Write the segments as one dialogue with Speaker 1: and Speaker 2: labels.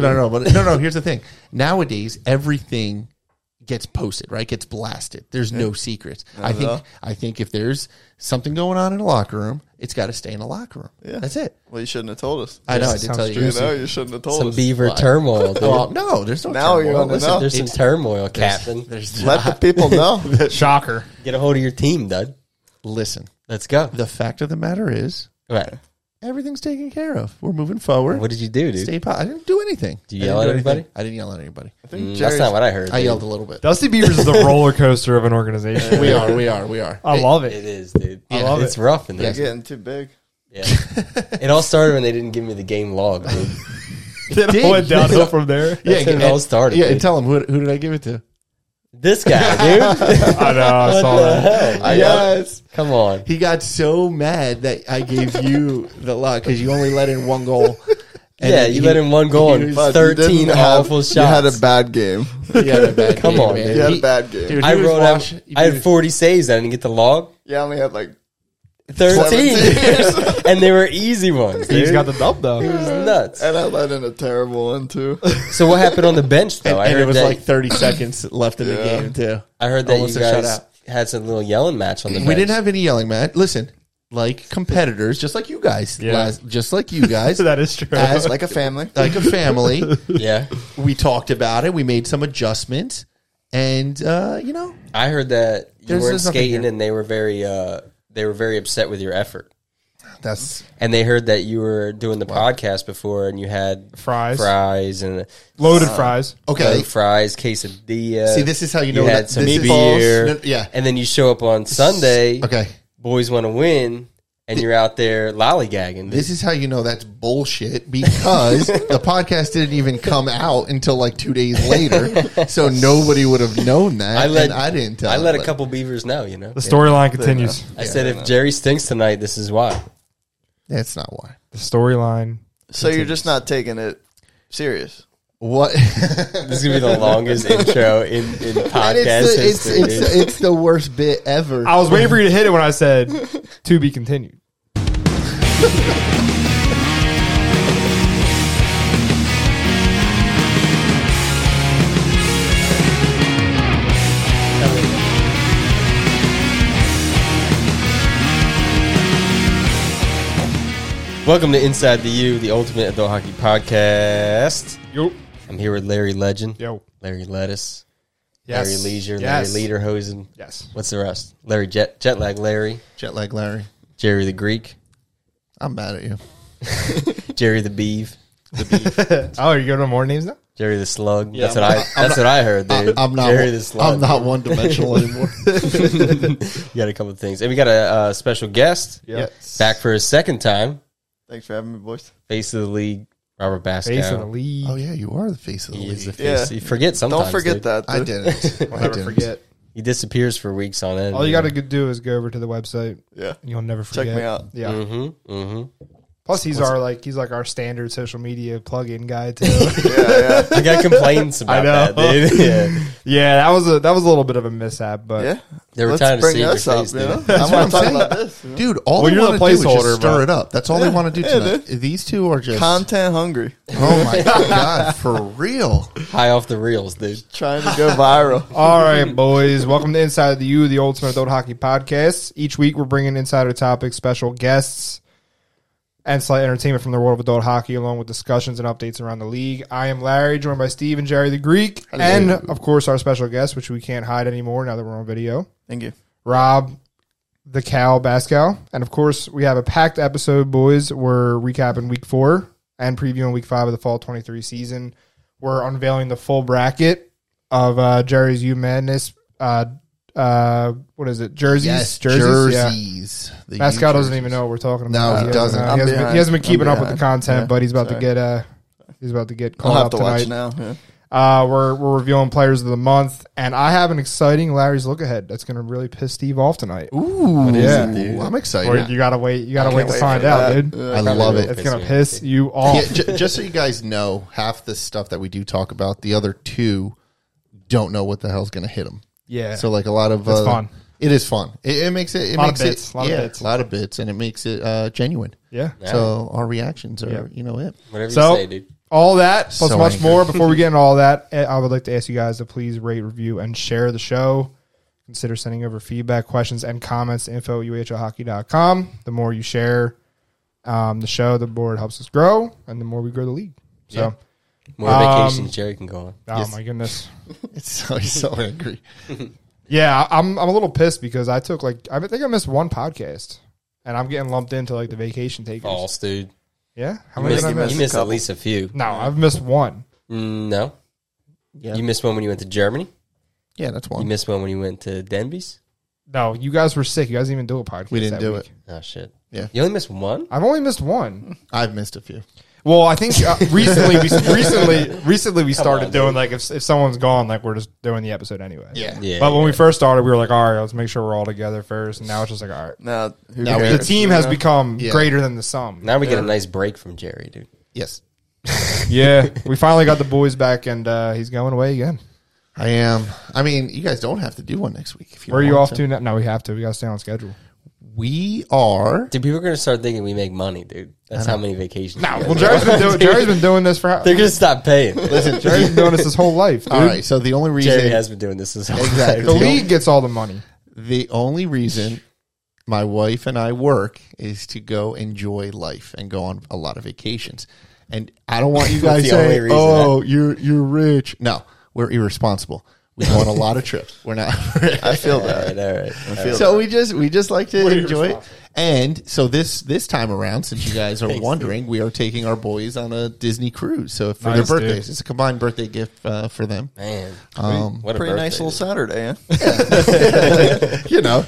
Speaker 1: No, no, but no, no. Here's the thing. Nowadays, everything gets posted, right? Gets blasted. There's no secrets. I
Speaker 2: Uh-huh.
Speaker 1: think. I think if there's something going on in a locker room, it's got to stay in a locker room.
Speaker 3: Yeah.
Speaker 1: That's it.
Speaker 3: Well, you shouldn't have told us.
Speaker 1: I know. I
Speaker 2: This
Speaker 1: did
Speaker 2: sounds
Speaker 1: tell you.
Speaker 3: You
Speaker 2: juicy.
Speaker 3: know, you shouldn't have told
Speaker 2: Some
Speaker 3: us.
Speaker 2: beaver turmoil, dude.
Speaker 1: Well, no, there's no.
Speaker 3: Now
Speaker 1: turmoil.
Speaker 3: you wanna
Speaker 1: Listen,
Speaker 3: know.
Speaker 2: There's some
Speaker 1: it's-
Speaker 2: turmoil, Captain.
Speaker 1: There's
Speaker 3: Let the people know.
Speaker 4: Shocker.
Speaker 2: Get a hold of your team, Dud.
Speaker 1: listen.
Speaker 2: Let's go.
Speaker 1: The fact of the matter is,
Speaker 2: Right.
Speaker 1: everything's taken care of. We're moving forward.
Speaker 2: What did you do, dude?
Speaker 1: Stay po- I didn't do anything.
Speaker 2: Did you
Speaker 1: I
Speaker 2: yell
Speaker 1: didn't
Speaker 2: at
Speaker 1: do anything.
Speaker 2: anybody?
Speaker 1: I didn't yell at anybody.
Speaker 3: I think
Speaker 2: That's
Speaker 3: Jerry's,
Speaker 2: not what I heard.
Speaker 1: I
Speaker 2: dude.
Speaker 1: yelled a little bit.
Speaker 4: Dusty Beavers is the roller coaster of an organization.
Speaker 1: We are. We are. We are.
Speaker 4: I love
Speaker 2: It
Speaker 4: it.
Speaker 2: is, dude.
Speaker 1: I love
Speaker 2: it's rough in there.
Speaker 1: Yes.
Speaker 3: getting too big.
Speaker 2: Yeah. it all started when they didn't give me the game log, dude.
Speaker 4: It
Speaker 1: did.
Speaker 4: all went downhill from there.
Speaker 1: Yeah,
Speaker 2: That's when it all started,
Speaker 1: Yeah,
Speaker 2: dude.
Speaker 1: and tell them who, who did I give it to?
Speaker 2: This guy, dude.
Speaker 4: I know. I saw that.
Speaker 2: Hell,
Speaker 1: Yes.
Speaker 2: Come on.
Speaker 1: He got so mad that I gave you the luck because you only let in one goal. And
Speaker 2: yeah,
Speaker 1: he-
Speaker 2: you let in one goal and
Speaker 1: But
Speaker 3: You didn't
Speaker 2: 13
Speaker 3: have-
Speaker 2: awful shots.
Speaker 3: You had a bad game.
Speaker 1: He had a bad
Speaker 2: Come
Speaker 1: game,
Speaker 2: on,
Speaker 1: man.
Speaker 2: dude.
Speaker 3: You had
Speaker 1: He-
Speaker 3: a bad game.
Speaker 1: dude, he
Speaker 2: I
Speaker 1: was
Speaker 2: wrote
Speaker 1: wash-
Speaker 2: out, I had 40 saves. I didn't get the log.
Speaker 3: yeah, I only had like
Speaker 2: 13.
Speaker 3: 17.
Speaker 2: and they were easy ones. Dude.
Speaker 4: He's got the dub
Speaker 2: it
Speaker 4: though.
Speaker 2: was nuts.
Speaker 3: and I let in a terrible one too.
Speaker 2: So what happened on the bench, though? I
Speaker 1: and
Speaker 2: heard
Speaker 1: it was
Speaker 2: that,
Speaker 1: like 30 seconds left in the
Speaker 3: Yeah.
Speaker 1: game, too.
Speaker 2: I heard that you
Speaker 1: almost a
Speaker 2: guys
Speaker 1: shutout.
Speaker 2: had some little yelling match on the bench.
Speaker 1: We didn't have any yelling, Matt. Listen, like competitors, just like you guys,
Speaker 4: Yeah.
Speaker 1: last- just like you guys,
Speaker 4: That is true.
Speaker 1: as like
Speaker 3: like a family.
Speaker 1: like a family,
Speaker 2: Yeah.
Speaker 1: we talked about it. We made some adjustments, and uh, you know,
Speaker 2: I heard that you
Speaker 1: There's-
Speaker 2: weren't
Speaker 1: there's nothing
Speaker 2: skating
Speaker 1: here.
Speaker 2: and they were very uh, they were very upset with your effort.
Speaker 3: That's
Speaker 2: And they heard that you were doing the podcast before and you had
Speaker 4: Fries.
Speaker 2: fries and
Speaker 4: Loaded fries.
Speaker 1: okay.
Speaker 2: fries, quesadilla.
Speaker 1: See, this is how you know
Speaker 2: you had
Speaker 1: that
Speaker 2: some
Speaker 1: this is-
Speaker 2: beer.
Speaker 1: No, yeah.
Speaker 2: And then you show up on Sunday.
Speaker 1: Okay.
Speaker 2: Boys want to win. And you're out there lollygagging.
Speaker 1: This is how you know that's bullshit because the podcast didn't even come out until like two days later, so nobody would have known that.
Speaker 2: I let
Speaker 1: and I didn't. Tell
Speaker 2: I let a
Speaker 1: anybody.
Speaker 2: couple beavers know. You know,
Speaker 4: The storyline continues.
Speaker 2: I said if Jerry stinks tonight, this is why.
Speaker 1: That's not why.
Speaker 4: The storyline.
Speaker 3: so you're just not taking it serious.
Speaker 1: What?
Speaker 2: This is gonna be the longest intro in, in
Speaker 1: And
Speaker 2: podcast
Speaker 1: it's, the, it's,
Speaker 2: history.
Speaker 1: it's,
Speaker 2: dude.
Speaker 1: it's the worst bit ever.
Speaker 4: I was waiting for you to hit it when I said to be continued.
Speaker 2: Welcome to Inside the U, the ultimate adult hockey podcast.
Speaker 4: Yo.
Speaker 2: I'm here with Larry Legend,
Speaker 4: Yo.
Speaker 2: Larry Lettuce,
Speaker 4: Yes.
Speaker 2: Larry Leisure,
Speaker 4: Yes.
Speaker 2: Larry Lederhosen.
Speaker 4: Yes.
Speaker 2: What's the rest? Larry Jet Jetlag, Larry,
Speaker 1: Jet lag, Larry.
Speaker 2: Jerry the Greek,
Speaker 1: I'm mad at you.
Speaker 2: Jerry the Beeve,
Speaker 4: Oh, are you going to more names now?
Speaker 2: Jerry the Slug. that's what I. That's what I heard,
Speaker 1: I,
Speaker 2: dude.
Speaker 1: I'm not.
Speaker 2: Jerry the Slug.
Speaker 1: I'm not one dimensional anymore.
Speaker 2: We got a couple of things, and we got a uh, special guest
Speaker 4: Yes.
Speaker 2: back for a second time.
Speaker 3: Thanks for having me, boys.
Speaker 2: Face of the league, Robert Basco.
Speaker 4: Face of the league.
Speaker 1: oh yeah, you are the face of the
Speaker 2: He is
Speaker 1: league.
Speaker 2: the face.
Speaker 3: Yeah.
Speaker 2: You forget sometimes.
Speaker 3: Don't forget
Speaker 2: dude.
Speaker 3: that.
Speaker 1: I
Speaker 3: Dude.
Speaker 1: didn't.
Speaker 4: I'll
Speaker 1: I
Speaker 4: never
Speaker 1: didn't.
Speaker 4: forget.
Speaker 2: He disappears for weeks on end.
Speaker 4: All you got to do is go over to the website.
Speaker 3: Yeah.
Speaker 4: and You'll never forget.
Speaker 3: me out.
Speaker 4: Yeah.
Speaker 2: Mm-hmm. Mm-hmm.
Speaker 4: Plus, he's our like he's like our standard social media plug-in guy too.
Speaker 3: Yeah, yeah.
Speaker 2: I got complaints about
Speaker 4: know.
Speaker 2: that, dude. Yeah.
Speaker 4: yeah, that was a that was a little bit of a mishap, but
Speaker 3: yeah.
Speaker 2: They were
Speaker 3: Let's
Speaker 2: trying to
Speaker 3: bring
Speaker 2: see your
Speaker 3: us up,
Speaker 2: face,
Speaker 3: you
Speaker 2: dude.
Speaker 3: know?
Speaker 1: That's
Speaker 3: I
Speaker 1: what
Speaker 3: want
Speaker 1: I'm
Speaker 3: to talk
Speaker 1: saying.
Speaker 3: about this. you know?
Speaker 1: Dude, all
Speaker 4: Well,
Speaker 1: they
Speaker 4: you're the
Speaker 1: want to do is
Speaker 4: placeholder,
Speaker 1: just stir
Speaker 4: bro.
Speaker 1: it up. That's all they want to do tonight. These two are just
Speaker 3: Content hungry.
Speaker 1: Oh my god, for real.
Speaker 2: High off the reels, dude.
Speaker 3: Trying to go viral.
Speaker 4: All right, boys. Welcome to Inside the U, the Ultimate Adult Hockey Podcast. Each week, we're bringing insider topics, special guests, and slight entertainment from the world of adult hockey, along with discussions and updates around the league. I am Larry, joined by Steve and Jerry the Greek, and of course, our special guest, which we can't hide anymore now that we're on video,
Speaker 3: Thank you.
Speaker 4: Rob the Cow Bascal. And of course, we have a packed episode, boys. We're recapping week four and previewing week five of the fall 23 season. We're unveiling the full bracket of uh, Jerry's U Madness. Uh, uh, what is it? Jerseys?
Speaker 1: Yes,
Speaker 4: jerseys. Yeah.
Speaker 1: jerseys. The
Speaker 4: Mascot
Speaker 1: U
Speaker 4: doesn't
Speaker 1: jerseys.
Speaker 4: even know what we're talking
Speaker 1: No,
Speaker 4: about.
Speaker 1: he doesn't.
Speaker 4: He
Speaker 3: I'm
Speaker 4: hasn't, been,
Speaker 3: behind.
Speaker 4: he hasn't been
Speaker 3: I'm
Speaker 4: keeping up with the
Speaker 3: behind.
Speaker 4: content,
Speaker 3: Yeah,
Speaker 4: but he's about
Speaker 3: sorry.
Speaker 4: to get uh, he's about to get
Speaker 3: I'll
Speaker 4: called
Speaker 3: have
Speaker 4: up
Speaker 3: to
Speaker 4: tonight.
Speaker 3: watch now. Yeah.
Speaker 4: Uh, we're we're reviewing players of the month, and I have an exciting Larry's look ahead that's going to really piss Steve off tonight.
Speaker 1: Ooh,
Speaker 4: Yeah.
Speaker 1: Ooh, I'm
Speaker 4: Or
Speaker 1: excited.
Speaker 4: you gotta wait. You gotta wait to
Speaker 3: wait
Speaker 4: find
Speaker 3: for
Speaker 4: out,
Speaker 3: that.
Speaker 4: dude.
Speaker 3: Yeah.
Speaker 1: I love it.
Speaker 4: It's gonna
Speaker 2: me.
Speaker 4: piss you off.
Speaker 1: Yeah, j- just so you guys know, half the stuff that we do talk about, the other two don't know what the hell's going to hit them.
Speaker 4: Yeah.
Speaker 1: So like a lot of
Speaker 4: It's
Speaker 1: uh,
Speaker 4: fun.
Speaker 1: It is fun. It, it makes it. It
Speaker 4: Lot of
Speaker 1: makes
Speaker 4: bits,
Speaker 1: it.
Speaker 4: lot of
Speaker 1: yeah,
Speaker 4: bits.
Speaker 1: a lot of bits, and it makes it uh, genuine.
Speaker 4: yeah.
Speaker 1: So our reactions are, you know, it.
Speaker 2: Whatever
Speaker 4: So-
Speaker 2: you say, dude.
Speaker 4: All that plus
Speaker 1: So
Speaker 4: much
Speaker 1: angry.
Speaker 4: more. Before we get into all that, eh, I would like to ask you guys to please rate, review, and share the show. Consider sending over feedback, questions, and comments to info at uhohockey.com. The more you share um, the show, the more it helps us grow, and the more we grow the league. So,
Speaker 1: Yeah.
Speaker 2: More
Speaker 4: Um,
Speaker 2: vacations Jerry can go on.
Speaker 4: oh
Speaker 1: Yes.
Speaker 4: my goodness.
Speaker 1: It's so, he's so angry.
Speaker 4: Yeah, I- I'm I'm a little pissed because I took like I think I missed one podcast, and I'm getting lumped into like the vacation takers.
Speaker 2: False, dude.
Speaker 4: Yeah, how
Speaker 2: You
Speaker 4: many did
Speaker 2: missed,
Speaker 4: I
Speaker 2: you
Speaker 4: miss?
Speaker 3: missed a
Speaker 2: missed at
Speaker 3: couple.
Speaker 2: least a few.
Speaker 4: No, I've missed one.
Speaker 2: Mm, No,
Speaker 1: Yeah,
Speaker 2: you missed one when you went to Germany.
Speaker 1: yeah, that's
Speaker 2: You
Speaker 1: one.
Speaker 2: missed one when you went to Denby's.
Speaker 4: No, you guys were sick. You guys didn't even do a podcast.
Speaker 1: We didn't
Speaker 4: that
Speaker 1: do
Speaker 4: week.
Speaker 1: it.
Speaker 2: Oh shit.
Speaker 1: Yeah.
Speaker 2: You only missed one.
Speaker 4: I've only missed one.
Speaker 1: I've missed a few.
Speaker 4: Well, I think uh, recently, we, recently, recently we started
Speaker 2: on,
Speaker 4: doing like if if someone's gone, like we're just doing the episode anyway.
Speaker 1: Yeah,
Speaker 2: Yeah.
Speaker 4: But when we first started, we were like, all right, let's make sure we're all together first. And now it's just like, all right.
Speaker 3: Now, who
Speaker 1: Now
Speaker 3: cares,
Speaker 4: The team has
Speaker 3: you know?
Speaker 4: become
Speaker 1: Yeah.
Speaker 4: greater than the sum.
Speaker 2: now we get a nice break from Jerry, dude.
Speaker 1: yes,
Speaker 4: Yeah. we finally got the boys back, and uh, he's going away again.
Speaker 1: I am. I mean, you guys don't have to do one next week. If you
Speaker 4: Where are you
Speaker 1: want
Speaker 4: off to now? No, we have to. We got to stay on schedule.
Speaker 1: We are.
Speaker 2: Dude, people are gonna start thinking we make money, dude. That's how many vacations. No,
Speaker 4: Well, Jerry's been, doing, Jerry's been doing this for
Speaker 2: They're gonna stop paying. Listen,
Speaker 4: Jerry's been doing this his whole life. Dude.
Speaker 1: All right. So the only reason
Speaker 2: Jerry has been doing this his whole
Speaker 1: Exactly.
Speaker 4: The
Speaker 2: life.
Speaker 4: league gets all the money.
Speaker 1: the only reason my wife and I work is to go enjoy life and go on a lot of vacations. And I don't want you
Speaker 2: That's
Speaker 1: guys
Speaker 2: the only
Speaker 1: saying,
Speaker 2: reason,
Speaker 1: "Oh, you're you're rich." No, we're irresponsible. We go on a lot of trips. We're not.
Speaker 3: I feel
Speaker 2: All
Speaker 3: that.
Speaker 2: right, all right.
Speaker 3: I feel
Speaker 1: so we just we just like to
Speaker 4: We're
Speaker 1: enjoy it. And so this this time around, since you guys are wondering, we are taking our boys on a Disney cruise. So for
Speaker 4: Nice,
Speaker 1: their
Speaker 4: dude.
Speaker 1: birthdays, it's a combined birthday gift uh, for them.
Speaker 2: Man,
Speaker 1: Um,
Speaker 2: what a
Speaker 3: pretty nice
Speaker 2: birthday,
Speaker 3: little
Speaker 2: dude.
Speaker 3: Saturday, huh?
Speaker 1: you know,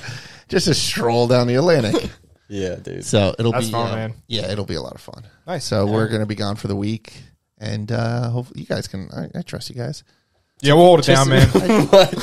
Speaker 1: just a stroll down the Atlantic.
Speaker 2: Yeah, dude.
Speaker 1: So it'll
Speaker 4: That's
Speaker 1: be
Speaker 4: fun,
Speaker 1: uh,
Speaker 4: man.
Speaker 1: yeah, it'll be a lot of fun.
Speaker 4: Nice.
Speaker 1: So we're gonna be gone for the week, and uh, hopefully you guys can. I, I trust you guys.
Speaker 4: Yeah, we'll hold it down, man.
Speaker 2: what?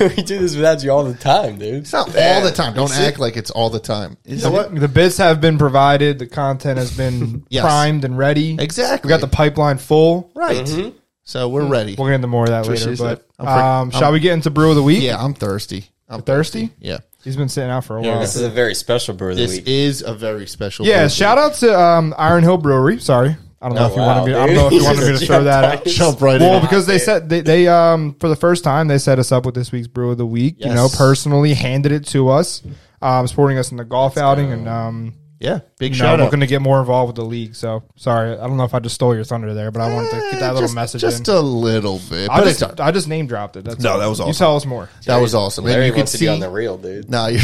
Speaker 2: we do this without you all the time, dude.
Speaker 1: It's not all the time. Don't act like it's all the time.
Speaker 4: You know what? The bits have been provided. The content has been
Speaker 1: Yes.
Speaker 4: primed and ready.
Speaker 1: Exactly.
Speaker 4: We got the Mm-hmm. pipeline full.
Speaker 1: right. So we're ready.
Speaker 4: We'll get into more of that
Speaker 1: That's what
Speaker 4: later.
Speaker 1: she said.
Speaker 4: But
Speaker 1: I'm freak-
Speaker 4: um, shall
Speaker 1: I'm-
Speaker 4: we get into brew of the week?
Speaker 1: yeah, I'm thirsty. I'm
Speaker 4: Thirsty?
Speaker 1: Yeah.
Speaker 4: He's been sitting out for a
Speaker 2: Yeah,
Speaker 4: while.
Speaker 2: this is a very special birthday
Speaker 1: This
Speaker 2: week.
Speaker 1: is a very special.
Speaker 4: yeah,
Speaker 1: birthday.
Speaker 4: shout out to um, Iron Hill Brewery. Sorry. I don't know
Speaker 2: Oh,
Speaker 4: if you
Speaker 2: wow,
Speaker 4: wanted me. I don't
Speaker 2: dude.
Speaker 4: know if you
Speaker 2: He
Speaker 4: wanted me
Speaker 2: just
Speaker 4: to throw
Speaker 2: jumped
Speaker 4: that out.
Speaker 2: right in.
Speaker 1: Jump right
Speaker 4: Well,
Speaker 1: in.
Speaker 4: because they said they, they um for the first time they set us up with this week's brew of the week. You
Speaker 2: Yes.
Speaker 4: know, personally handed it to us, um, supporting us in the golf outing, and um,
Speaker 1: yeah, big
Speaker 4: you know,
Speaker 1: shout
Speaker 4: we're
Speaker 1: out.
Speaker 4: going to get more involved with the league. So sorry, I don't know if I just stole your thunder there, but I wanted to get that
Speaker 1: Eh,
Speaker 4: little
Speaker 1: just,
Speaker 4: message
Speaker 1: just
Speaker 4: in.
Speaker 1: a little bit,
Speaker 4: I
Speaker 1: but it's
Speaker 4: just, I just name dropped it. That's
Speaker 1: No,
Speaker 4: all.
Speaker 1: that was
Speaker 4: You
Speaker 1: awesome.
Speaker 4: tell us more.
Speaker 1: that was awesome. And
Speaker 2: Larry
Speaker 1: you can
Speaker 2: wants to
Speaker 1: see.
Speaker 2: be on the reel, dude.
Speaker 1: no, you're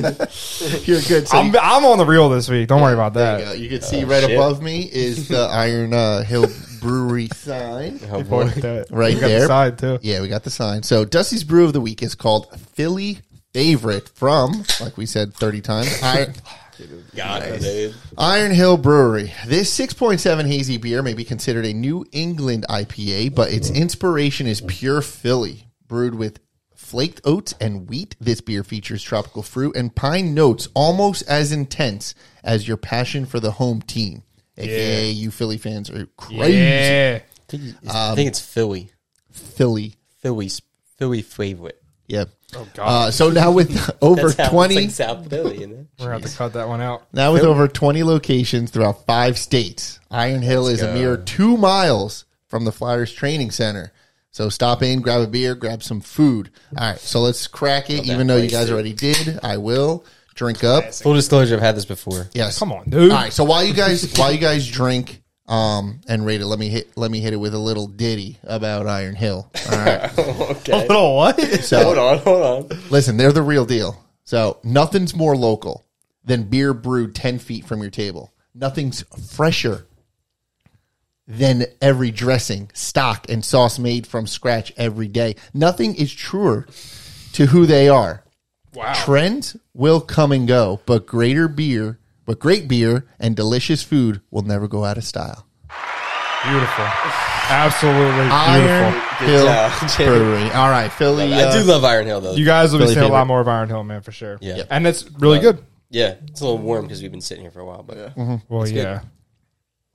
Speaker 1: you're good. So
Speaker 4: I'm, I'm on the reel this week. Don't worry about
Speaker 1: There you
Speaker 4: that.
Speaker 1: go. You can see right
Speaker 2: Oh, shit.
Speaker 1: above me is the Iron uh, Hill Brewery sign.
Speaker 2: Oh,
Speaker 4: Boy,
Speaker 2: boy.
Speaker 4: that-
Speaker 1: Right
Speaker 4: you got
Speaker 1: there.
Speaker 4: The side too.
Speaker 1: Yeah, we got the sign. So Dusty's Brew of the Week is called Philly Favorite from, like we said 30 times, I-
Speaker 2: Got it, dude.
Speaker 1: Iron Hill Brewery. This 6.7 hazy beer may be considered a New England IPA, but its inspiration is pure Philly. Brewed with flaked oats and wheat, this beer features tropical fruit and pine notes almost as intense as your passion for the home team. AKA, you Philly fans are crazy.
Speaker 4: Yeah.
Speaker 2: I think, it's- I
Speaker 1: Um,
Speaker 2: think it's Philly.
Speaker 1: Philly.
Speaker 2: Philly's Philly favorite.
Speaker 1: Yeah. Uh, so now with over
Speaker 2: Oh, That's how it's
Speaker 1: 20
Speaker 2: like South Philly, you know?
Speaker 4: We're going to have to cut that one out.
Speaker 1: Now with over 20 locations throughout five states, Iron Hill is a mere two miles from the Flyers training center. So stop in, grab a beer, grab some food. All right, so let's crack it. Even though you
Speaker 2: place,
Speaker 1: guys
Speaker 2: dude.
Speaker 1: already did, I will drink up.
Speaker 2: Full disclosure, I've had this before.
Speaker 1: Yes.
Speaker 4: Come on, dude.
Speaker 1: All right, so while you guys while you guys drink um, and rate it, let me hit let me hit it with a little ditty about Iron Hill. All right.
Speaker 2: Okay.
Speaker 4: Little what?
Speaker 1: So
Speaker 2: Hold on, hold on.
Speaker 1: Listen, they're the real deal. So nothing's more local than beer brewed 10 feet from your table. Nothing's fresher than every dressing, stock, and sauce made from scratch every day. Nothing is truer to who they are.
Speaker 4: Wow.
Speaker 1: Trends will come and go, but greater beer, but great beer and delicious food will never go out of style.
Speaker 4: Beautiful. Absolutely
Speaker 1: Iron
Speaker 4: beautiful.
Speaker 1: Hill
Speaker 2: job, Jimmy.
Speaker 1: Brewery. All right, Philly.
Speaker 2: I
Speaker 1: uh,
Speaker 2: do love Iron Hill, though.
Speaker 4: You guys will be
Speaker 1: Philly
Speaker 4: seeing a lot
Speaker 1: favorite.
Speaker 4: more of Iron Hill, man, for sure.
Speaker 2: Yeah. Yep.
Speaker 4: And it's really good.
Speaker 2: yeah, it's a little warm because we've been sitting here for a while, but
Speaker 4: Well, yeah.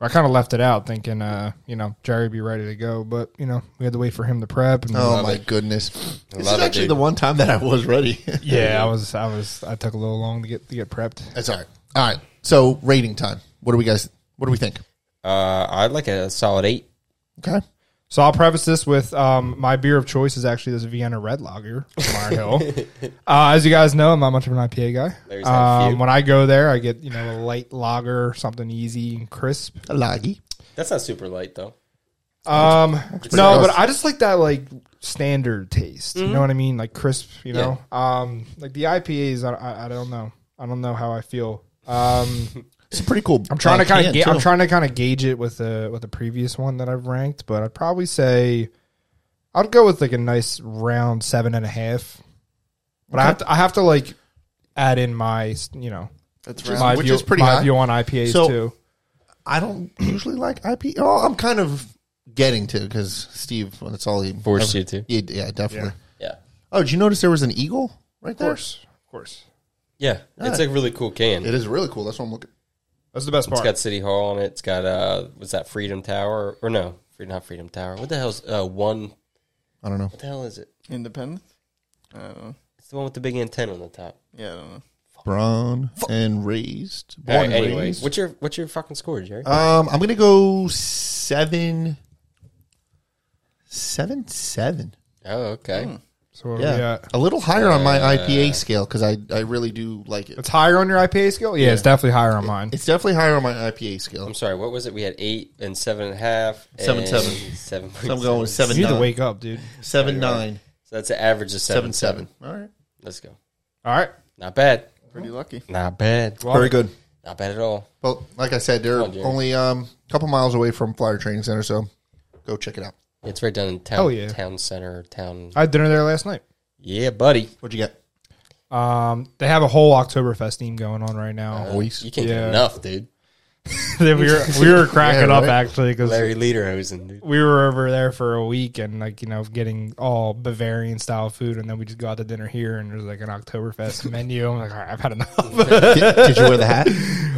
Speaker 4: I kind of left it out thinking, uh, you know, Jerry would be ready to go, but, you know, we had to wait for him to prep. And,
Speaker 1: Oh my goodness! This is
Speaker 2: love it,
Speaker 1: actually
Speaker 2: dude.
Speaker 1: the one time that I was ready.
Speaker 4: Yeah, I was, I was, I took a little long to get to get prepped.
Speaker 1: That's all right. All right. So rating time. What do we guys? What do we think?
Speaker 2: Uh, I'd like a solid eight.
Speaker 1: Okay.
Speaker 4: So I'll preface this with um, my beer of choice is actually this Vienna Red Lager from Iron Hill. Uh, as you guys know, I'm not much of an IPA
Speaker 2: There's that
Speaker 4: guy. Um,
Speaker 2: few.
Speaker 4: when I go there, I get you know a light lager, something easy and crisp.
Speaker 1: A laggy.
Speaker 2: That's not super light though.
Speaker 4: Um, no,
Speaker 1: gross.
Speaker 4: but I just like that like standard taste.
Speaker 1: Mm-hmm.
Speaker 4: You know what I mean? Like crisp. You know, um, like the IPAs. I, I, I don't know. I don't know how I feel. Um,
Speaker 1: It's a pretty cool.
Speaker 4: I'm trying to kind of ga- I'm
Speaker 1: trying.
Speaker 4: trying to kind of gauge it with the with the previous one that I've ranked, but I'd probably say I'd go with like a nice round seven and a half. But I have to I have to like add in my you know
Speaker 3: That's
Speaker 4: my
Speaker 3: round.
Speaker 1: which
Speaker 4: view,
Speaker 1: is pretty
Speaker 4: my
Speaker 1: high.
Speaker 4: view on IPAs
Speaker 1: So-
Speaker 4: too.
Speaker 1: I don't usually like IP. Oh, I'm kind of getting to because Steve, well, that's all he
Speaker 2: Forced you to.
Speaker 1: Yeah, yeah, definitely.
Speaker 2: Yeah.
Speaker 1: Oh, did you notice there was an eagle right
Speaker 4: Of
Speaker 1: there?
Speaker 4: course, of course,
Speaker 2: Yeah. It's a really cool can.
Speaker 1: It is really cool. That's what I'm looking.
Speaker 4: that's the best
Speaker 2: It's
Speaker 4: part.
Speaker 2: got City Hall on it. It's got uh, was that Freedom Tower or no? Fre- Not Freedom Tower. What the hell's uh one? What
Speaker 1: I don't know.
Speaker 2: the hell is it?
Speaker 3: Independence? I don't know.
Speaker 2: It's the one with the big antenna on the top.
Speaker 3: Yeah, I don't know.
Speaker 1: Brown and raised.
Speaker 2: All right,
Speaker 1: Born and
Speaker 2: anyway,
Speaker 1: raised.
Speaker 2: what's your what's your fucking score, Jerry?
Speaker 1: Um, I'm gonna go seven, seven, seven.
Speaker 2: oh, okay.
Speaker 1: hmm.
Speaker 4: so what
Speaker 1: Yeah,
Speaker 4: are we at?
Speaker 1: a little higher on my IPA scale because I I really do like it.
Speaker 4: It's higher on your IPA scale. Yeah, it's definitely higher on mine.
Speaker 1: It's definitely higher on my IPA scale.
Speaker 2: I'm sorry. What was it? We had eight and seven and a half.
Speaker 1: Seven,
Speaker 2: and
Speaker 1: seven.
Speaker 2: seven
Speaker 1: So I'm
Speaker 2: point
Speaker 1: going with
Speaker 4: You
Speaker 1: seven,
Speaker 4: need to
Speaker 1: nine,
Speaker 4: wake up, dude.
Speaker 1: seven, nine,
Speaker 2: So that's an average of seven
Speaker 1: seven,
Speaker 2: seven. seven.
Speaker 1: seven. All right,
Speaker 2: Let's go.
Speaker 4: All right,
Speaker 2: Not bad.
Speaker 3: Pretty lucky.
Speaker 2: Not bad.
Speaker 4: Well,
Speaker 1: good.
Speaker 2: Not bad at all.
Speaker 1: Well, like I said, they're
Speaker 2: on, Jerry.
Speaker 1: only um, a couple miles away from Flyer Training Center, so go check it out.
Speaker 2: It's right down in town.
Speaker 4: Hell yeah.
Speaker 2: Town center. Town.
Speaker 4: I had dinner there last night.
Speaker 2: Yeah, buddy.
Speaker 1: What'd you get?
Speaker 4: Um, they have a whole Oktoberfest theme going on right now.
Speaker 1: Always.
Speaker 2: You can't
Speaker 4: Yeah.
Speaker 2: get enough, dude.
Speaker 4: we were we were cracking
Speaker 1: Yeah,
Speaker 4: up
Speaker 1: right?
Speaker 4: actually because
Speaker 2: Larry Lederhosen, dude.
Speaker 4: we were over there for a week and like you know getting all Bavarian style food, and then we just go out to dinner here, and there's like an Oktoberfest menu. I'm like, all right, I've had enough.
Speaker 1: did, did you wear the hat?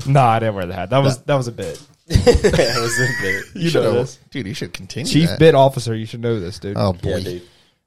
Speaker 4: no, I didn't wear the hat. That was that was a bit.
Speaker 2: that was a bit.
Speaker 1: You
Speaker 4: know
Speaker 1: should've-
Speaker 4: this.
Speaker 1: dude. You should continue.
Speaker 4: Chief
Speaker 1: that.
Speaker 4: bit officer, you should know this, dude.
Speaker 1: Oh boy.
Speaker 2: Yeah, dude.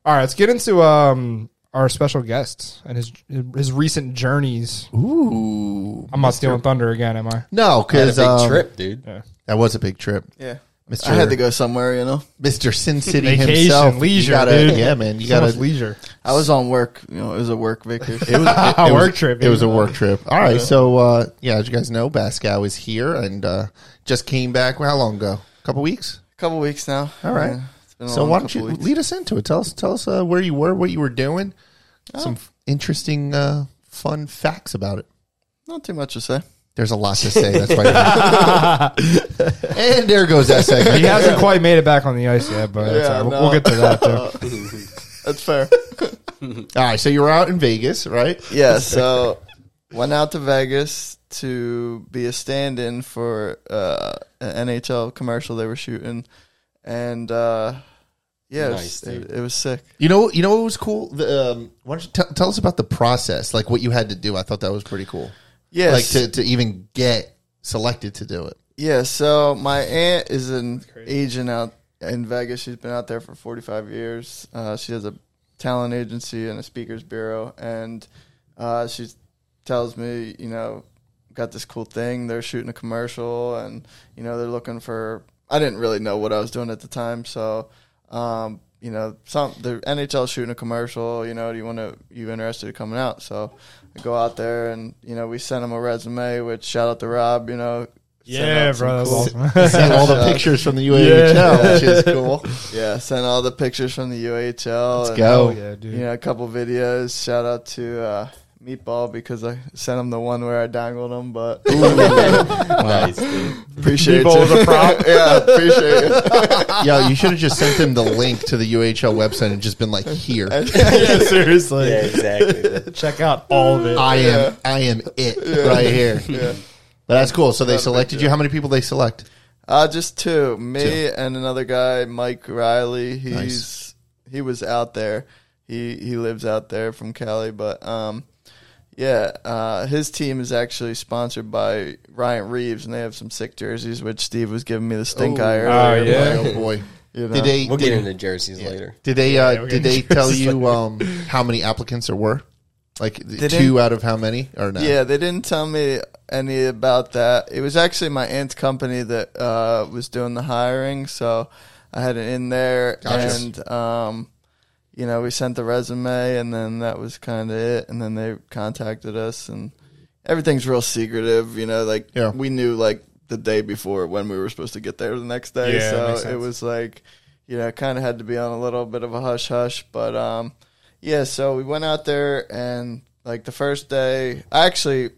Speaker 4: All right, let's get into um our special guest and his his recent journeys.
Speaker 1: Ooh.
Speaker 4: I'm not stealing thunder again, am I?
Speaker 1: No,
Speaker 2: Had a
Speaker 1: because
Speaker 2: big trip, dude.
Speaker 1: That was a big trip.
Speaker 3: Yeah.
Speaker 1: Mr.
Speaker 3: I had to go somewhere, you know.
Speaker 1: Mr. Sin City
Speaker 4: Vacation,
Speaker 1: himself. You
Speaker 4: leisure,
Speaker 1: gotta-
Speaker 4: dude.
Speaker 1: Yeah, man. You
Speaker 4: So
Speaker 1: got
Speaker 4: much leisure.
Speaker 3: I was on work. You know, it was a work vacation.
Speaker 1: It was it- it was-
Speaker 4: Oh, Work trip,
Speaker 1: It was a
Speaker 4: yeah.
Speaker 1: work trip. All right. So, uh, yeah, as you guys know, Bascow is here and uh, just came back. Well, how long ago? A couple weeks.
Speaker 3: couple weeks now.
Speaker 1: All right.
Speaker 3: Yeah, it's been a
Speaker 1: So,
Speaker 3: long
Speaker 1: why don't you
Speaker 3: couple weeks.
Speaker 1: lead us into it? Tell us, tell us uh, where you were, what you were doing,
Speaker 3: Oh.
Speaker 1: some f- interesting, uh, fun facts about it.
Speaker 3: Not too much to say.
Speaker 1: There's a lot to say. That's why. You're and there goes that segment.
Speaker 4: He hasn't quite made it back on the ice yet, but that's
Speaker 3: Yeah,
Speaker 4: all right.
Speaker 3: no.
Speaker 4: we'll, we'll get to that too.
Speaker 3: That's fair.
Speaker 1: All right. So you were out in Vegas, right?
Speaker 3: yeah. So went out to Vegas to be a stand-in for uh, an NHL commercial they were shooting, and uh, yeah, it was-
Speaker 2: Nice,
Speaker 3: it,
Speaker 2: dude.
Speaker 3: it was sick.
Speaker 1: You know, you know what was cool. The, um, why don't you tell tell us about the process, like what you had to do? I thought that was pretty cool.
Speaker 3: Yes.
Speaker 1: Like to, to even get selected to do it.
Speaker 3: Yeah, so my aunt is an agent out in Vegas. She's been out there for 45 years. Uh, she has a talent agency and a speakers bureau, and uh, she tells me, you know, got this cool thing. They're shooting a commercial, and you know, they're looking for. I didn't really know what I was doing at the time, so um, you know, some the NHL shooting a commercial. You know, do you want to? You interested in coming out? So I go out there, and you know, we sent him a resume. Which shout out to Rob. You know, sent
Speaker 4: Yeah,
Speaker 3: out some
Speaker 4: bro, that was
Speaker 3: cool-
Speaker 4: awesome.
Speaker 1: Seen all the pictures from the UAHL, which is cool.
Speaker 3: Yeah, sent all the pictures from the UHL. and,
Speaker 1: Go.
Speaker 4: Oh yeah, dude.
Speaker 3: You know, a couple videos. Shout out to uh, Meatball because I sent him the one where I dangled him, but
Speaker 2: Nice, dude.
Speaker 3: appreciate
Speaker 4: Meatball
Speaker 3: it.
Speaker 4: was a prop.
Speaker 3: yeah, appreciate it.
Speaker 1: Yo, you should have just sent them the link to the UHL website and just been like, "Here,
Speaker 4: yeah, seriously.
Speaker 2: Yeah, exactly. dude.
Speaker 4: Check out all of it.
Speaker 1: I am, I am it right here." But that's cool. So they selected you. How many people they select?
Speaker 3: Uh, just two. Me and another guy, Mike Riley. He's he was out there. He he lives out there from Cali, but um, yeah. Uh, his team is actually sponsored by Ryan Reeves, and they have some sick jerseys, which Steve was giving me the stink eye earlier.
Speaker 4: yeah.
Speaker 1: Oh boy.
Speaker 3: You know?
Speaker 1: Did they?
Speaker 2: We'll
Speaker 1: did,
Speaker 2: get into jerseys later.
Speaker 1: did they? Uh,
Speaker 4: we're
Speaker 1: did
Speaker 4: getting
Speaker 1: they tell you um, how many applicants there were? Like the
Speaker 3: Did
Speaker 1: two out of how many or not?
Speaker 3: Yeah, they didn't tell me any about that. It was actually my aunt's company that uh, was doing the hiring, so I had it in there,
Speaker 1: Gotcha.
Speaker 3: and um, you know, we sent the resume, and then that was kind of it. And then they contacted us, and everything's real secretive. You know, like
Speaker 1: Yeah.
Speaker 3: we knew like the day before when we were supposed to get there the next day,
Speaker 4: Yeah, makes
Speaker 3: so
Speaker 4: sense.
Speaker 3: it was like, you know, kind of had to be on a little bit of a hush hush, but um. Yeah, so we went out there and like the first day, I actually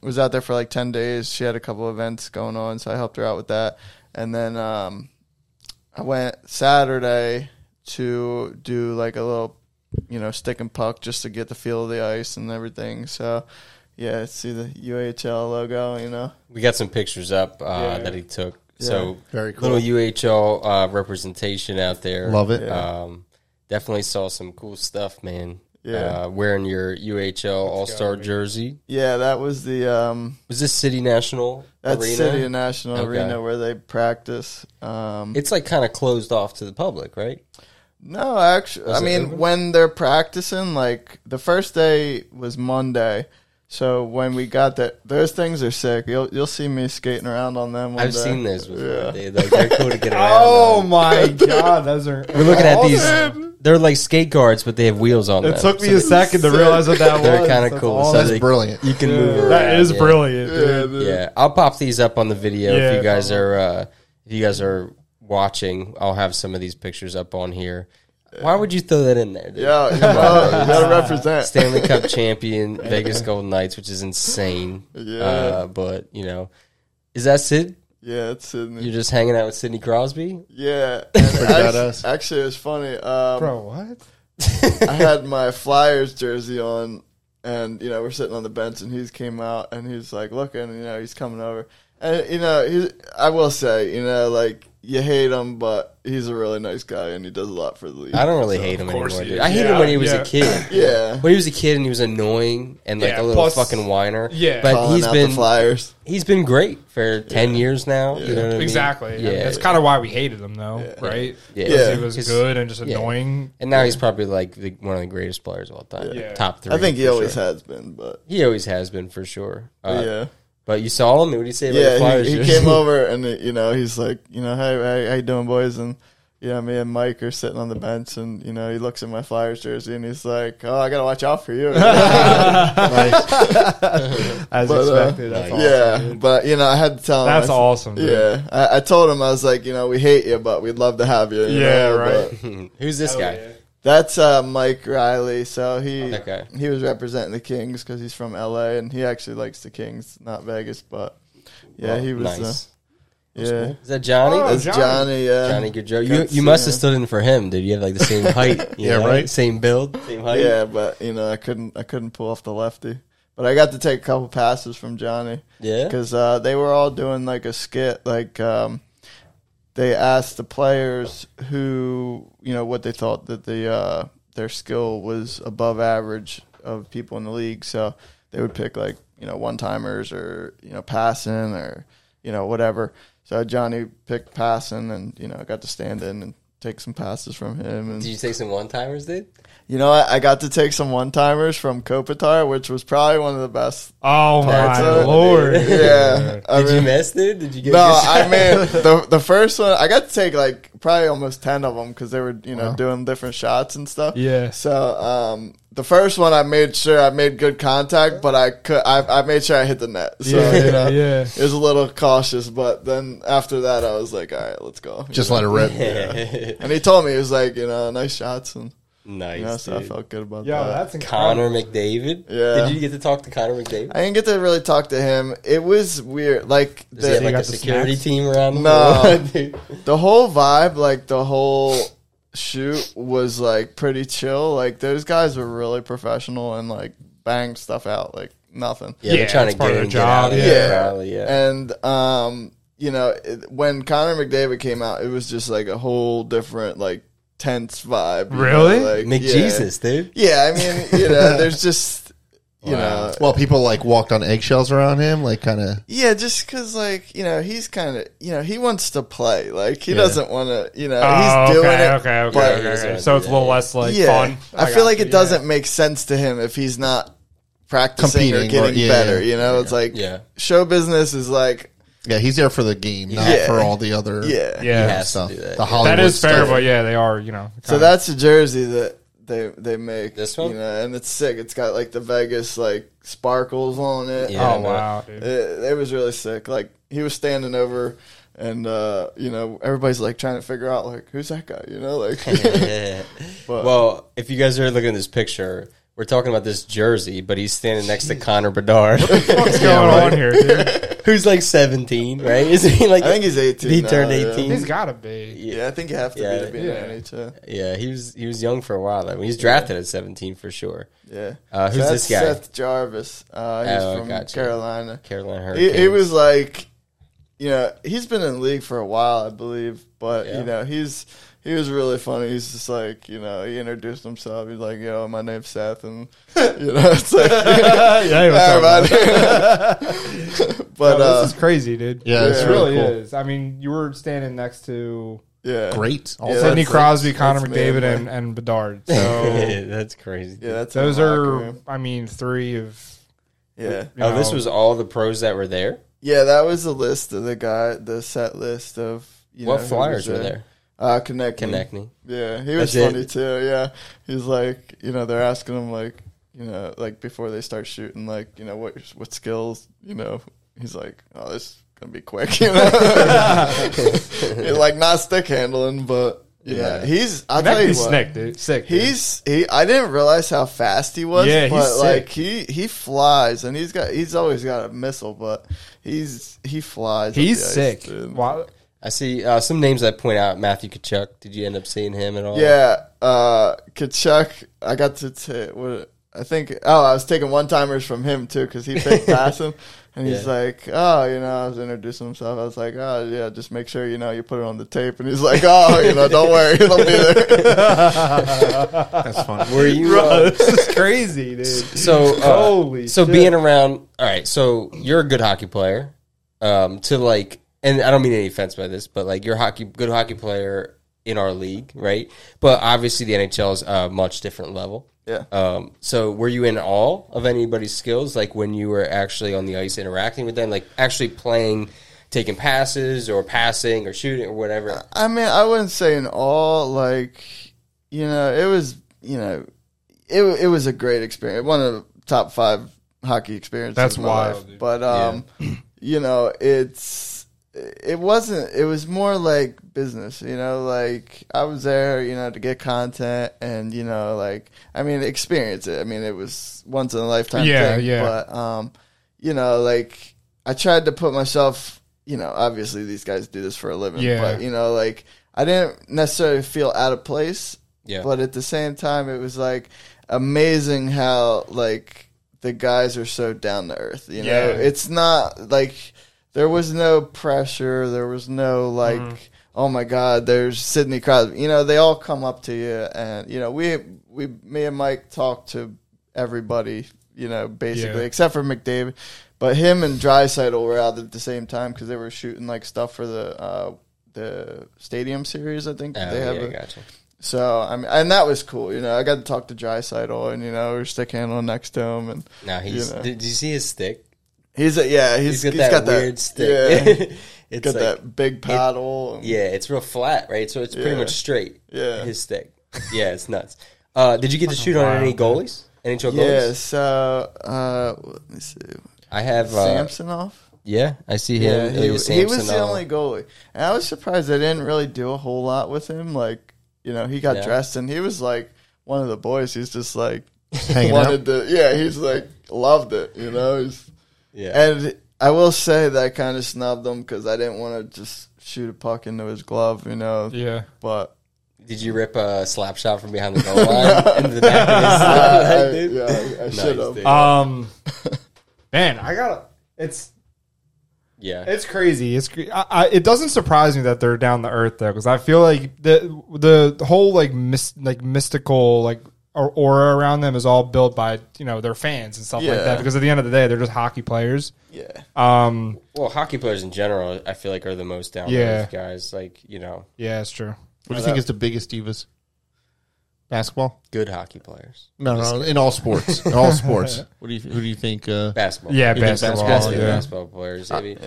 Speaker 3: was out there for like 10 days. She had a couple events going on, so I helped her out with that. And then um I went Saturday to do like a little, you know, stick and puck just to get the feel of the ice and everything. So yeah, see the UHL logo, you know.
Speaker 2: We got some pictures up uh, that he took. So
Speaker 1: Very cool.
Speaker 2: Little UHL uh, representation out there.
Speaker 1: Love it.
Speaker 2: Um, definitely saw some cool stuff, man.
Speaker 3: Yeah.
Speaker 2: Uh, wearing your UHL All Star jersey.
Speaker 3: Yeah, that was the um
Speaker 2: Was this City National
Speaker 3: that's
Speaker 2: Arena?
Speaker 3: City and National
Speaker 2: Okay.
Speaker 3: Arena where they practice. Um
Speaker 2: it's like kind of closed off to the public, right?
Speaker 3: No, actually, I
Speaker 2: it
Speaker 3: mean,
Speaker 2: open?
Speaker 3: when they're practicing, like the first day was Monday, so when we got that, those things are sick. You'll you'll see me skating around on them. One
Speaker 2: I've
Speaker 3: day.
Speaker 2: seen those before.
Speaker 3: Yeah.
Speaker 2: They, like, they're cool to get around.
Speaker 4: Oh
Speaker 2: on.
Speaker 4: my god, those are
Speaker 2: We're looking at these. They're like skate guards, but they have wheels on them.
Speaker 4: It took me a second to realize what that was.
Speaker 2: They're kinda
Speaker 4: That's
Speaker 2: cool.
Speaker 4: awesome.
Speaker 1: That's
Speaker 2: Like-
Speaker 1: brilliant.
Speaker 2: you can move. Around.
Speaker 4: that is
Speaker 2: yeah.
Speaker 4: brilliant. dude.
Speaker 2: Yeah, I'll pop these up on the video if
Speaker 4: Yeah.
Speaker 2: you guys are uh, if you guys are watching. I'll have some of these pictures up on here. Why would you throw that in there? dude?
Speaker 3: Yeah, you know, you gotta represent.
Speaker 2: Stanley Cup champion Vegas Golden Knights, which is insane.
Speaker 3: Yeah.
Speaker 2: Uh, but you know, is that Sid?
Speaker 3: Yeah, it's Sydney.
Speaker 2: You're just hanging out with Sidney Crosby.
Speaker 3: Yeah, and
Speaker 1: badass.
Speaker 3: actually, actually, it was funny. Um,
Speaker 4: Bro, what?
Speaker 3: I had my Flyers jersey on, and you know we're sitting on the bench, and he's came out, and he's like looking, and, you know he's coming over, and you know he, I will say, you know like you hate him, but he's a really nice guy, and he does a lot for the league.
Speaker 2: I don't really hate him anymore,
Speaker 4: he
Speaker 2: dude.
Speaker 4: is.
Speaker 2: I hate
Speaker 4: Yeah,
Speaker 2: him when he was
Speaker 4: yeah.
Speaker 2: a kid.
Speaker 3: Yeah,
Speaker 2: When he was a kid and he was annoying and like
Speaker 4: Yeah,
Speaker 2: a little
Speaker 4: plus-
Speaker 2: fucking whiner.
Speaker 4: Yeah.
Speaker 2: but
Speaker 3: calling
Speaker 2: he's
Speaker 3: out the
Speaker 2: been
Speaker 3: Flyers.
Speaker 2: he's been great for ten years now. You know what I mean?
Speaker 4: Exactly.
Speaker 2: Yeah,
Speaker 4: Yeah, that's kind of why we hated him, though, right?
Speaker 2: Yeah.
Speaker 4: Because
Speaker 3: Yeah.
Speaker 4: he was
Speaker 2: 'Cause-
Speaker 4: good and just
Speaker 2: yeah.
Speaker 4: annoying.
Speaker 2: And now he's probably like the, one of the greatest players of all time.
Speaker 4: Yeah.
Speaker 2: Top three.
Speaker 3: I think he
Speaker 2: for
Speaker 3: always
Speaker 2: sure.
Speaker 3: has been, but
Speaker 2: he always has been for sure. Uh,
Speaker 3: yeah.
Speaker 2: But you saw him. What did he say about the
Speaker 3: Yeah,
Speaker 2: Flyers?
Speaker 3: he, he
Speaker 2: jersey?
Speaker 3: came over and uh, you know he's like, you know, hey, hey, how you doing, boys? And you know, me and Mike are sitting on the bench, and you know, he looks at my Flyers jersey and he's like, oh, I gotta watch out for you. uh,
Speaker 4: As
Speaker 3: But, uh,
Speaker 4: expected. that's awesome.
Speaker 3: yeah, but you know, I had to tell him.
Speaker 4: That's
Speaker 3: I s-
Speaker 4: awesome, dude.
Speaker 3: Yeah, I, I told him I was like, you know, we hate you, but we'd love to have you. you
Speaker 4: Yeah,
Speaker 3: know,
Speaker 4: right.
Speaker 3: but-
Speaker 2: Who's this guy?
Speaker 3: That's uh, Mike Riley. So he
Speaker 2: Okay.
Speaker 3: he was representing the Kings because he's from LA and he actually likes the Kings, not Vegas. But yeah, he was.
Speaker 2: Nice.
Speaker 3: Uh, yeah,
Speaker 2: Is that Johnny?
Speaker 4: Oh,
Speaker 3: that's
Speaker 4: Johnny.
Speaker 3: Johnny. Yeah,
Speaker 2: Johnny Gaudreau. You,
Speaker 3: That's,
Speaker 2: you must have
Speaker 3: yeah.
Speaker 2: stood in for him, dude. You have like the same height. you
Speaker 1: Yeah,
Speaker 2: know?
Speaker 1: right.
Speaker 2: Same build, same height.
Speaker 3: Yeah, but you know, I couldn't I couldn't pull off the lefty. But I got to take a couple passes from Johnny.
Speaker 2: Yeah?
Speaker 3: because uh, they were all doing like a skit. Like um, they asked the players who you know what they thought that the uh, their skill was above average of people in the league. So they would pick like you know one timers or you know passing or you know whatever. So Johnny picked passing, and you know I got to stand in and take some passes from him. And
Speaker 2: Did you take some one timers, dude?
Speaker 3: you know, I, I got to take some one timers from Kopitar, which was probably one of the best.
Speaker 4: Oh,
Speaker 2: That's
Speaker 4: my
Speaker 3: what-
Speaker 4: lord.
Speaker 3: Yeah, I
Speaker 2: Did
Speaker 3: mean,
Speaker 2: you miss, dude? Did you get?
Speaker 3: no,
Speaker 2: good-
Speaker 3: I mean the the first one I got to take like probably almost ten of them because they were you know doing different shots and stuff.
Speaker 4: Yeah.
Speaker 3: So um, the first one I made sure I made good contact, but I could I, I made sure I hit the net. So
Speaker 4: Yeah,
Speaker 3: you know,
Speaker 4: yeah.
Speaker 3: it was a little cautious, but then after that I was like, all right, let's go.
Speaker 1: Just let it rip.
Speaker 3: and he told me he was like, you know, nice shots, and
Speaker 2: nice.
Speaker 3: you know, so I
Speaker 2: dude.
Speaker 3: felt good about
Speaker 4: Yo,
Speaker 3: that.
Speaker 4: that's incredible.
Speaker 2: Connor McDavid.
Speaker 3: Yeah.
Speaker 2: Did you get to talk to Connor McDavid?
Speaker 3: I didn't get to really talk to him. It was weird. Like
Speaker 2: Does he have
Speaker 3: the,
Speaker 2: like
Speaker 4: got
Speaker 2: a
Speaker 4: the
Speaker 2: security
Speaker 4: snacks?
Speaker 2: team around? him?
Speaker 3: No.
Speaker 2: dude.
Speaker 3: the whole vibe, like the whole shoot was like pretty chill. Like those guys were really professional and like bang stuff out like nothing.
Speaker 2: Yeah, they're
Speaker 4: Yeah,
Speaker 2: trying
Speaker 4: it's
Speaker 2: to
Speaker 4: part
Speaker 2: get
Speaker 4: of
Speaker 2: him
Speaker 4: their
Speaker 2: get out
Speaker 4: job,
Speaker 2: of
Speaker 4: yeah.
Speaker 2: there, probably, yeah.
Speaker 3: And um, you know, it, when Connor McDavid came out, it was just like a whole different like tense vibe. you know,
Speaker 4: Really?
Speaker 3: Like, yeah.
Speaker 2: McJesus, dude.
Speaker 3: Yeah, I mean, you know, there's just you
Speaker 2: Wow.
Speaker 3: know,
Speaker 1: Well, people like walked on eggshells around him, like kind of.
Speaker 3: Yeah, just because, like, you know, he's kind of, you know, he wants to play. Like, he doesn't want to, you know,
Speaker 4: Oh,
Speaker 3: he's doing
Speaker 4: okay,
Speaker 3: it.
Speaker 4: okay, okay,
Speaker 3: but-
Speaker 4: okay,
Speaker 2: Yeah,
Speaker 4: okay.
Speaker 2: he's
Speaker 4: So it's a little less like
Speaker 3: yeah.
Speaker 4: fun.
Speaker 3: I,
Speaker 4: got
Speaker 3: feel like
Speaker 4: you,
Speaker 3: it
Speaker 4: yeah.
Speaker 3: doesn't make sense to him if he's not practicing or
Speaker 1: Competing
Speaker 3: getting
Speaker 1: or- yeah,
Speaker 3: better.
Speaker 1: yeah.
Speaker 3: You know, it's like
Speaker 2: Yeah.
Speaker 3: show business is like
Speaker 1: Yeah, he's there for the game, not
Speaker 3: Yeah.
Speaker 1: for all the other
Speaker 3: yeah.
Speaker 4: Yeah.
Speaker 2: Yes.
Speaker 1: stuff.
Speaker 2: Has to do that,
Speaker 1: the
Speaker 2: yeah.
Speaker 1: Hollywood
Speaker 4: that is fair,
Speaker 1: stuff.
Speaker 4: but yeah, they are. You know,
Speaker 3: So
Speaker 4: kinda-
Speaker 3: that's a jersey that they they make.
Speaker 2: This one?
Speaker 3: you know, and it's sick. It's got like the Vegas like sparkles on it. Uh,
Speaker 2: Yeah.
Speaker 4: Oh
Speaker 2: no.
Speaker 4: wow, dude.
Speaker 3: it, it was really sick. Like he was standing over, and uh, you know everybody's like trying to figure out like who's that guy. You know, like But-
Speaker 2: well, if you guys are looking at this picture, we're talking about this jersey, but he's standing next to Connor Bedard,
Speaker 4: What's going on here, dude?
Speaker 2: who's like 17, right? Isn't he like?
Speaker 3: I think he's eighteen.
Speaker 2: He
Speaker 3: now,
Speaker 2: turned
Speaker 3: yeah.
Speaker 2: 18.
Speaker 4: He's gotta be.
Speaker 3: Yeah, I think you have to
Speaker 2: Yeah.
Speaker 3: be to be
Speaker 4: Yeah.
Speaker 3: an NHL.
Speaker 2: yeah, he was he was young for a while. though. He was drafted at 17 for sure.
Speaker 3: Yeah.
Speaker 2: Uh, who's
Speaker 3: that's
Speaker 2: this guy?
Speaker 3: Seth Jarvis. Uh, he's
Speaker 2: Oh,
Speaker 3: from
Speaker 2: gotcha.
Speaker 3: Carolina.
Speaker 2: Carolina
Speaker 3: He,
Speaker 2: Hurricanes.
Speaker 3: he was like, you know, he's been in the league for a while, I believe, but
Speaker 2: Yeah.
Speaker 3: you know, he's he was really funny. He's just like, you know, he introduced himself. He's like, yo, my name's Seth, and you know, it's like,
Speaker 4: yeah,
Speaker 3: everybody. but uh,
Speaker 4: this is crazy, dude.
Speaker 1: Yeah, it's
Speaker 4: it
Speaker 1: really
Speaker 4: really
Speaker 1: cool.
Speaker 4: is. I mean, you were standing next to
Speaker 3: yeah,
Speaker 1: Great.
Speaker 3: Yeah,
Speaker 1: Also,
Speaker 3: that's
Speaker 4: Sidney
Speaker 3: like-
Speaker 4: Crosby, Connor
Speaker 3: that's me,
Speaker 4: McDavid,
Speaker 3: man.
Speaker 4: and, and Bedard. So
Speaker 2: That's crazy.
Speaker 3: yeah, that's in
Speaker 4: those
Speaker 3: the locker
Speaker 4: are,
Speaker 3: room.
Speaker 4: I mean, three of.
Speaker 3: yeah,
Speaker 4: you
Speaker 2: Oh, this
Speaker 4: know,
Speaker 2: was all the pros that were there.
Speaker 3: yeah. That was the list of the guy, the set list of you
Speaker 2: what
Speaker 3: know, who
Speaker 2: flyers
Speaker 3: was
Speaker 2: were there?
Speaker 3: Uh, connect,
Speaker 2: Konechny.
Speaker 3: Yeah, he was
Speaker 2: That's it.
Speaker 3: funny too. Yeah, he's like, you know, they're asking him like, you know, like before they start shooting, like, you know, what what skills, you know, he's like, oh, this is gonna be quick, you know, He's like not stick handling, but yeah,
Speaker 2: Yeah.
Speaker 3: he's. I'll tell you
Speaker 4: Connectney's
Speaker 3: what,
Speaker 4: sick, dude. Sick. dude.
Speaker 3: He's he. I didn't realize how fast he was.
Speaker 4: Yeah, he's
Speaker 3: but
Speaker 4: sick.
Speaker 3: like he he flies and he's got he's always got a missile, but he's he flies. up
Speaker 4: he's
Speaker 3: the ice,
Speaker 4: sick.
Speaker 3: dude.
Speaker 4: Wow.
Speaker 2: I see uh, some names that point out. Matthew Kachuk. Did you end up seeing him at all?
Speaker 3: Yeah, uh, Kachuk. I got to t- what I think. Oh, I was taking one timers from him too because he picked past him, and he's
Speaker 2: Yeah.
Speaker 3: like, "Oh, you know," I was introducing himself. I was like, "Oh, yeah, just make sure you know you put it on the tape." And he's like, "Oh, you know, don't worry, it'll be there."
Speaker 1: that's fun.
Speaker 2: Were you? uh,
Speaker 4: this is crazy, dude.
Speaker 2: so uh,
Speaker 4: Holy
Speaker 2: so
Speaker 4: shit.
Speaker 2: being around all right so you're a good hockey player um to like and i don't mean any offense by this but like you're a hockey good hockey player in our league right but obviously the nhl is a much different level
Speaker 3: yeah.
Speaker 2: um so were you in awe of anybody's skills like when you were actually on the ice interacting with them like actually playing taking passes or passing or shooting or whatever
Speaker 3: I mean, I wouldn't say in all like you know, it was you know, it it was a great experience, one of the top five hockey experiences.
Speaker 4: That's
Speaker 3: of my
Speaker 4: wild,
Speaker 3: life.
Speaker 4: dude.
Speaker 3: But um, you know, it's it wasn't. It was more like business. You know, like I was there, you know, to get content and you know, like I mean, experience it. I mean, it was once in a lifetime.
Speaker 4: Yeah,
Speaker 3: thing,
Speaker 4: yeah.
Speaker 3: But um, you know, like I tried to put myself. You know, obviously these guys do this for a living.
Speaker 4: Yeah.
Speaker 3: But you know, like I didn't necessarily feel out of place.
Speaker 2: Yeah.
Speaker 3: But at the same time, it was like amazing how like the guys are so down to earth. You know,
Speaker 4: Yeah.
Speaker 3: it's not like there was no pressure. There was no like. Oh my God! There's Sidney Crosby. You know they all come up to you, and you know we we me and Mike talked to everybody. You know basically
Speaker 4: Yeah.
Speaker 3: except for McDavid, but him and Drysaitel were out at the same time because they were shooting like stuff for the uh, the stadium series. I think
Speaker 2: Oh,
Speaker 3: they have
Speaker 2: yeah,
Speaker 3: a-
Speaker 2: gotcha.
Speaker 3: so I mean, and that was cool. You know, I got to talk to Drysital, and you know, we were stick handling next to him, and
Speaker 2: now he's
Speaker 3: you know.
Speaker 2: did you see his stick
Speaker 3: he's a, yeah,
Speaker 2: he's got that weird stick
Speaker 3: yeah,
Speaker 2: it's
Speaker 3: got
Speaker 2: like-
Speaker 3: that big paddle. and-
Speaker 2: Yeah, it's real flat, right? So it's
Speaker 3: Yeah.
Speaker 2: pretty much straight.
Speaker 3: Yeah.
Speaker 2: His stick. Yeah, it's nuts. Uh, did you get to shoot on any goalies? NHL goalies?
Speaker 3: yeah. So uh, let me see,
Speaker 2: I have. Uh,
Speaker 3: Samsonov.
Speaker 2: Yeah, I see
Speaker 3: Yeah,
Speaker 2: him.
Speaker 3: he, he was the only goalie, and I was surprised they didn't really do a whole lot with him. Like, you know, he got
Speaker 2: Yeah.
Speaker 3: dressed, and he was like one of the boys. He's just like
Speaker 1: Hanging out.
Speaker 3: wanted to, yeah. He's like loved it, you know. He's
Speaker 2: Yeah.
Speaker 3: And I will say that I kind of snubbed him because I didn't want to just shoot a puck into his glove, you know.
Speaker 4: Yeah.
Speaker 3: But
Speaker 2: Did you rip a slap shot from behind the goal line into the back of
Speaker 3: I,
Speaker 2: his
Speaker 3: yeah, I, I should have.
Speaker 2: dude.
Speaker 4: Um, man, I gotta. It's
Speaker 2: Yeah.
Speaker 4: It's crazy. It's cr- I, I, it doesn't surprise me that they're down the earth though, because I feel like the the the whole like mis, like mystical like or- aura around them is all built by you know their fans and stuff like
Speaker 3: Yeah.
Speaker 4: that. Because at the end of the day, they're just hockey players.
Speaker 3: Yeah,
Speaker 4: Um,
Speaker 2: Well, hockey players in general, I feel like, are the most down
Speaker 4: Yeah.
Speaker 2: guys. Like, you know,
Speaker 4: yeah, it's true.
Speaker 1: What do you think is the biggest divas?
Speaker 4: Basketball.
Speaker 2: Good hockey players.
Speaker 1: No, no, in all sports, in all sports. What do you who do you think? Uh,
Speaker 2: Basketball.
Speaker 4: Yeah,
Speaker 2: You think
Speaker 4: basketball,
Speaker 2: Basketball,
Speaker 4: yeah.
Speaker 2: basketball players. Maybe.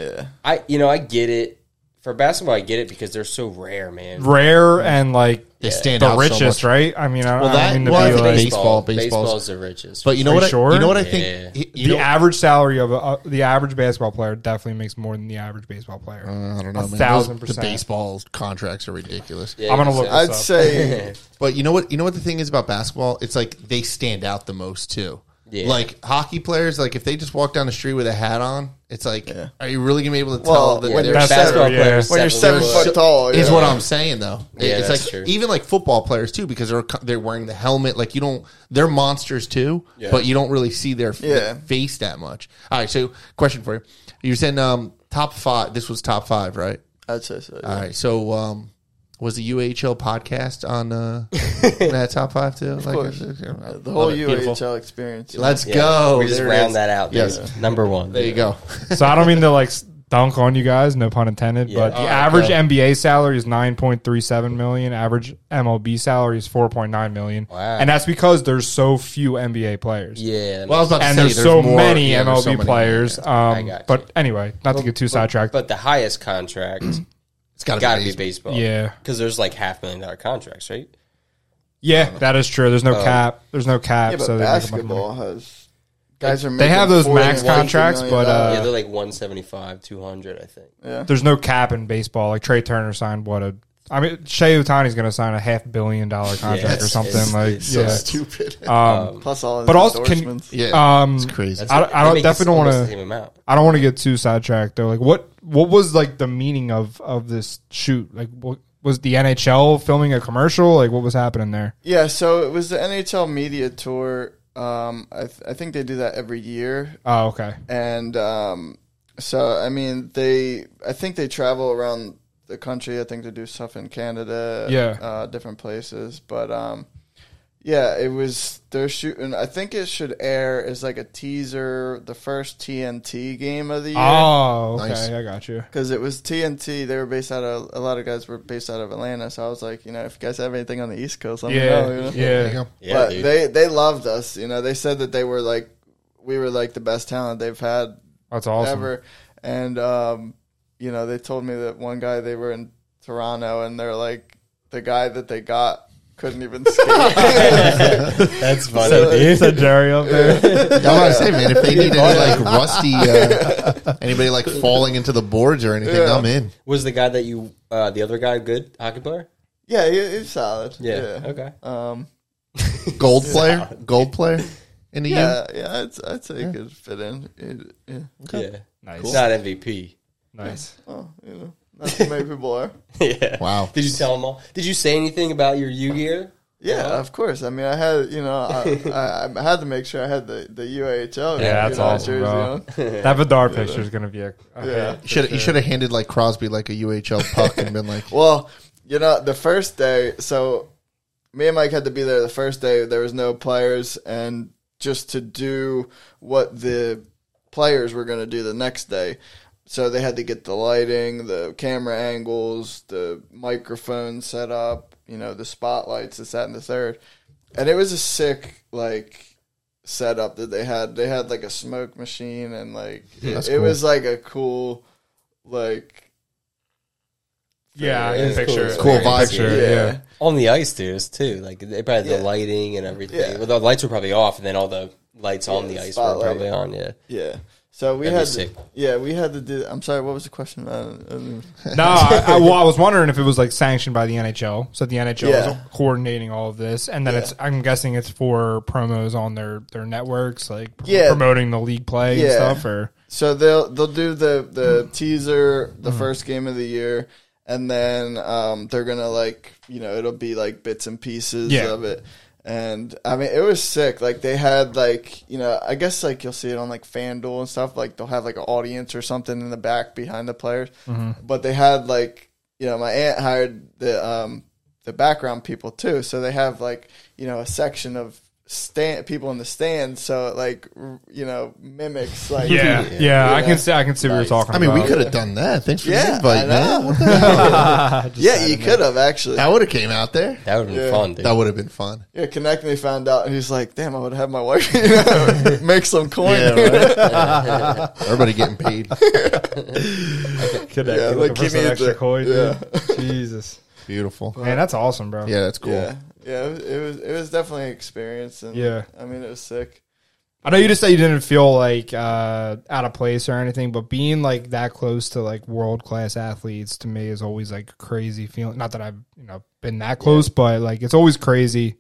Speaker 2: I you know I get it for basketball. I get it because they're so rare, man.
Speaker 4: Rare and like
Speaker 1: they stand
Speaker 4: the
Speaker 1: out so
Speaker 4: richest,
Speaker 1: much.
Speaker 4: right? I mean, I,
Speaker 1: Well,
Speaker 4: I
Speaker 1: that-
Speaker 4: don't mean to
Speaker 1: well, I
Speaker 4: be
Speaker 1: think
Speaker 4: like,
Speaker 1: Baseball,
Speaker 2: Baseball,
Speaker 1: baseball's-
Speaker 2: baseball's the richest.
Speaker 1: But you know
Speaker 4: Are you
Speaker 1: what? I-
Speaker 4: sure?
Speaker 1: You know what I
Speaker 2: Yeah.
Speaker 1: think? You
Speaker 4: the
Speaker 1: know,
Speaker 4: average salary of a, uh, the average basketball player definitely makes more than the average baseball player.
Speaker 1: I don't know. man. Those-
Speaker 4: thousand
Speaker 1: The
Speaker 4: percent.
Speaker 1: baseball contracts are ridiculous.
Speaker 2: Yeah,
Speaker 4: I'm gonna
Speaker 2: you
Speaker 4: look
Speaker 2: said-
Speaker 3: I'd
Speaker 4: up.
Speaker 3: say
Speaker 1: But you know what? You know what the thing is about basketball? It's like they stand out the most too.
Speaker 2: Yeah.
Speaker 1: Like hockey players, like if they just walk down the street with a hat on, it's like, are you really gonna be able to tell
Speaker 3: Well,
Speaker 1: that
Speaker 3: when
Speaker 1: they're
Speaker 3: you're
Speaker 1: basketball?
Speaker 2: basketball
Speaker 4: seven, yeah.
Speaker 2: players
Speaker 3: when you're seven
Speaker 1: They're
Speaker 3: foot
Speaker 1: so-
Speaker 3: tall
Speaker 1: Is
Speaker 3: yeah.
Speaker 1: what I'm saying though. It-
Speaker 2: Yeah,
Speaker 1: it's
Speaker 2: that's
Speaker 1: like
Speaker 2: true.
Speaker 1: even like football players too, because they're co- they're wearing the helmet. Like you don't, they're monsters too, but you don't really see their f-
Speaker 3: Yeah.
Speaker 1: face that much. All right, so question for you: You're saying um, top five. This was top five, right?
Speaker 3: I'd say so. yeah.
Speaker 1: All right, so um, was the UHL podcast on uh, in that top five too? Like,
Speaker 3: course.
Speaker 1: uh,
Speaker 3: The whole
Speaker 1: love it. Beautiful.
Speaker 3: UHL experience.
Speaker 1: Let's
Speaker 2: Yeah,
Speaker 1: go.
Speaker 2: We just
Speaker 1: There it
Speaker 2: round
Speaker 1: is.
Speaker 2: that out.
Speaker 1: Yes.
Speaker 2: Yes, number one.
Speaker 1: There you go.
Speaker 4: So I don't mean to like s- dunk on you guys, no pun intended,
Speaker 2: Yeah.
Speaker 4: but the
Speaker 2: All right,
Speaker 4: average
Speaker 1: go.
Speaker 4: NBA salary is 9.37 million, average MLB salary is 4.9 million.
Speaker 2: Wow.
Speaker 4: And that's because there's so few NBA players.
Speaker 2: Yeah, that
Speaker 1: Well, I was about to
Speaker 4: And
Speaker 1: say,
Speaker 4: there's, so
Speaker 1: more-
Speaker 4: many
Speaker 1: yeah,
Speaker 4: MLB
Speaker 1: there's so many.
Speaker 4: players.
Speaker 2: I
Speaker 4: Um,
Speaker 2: got you.
Speaker 4: but anyway, not to get too sidetracked.
Speaker 2: But the highest contract
Speaker 1: It's got
Speaker 2: got to
Speaker 1: to
Speaker 2: be baseball.
Speaker 4: yeah.
Speaker 2: because there's like half million dollar contracts, right?
Speaker 4: Yeah, that is true. There's no cap. There's no cap.
Speaker 3: Yeah, but
Speaker 4: so they make a bunch of money.
Speaker 3: basketball has guys are
Speaker 4: They have
Speaker 3: making
Speaker 4: those max
Speaker 3: 40,
Speaker 4: contracts,
Speaker 3: 50 million
Speaker 4: but, uh,
Speaker 2: yeah, they're like one seventy five, two hundred, I think.
Speaker 3: dollars.
Speaker 4: there's no cap in baseball. Like Trey Turner signed what a. I mean, Shea Otani's going to sign a half billion dollar contract or
Speaker 2: it's-
Speaker 4: something
Speaker 2: it's-
Speaker 4: like
Speaker 2: it's so
Speaker 4: yeah.
Speaker 1: stupid.
Speaker 4: um,
Speaker 3: yeah. plus all his
Speaker 4: But also, can-
Speaker 3: endorsements.
Speaker 1: yeah,
Speaker 4: um,
Speaker 1: it's crazy.
Speaker 4: I, I
Speaker 2: They
Speaker 4: don't
Speaker 2: make
Speaker 4: definitely don't
Speaker 2: almost
Speaker 4: want
Speaker 2: the
Speaker 4: to.
Speaker 2: same amount.
Speaker 4: I don't want to get too sidetracked though. Like what what was like the meaning of of this shoot? Like what was the NHL filming a commercial? Like what was happening there?
Speaker 3: Yeah, so it was the NHL media tour. Um, I, th- I think they do that every year,
Speaker 4: Oh okay.
Speaker 3: and um, so I mean they. I think they travel around the country. I think they do stuff in Canada,
Speaker 4: Yeah.
Speaker 3: uh, different places. But um, yeah, it was they're shooting. I think it should air as like a teaser, the first TNT game of the year.
Speaker 4: Oh okay.
Speaker 1: Nice.
Speaker 4: I got you.
Speaker 3: because it was TNT. They were based out of a lot of guys were based out of Atlanta. So I was like, you know, if you guys have anything on the East Coast, let me know. You know?
Speaker 4: Yeah.
Speaker 1: There you
Speaker 4: Yeah.
Speaker 1: go.
Speaker 2: Yeah,
Speaker 3: but
Speaker 2: dude.
Speaker 3: they they loved us. You know, they said that they were like we were like the best talent they've had
Speaker 4: That's awesome.
Speaker 3: ever. And um, you know, they told me that one guy they were in Toronto, and they're like the guy that they got couldn't even skate.
Speaker 2: that's funny,
Speaker 4: It's a Jerry up there.
Speaker 1: I was about to say, man, if they need any like rusty, uh, anybody like falling into the boards or anything,
Speaker 3: Yeah.
Speaker 1: I'm in.
Speaker 2: Was the guy that you, uh, the other guy, good hockey player?
Speaker 3: yeah, he, he's solid.
Speaker 2: Yeah. Okay.
Speaker 3: Um,
Speaker 1: Gold player, gold player in the year.
Speaker 3: yeah, yeah, I'd, I'd say he could fit in. It- yeah.
Speaker 2: Yeah.
Speaker 4: Nice.
Speaker 2: He's not MVP.
Speaker 4: Nice.
Speaker 3: Well, you know, not too many people are.
Speaker 2: yeah.
Speaker 1: Wow.
Speaker 2: Did you tell him all? Did you say anything about your U gear?
Speaker 3: Yeah, of course. I mean, I had you know, I, I, I had to make sure I had the the UAHL.
Speaker 4: Yeah, that's
Speaker 3: you know,
Speaker 4: awesome, bro. That Vidar picture is going to be a. a
Speaker 3: Yeah.
Speaker 4: hit.
Speaker 1: Should you should have handed like Crosby like a UHL puck and been like,
Speaker 3: Well, you know, the first day, so me and Mike had to be there the first day. There was no players, and just to do what the players were going to do the next day. So they had to get the lighting, the camera angles, the microphone set up, you know, the spotlights, this, that, and the third. And it was a sick, like, setup that they had. They had, like, a smoke machine, and, like,
Speaker 1: that's
Speaker 3: it, it
Speaker 1: cool.
Speaker 3: was, like, a cool, like,
Speaker 4: Yeah, I can
Speaker 2: It's cool.
Speaker 4: picture
Speaker 2: It's
Speaker 4: it.
Speaker 1: cool
Speaker 4: I can
Speaker 1: vibe.
Speaker 4: picture it, yeah.
Speaker 2: On the ice, dude, it's too. Like they probably
Speaker 3: Yeah.
Speaker 2: the lighting and everything.
Speaker 3: Yeah.
Speaker 2: Well, the lights were probably off, and then all the lights on the
Speaker 3: the
Speaker 2: ice
Speaker 3: spotlight.
Speaker 2: were probably on. Yeah.
Speaker 3: Yeah. So we
Speaker 2: That'd be
Speaker 3: had
Speaker 2: sick.
Speaker 3: To, yeah, we had to do. I'm sorry, what was the question? Uh, I don't- I don't-
Speaker 4: No, I, I, well, I was wondering if it was like sanctioned by the NHL. So the NHL is
Speaker 3: Yeah.
Speaker 4: coordinating all of this, and then it's. I'm guessing it's for promos on their their networks, like pr-
Speaker 3: Yeah.
Speaker 4: promoting the league play and
Speaker 3: Yeah.
Speaker 4: stuff. Or
Speaker 3: so they'll they'll do the
Speaker 4: Mm.
Speaker 3: the teaser, the first game of the year, and then um, they're gonna like you know it'll be like bits and pieces
Speaker 4: Yeah.
Speaker 3: of it. And I mean, it was sick. Like they had like you know, I guess like you'll see it on like FanDuel and stuff. Like they'll have like an audience or something in the back behind the players.
Speaker 4: Mm-hmm.
Speaker 3: But they had like you know, my aunt hired the um the background people too. So they have like you know a section of stand people in the stands, so it like r- you know mimics like
Speaker 4: Yeah, yeah, I can see. I can see what you're
Speaker 3: Nice.
Speaker 4: talking.
Speaker 1: I mean, we
Speaker 4: about.
Speaker 1: could have done that. Thanks for the
Speaker 3: Yeah,
Speaker 1: invite,
Speaker 3: I
Speaker 1: man.
Speaker 3: know.
Speaker 1: What the hell?
Speaker 3: yeah. You could have actually.
Speaker 1: that would have came out there.
Speaker 2: That would have been
Speaker 3: Yeah.
Speaker 2: fun, dude.
Speaker 1: That would have been fun.
Speaker 3: Yeah, connect me found out, and he's like, "Damn, I would have my wife you know, make some coin."
Speaker 1: Yeah, right. Everybody getting paid.
Speaker 4: Connect
Speaker 3: Yeah,
Speaker 4: it
Speaker 3: like,
Speaker 4: with the
Speaker 3: give me
Speaker 4: person
Speaker 3: the-
Speaker 4: extra coin.
Speaker 3: yeah.
Speaker 4: dude. Jesus,
Speaker 1: Beautiful.
Speaker 4: man, that's awesome, bro.
Speaker 1: Yeah, that's cool.
Speaker 3: yeah, yeah. It was, it was it was definitely an experience, and
Speaker 4: Yeah.
Speaker 3: I mean, it was sick.
Speaker 4: I know you just said you didn't feel like uh, out of place or anything, but being like that close to like world class athletes to me is always like a crazy feeling. Not that I've you know been that close, but like it's always crazy.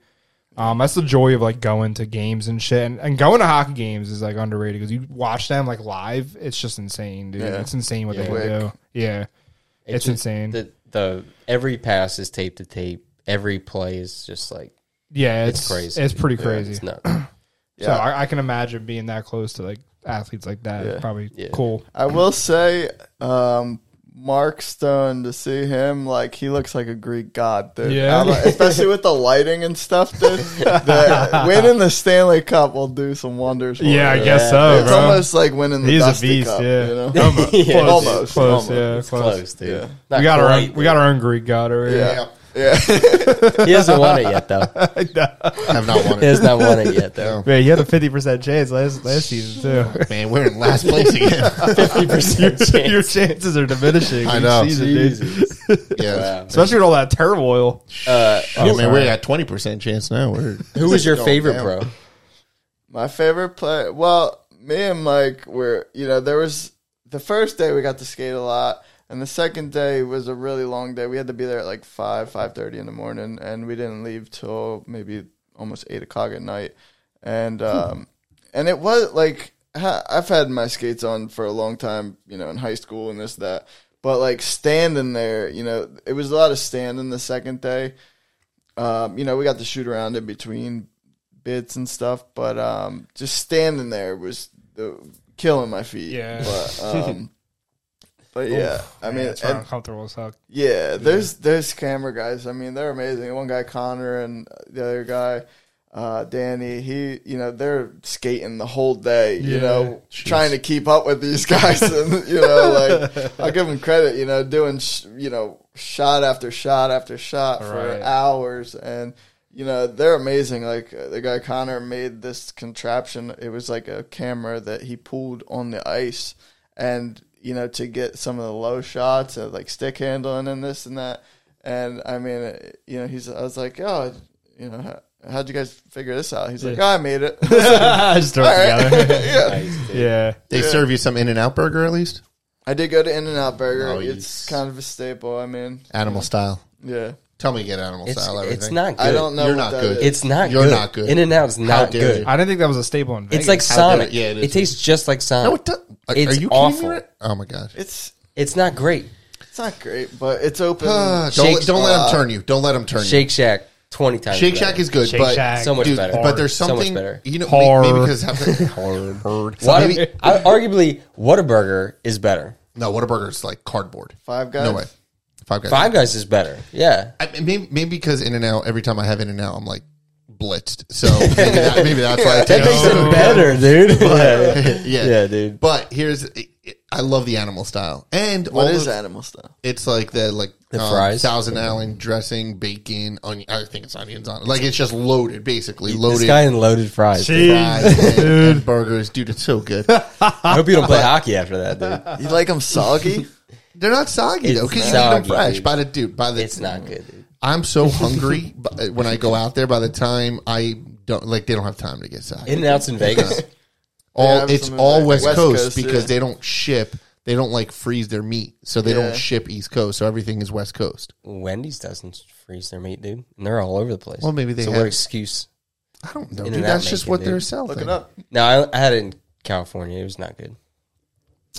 Speaker 4: Um, that's the joy of like going to games and shit, and, and going to hockey games is like underrated because you watch them like live. It's just insane, dude.
Speaker 3: Yeah.
Speaker 4: It's insane what they
Speaker 3: Quick.
Speaker 4: can do. Yeah, it's,
Speaker 2: just-
Speaker 4: insane.
Speaker 2: The, the every pass is tape to tape. Every play is just like
Speaker 4: yeah, it's,
Speaker 2: it's
Speaker 4: crazy.
Speaker 2: crazy.
Speaker 4: It's pretty crazy.
Speaker 2: it's nuts.
Speaker 4: So
Speaker 3: Yeah,
Speaker 4: I, I can imagine being that close to like athletes like that.
Speaker 3: Yeah.
Speaker 4: Probably
Speaker 2: Yeah.
Speaker 4: cool.
Speaker 3: I will say, um, Mark Stone to see him like he looks like a Greek god, dude.
Speaker 4: Yeah.
Speaker 3: I'm like- especially with the lighting and stuff, dude. The, winning the Stanley Cup will do some wonders. for
Speaker 4: Yeah, I
Speaker 3: you.
Speaker 4: guess
Speaker 2: Yeah.
Speaker 4: so,
Speaker 3: it's
Speaker 4: bro.
Speaker 3: almost like winning the
Speaker 4: He's a
Speaker 3: Dusty
Speaker 4: beast,
Speaker 3: Cup.
Speaker 4: yeah.
Speaker 3: You know?
Speaker 4: Almost,
Speaker 2: Yeah.
Speaker 4: close,
Speaker 3: Almost,
Speaker 4: close,
Speaker 3: almost.
Speaker 4: yeah,
Speaker 2: It's
Speaker 4: close.
Speaker 2: close, dude.
Speaker 3: Yeah.
Speaker 2: Not
Speaker 4: We got our own,
Speaker 2: quite,
Speaker 4: we got our own Greek god over here.
Speaker 3: Yeah, yeah.
Speaker 2: dude. He hasn't won it yet, though.
Speaker 1: I have not won
Speaker 2: He
Speaker 1: it.
Speaker 2: has not won it yet, though.
Speaker 4: Man, you had a fifty percent chance last last season too.
Speaker 1: Man, we're in last place again.
Speaker 2: Fifty percent
Speaker 4: Your chances are diminishing.
Speaker 1: I
Speaker 4: each
Speaker 1: know.
Speaker 4: season, dude.
Speaker 2: Jesus.
Speaker 1: Yeah.
Speaker 2: Wow.
Speaker 4: especially with all that turmoil.
Speaker 2: Uh,
Speaker 1: Yeah, man, we're at twenty percent chance now. We're
Speaker 2: who was your
Speaker 1: Going
Speaker 2: favorite,
Speaker 1: down.
Speaker 2: bro?
Speaker 3: My favorite play. Well, me and Mike were, you know, there was the first day we got to skate a lot, and the second day was a really long day. We had to be there at like five, five thirty in the morning, and we didn't leave till maybe almost eight o'clock at night. And um, and it was like ha- I've had my skates on for a long time, you know, in high school and this that. But like standing there, you know, it was a lot of standing the second day. Um, you know, we got to shoot around in between bits and stuff, but um, just standing there was the, killing my feet.
Speaker 4: Yeah.
Speaker 3: But, um, but yeah, I mean,
Speaker 4: it's where
Speaker 3: and-
Speaker 4: I'm comfortable as fuck.
Speaker 3: yeah, there's there's camera guys. I mean, they're amazing. One guy Connor and the other guy uh, Danny. He, you know, they're skating the whole day. You
Speaker 4: Yeah.
Speaker 3: know, trying to keep up with these guys. and you know, like I'll give them credit. You know, doing sh- you know shot after shot after shot
Speaker 4: Right.
Speaker 3: for hours and. You know they're amazing. Like uh, the guy Connor made this contraption. It was like a camera that he pulled on the ice, and you know to get some of the low shots uh, like stick handling and this and that and i mean it- you know he's i was like oh you know how, how'd you guys figure this out he's like oh, i made it
Speaker 4: Just throw it together.
Speaker 2: Nice, dude.
Speaker 4: yeah,
Speaker 1: they serve you some in and out burger at least,
Speaker 3: i did go to in and out burger
Speaker 1: Nice.
Speaker 3: it's kind of a staple i mean
Speaker 1: animal style.
Speaker 3: yeah
Speaker 1: Tell me you get animal
Speaker 2: It's,
Speaker 1: style. Everything.
Speaker 2: it's not good.
Speaker 3: i don't know
Speaker 1: You're
Speaker 3: what
Speaker 1: not
Speaker 3: that
Speaker 1: good.
Speaker 3: is.
Speaker 2: It's not.
Speaker 1: You're
Speaker 2: good.
Speaker 1: not good.
Speaker 2: In and out's not
Speaker 1: dare
Speaker 2: good.
Speaker 1: you.
Speaker 4: I didn't think that was a staple in Vegas.
Speaker 2: It's like
Speaker 1: How dare-
Speaker 2: Sonic.
Speaker 1: yeah, it
Speaker 2: it,
Speaker 1: is.
Speaker 2: tastes just like Sonic.
Speaker 1: No, it does. Are,
Speaker 2: It's
Speaker 1: are you
Speaker 2: awful.
Speaker 1: kidding me? right- Oh my god!
Speaker 3: it's
Speaker 2: it's not great.
Speaker 3: it's not great but it's open
Speaker 1: Ah, don't
Speaker 2: Shake-
Speaker 1: let- don't let them turn you. Don't let them turn
Speaker 2: Shake Shack twenty times.
Speaker 1: you. Shake
Speaker 2: better.
Speaker 1: Shack is good,
Speaker 4: Shake
Speaker 1: but
Speaker 4: Shack.
Speaker 2: so much
Speaker 1: dude,
Speaker 2: better.
Speaker 1: but there's
Speaker 2: So much
Speaker 1: something
Speaker 2: better.
Speaker 1: you know
Speaker 4: Hard.
Speaker 1: may- maybe because something hard. hard. So
Speaker 2: Water,
Speaker 1: maybe,
Speaker 2: I, arguably, Whataburger is better.
Speaker 1: no, Whataburger's like cardboard.
Speaker 3: five guys
Speaker 1: No way. Five guys.
Speaker 2: Five Guys is better. Yeah.
Speaker 1: I, maybe maybe because In and Out. Every time I have In and Out, I'm like blitzed. So maybe, that, maybe that's why I
Speaker 2: That
Speaker 1: take
Speaker 2: makes it better, dude. yeah.
Speaker 1: yeah.
Speaker 2: Yeah, dude.
Speaker 1: But here's, I love the animal style, and all
Speaker 3: what is
Speaker 1: the-
Speaker 3: animal style
Speaker 1: It's like the like
Speaker 2: The fries?
Speaker 1: Thousand Island dressing, bacon, onion. I think it's onions on it. Like it's just loaded, basically
Speaker 2: This
Speaker 1: loaded.
Speaker 2: guy in loaded fries. dude.
Speaker 1: fries and, and burgers, dude. It's so good.
Speaker 2: I hope you don't play hockey after that, dude.
Speaker 3: you like them soggy
Speaker 1: They're not soggy
Speaker 2: It's
Speaker 1: though, because you eat
Speaker 2: soggy,
Speaker 1: them fresh.
Speaker 2: dude.
Speaker 1: By the dude, by the
Speaker 2: It's not good, dude.
Speaker 1: I'm so hungry but uh, when I go out there. By the time I don't like, they don't have time to get soggy.
Speaker 2: In and outs in Vegas.
Speaker 1: all
Speaker 3: have
Speaker 1: it's
Speaker 3: some
Speaker 1: all
Speaker 3: in
Speaker 1: West,
Speaker 3: West
Speaker 1: Coast,
Speaker 3: Coast,
Speaker 1: because
Speaker 3: yeah.
Speaker 1: they don't ship. They don't like freeze their meat, so they
Speaker 3: Yeah.
Speaker 1: don't ship East Coast. So everything is West Coast.
Speaker 2: Wendy's doesn't freeze their meat, dude. And they're all over the place.
Speaker 1: Well, maybe they
Speaker 2: So
Speaker 1: have-
Speaker 2: what excuse?
Speaker 1: I don't know, dude.
Speaker 2: In-N-Out
Speaker 1: That's just
Speaker 2: making,
Speaker 1: what
Speaker 2: dude.
Speaker 1: they're selling.
Speaker 3: look it up
Speaker 2: No, I, I had it in California. It was not good.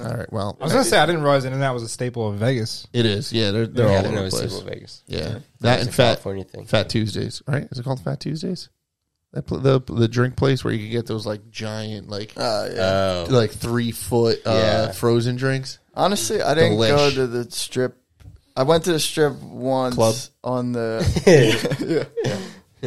Speaker 1: All right, well,
Speaker 4: I was gonna say I didn't realize In and Out was a staple of Vegas.
Speaker 1: It is, yeah. They're they're
Speaker 2: Yeah, I
Speaker 1: all
Speaker 2: didn't
Speaker 1: over
Speaker 2: know
Speaker 1: the
Speaker 2: it was
Speaker 1: place.
Speaker 2: Super Vegas.
Speaker 1: Yeah, that and
Speaker 2: a
Speaker 1: Fat
Speaker 2: California thing.
Speaker 1: Fat Tuesdays, right? Is it called Fat Tuesdays? That pl- the the drink place where you could get those like giant like
Speaker 3: uh, yeah.
Speaker 2: Oh,
Speaker 1: like three foot uh,
Speaker 2: Yeah.
Speaker 1: frozen drinks.
Speaker 3: Honestly, I didn't
Speaker 1: Delish.
Speaker 3: go to the strip. I went to the strip once
Speaker 1: Club?
Speaker 3: on the. yeah,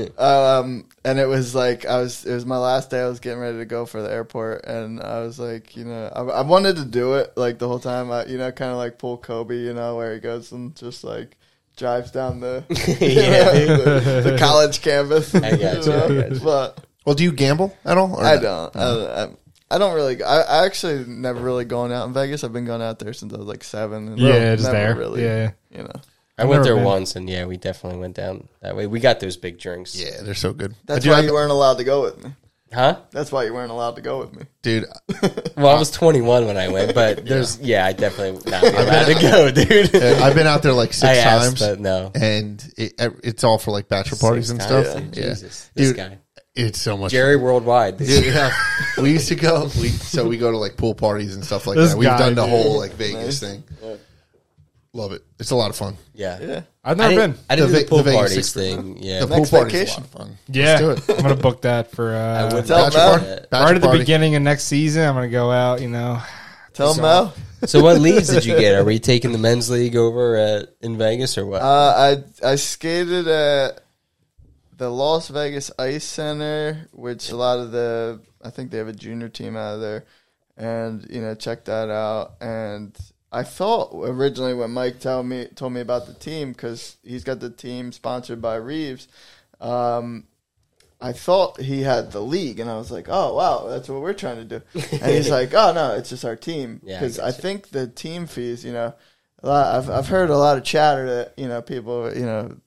Speaker 3: um, and it was like I was. It was my last day. I was getting ready to go for the airport, and I was like, you know, I, I wanted to do it like the whole time. I, you know, kind of like pull Kobe, you know, where he goes and just like drives down the
Speaker 2: Yeah.
Speaker 3: the, the college campus. I
Speaker 2: got you, I got you. Uh-huh.
Speaker 3: But
Speaker 1: Well, do you gamble at all? or
Speaker 3: I
Speaker 1: not?
Speaker 3: don't. I don't. I, I don't really. I, I actually never really gone out in Vegas. I've been going out there since I was like seven. and
Speaker 4: Yeah, just
Speaker 3: never
Speaker 4: there.
Speaker 3: Really,
Speaker 4: Yeah.
Speaker 3: you know.
Speaker 2: I went
Speaker 4: never
Speaker 2: there
Speaker 4: been.
Speaker 2: once, and yeah, we definitely went down that way. We got those big drinks.
Speaker 1: Yeah, they're so good.
Speaker 3: That's
Speaker 1: I do
Speaker 3: why
Speaker 1: have-
Speaker 3: you weren't allowed to go with me.
Speaker 2: Huh?
Speaker 3: That's why you weren't allowed to go with me.
Speaker 1: dude.
Speaker 2: Well,
Speaker 1: Uh,
Speaker 2: I was 21 when I went, but there's yeah, I definitely not be allowed to go, dude.
Speaker 1: uh, I've been out there like six
Speaker 2: I asked,
Speaker 1: times,
Speaker 2: but no.
Speaker 1: and it, it's all for like bachelor parties and
Speaker 2: times,
Speaker 1: stuff.
Speaker 2: dude.
Speaker 1: Yeah,
Speaker 2: Jesus, this
Speaker 1: Dude,
Speaker 2: guy.
Speaker 1: it's so much.
Speaker 2: Jerry Worldwide. dude.
Speaker 1: Dude, yeah. we used to go. We so we go to like pool parties and stuff like
Speaker 4: This
Speaker 1: that. We've
Speaker 4: guy,
Speaker 1: done the
Speaker 4: dude.
Speaker 1: whole like Vegas thing. Love it. It's a lot of fun.
Speaker 2: Yeah.
Speaker 3: Yeah.
Speaker 4: I've
Speaker 2: I
Speaker 4: never
Speaker 2: didn't,
Speaker 4: been.
Speaker 2: I didn't
Speaker 1: The
Speaker 2: do
Speaker 1: Ve-
Speaker 2: the pool
Speaker 1: the Vegas
Speaker 2: parties
Speaker 1: Six-
Speaker 2: thing. Yeah.
Speaker 1: The
Speaker 2: but
Speaker 1: pool
Speaker 3: Next
Speaker 1: party is a
Speaker 3: vacation.
Speaker 1: lot of fun.
Speaker 4: Yeah,
Speaker 1: Let's do it.
Speaker 4: I'm gonna book that for uh,
Speaker 2: would-
Speaker 3: Tell
Speaker 1: Bachelor
Speaker 3: Mel.
Speaker 1: party.
Speaker 4: right
Speaker 1: Bachelor
Speaker 4: at the
Speaker 1: party.
Speaker 4: beginning of next season. I'm gonna go out. You know,
Speaker 3: Tell Mel.
Speaker 2: so what leagues did you get? Are we taking the men's league over at, in Vegas or what?
Speaker 3: Uh, I I skated at the Las Vegas Ice Center, which a lot of the I think they have a junior team out of there, and you know check that out. And I thought originally when Mike told me told me about the team because he's got the team sponsored by Reeves. Um, I thought he had the league, and I was like, "Oh wow, that's what we're trying to do." And he's like, "Oh no, it's just our team."
Speaker 2: Yeah, I
Speaker 3: Because I
Speaker 2: gotcha.
Speaker 3: think the team fees, you know, a lot, I've I've heard a lot of chatter that you know people, you know,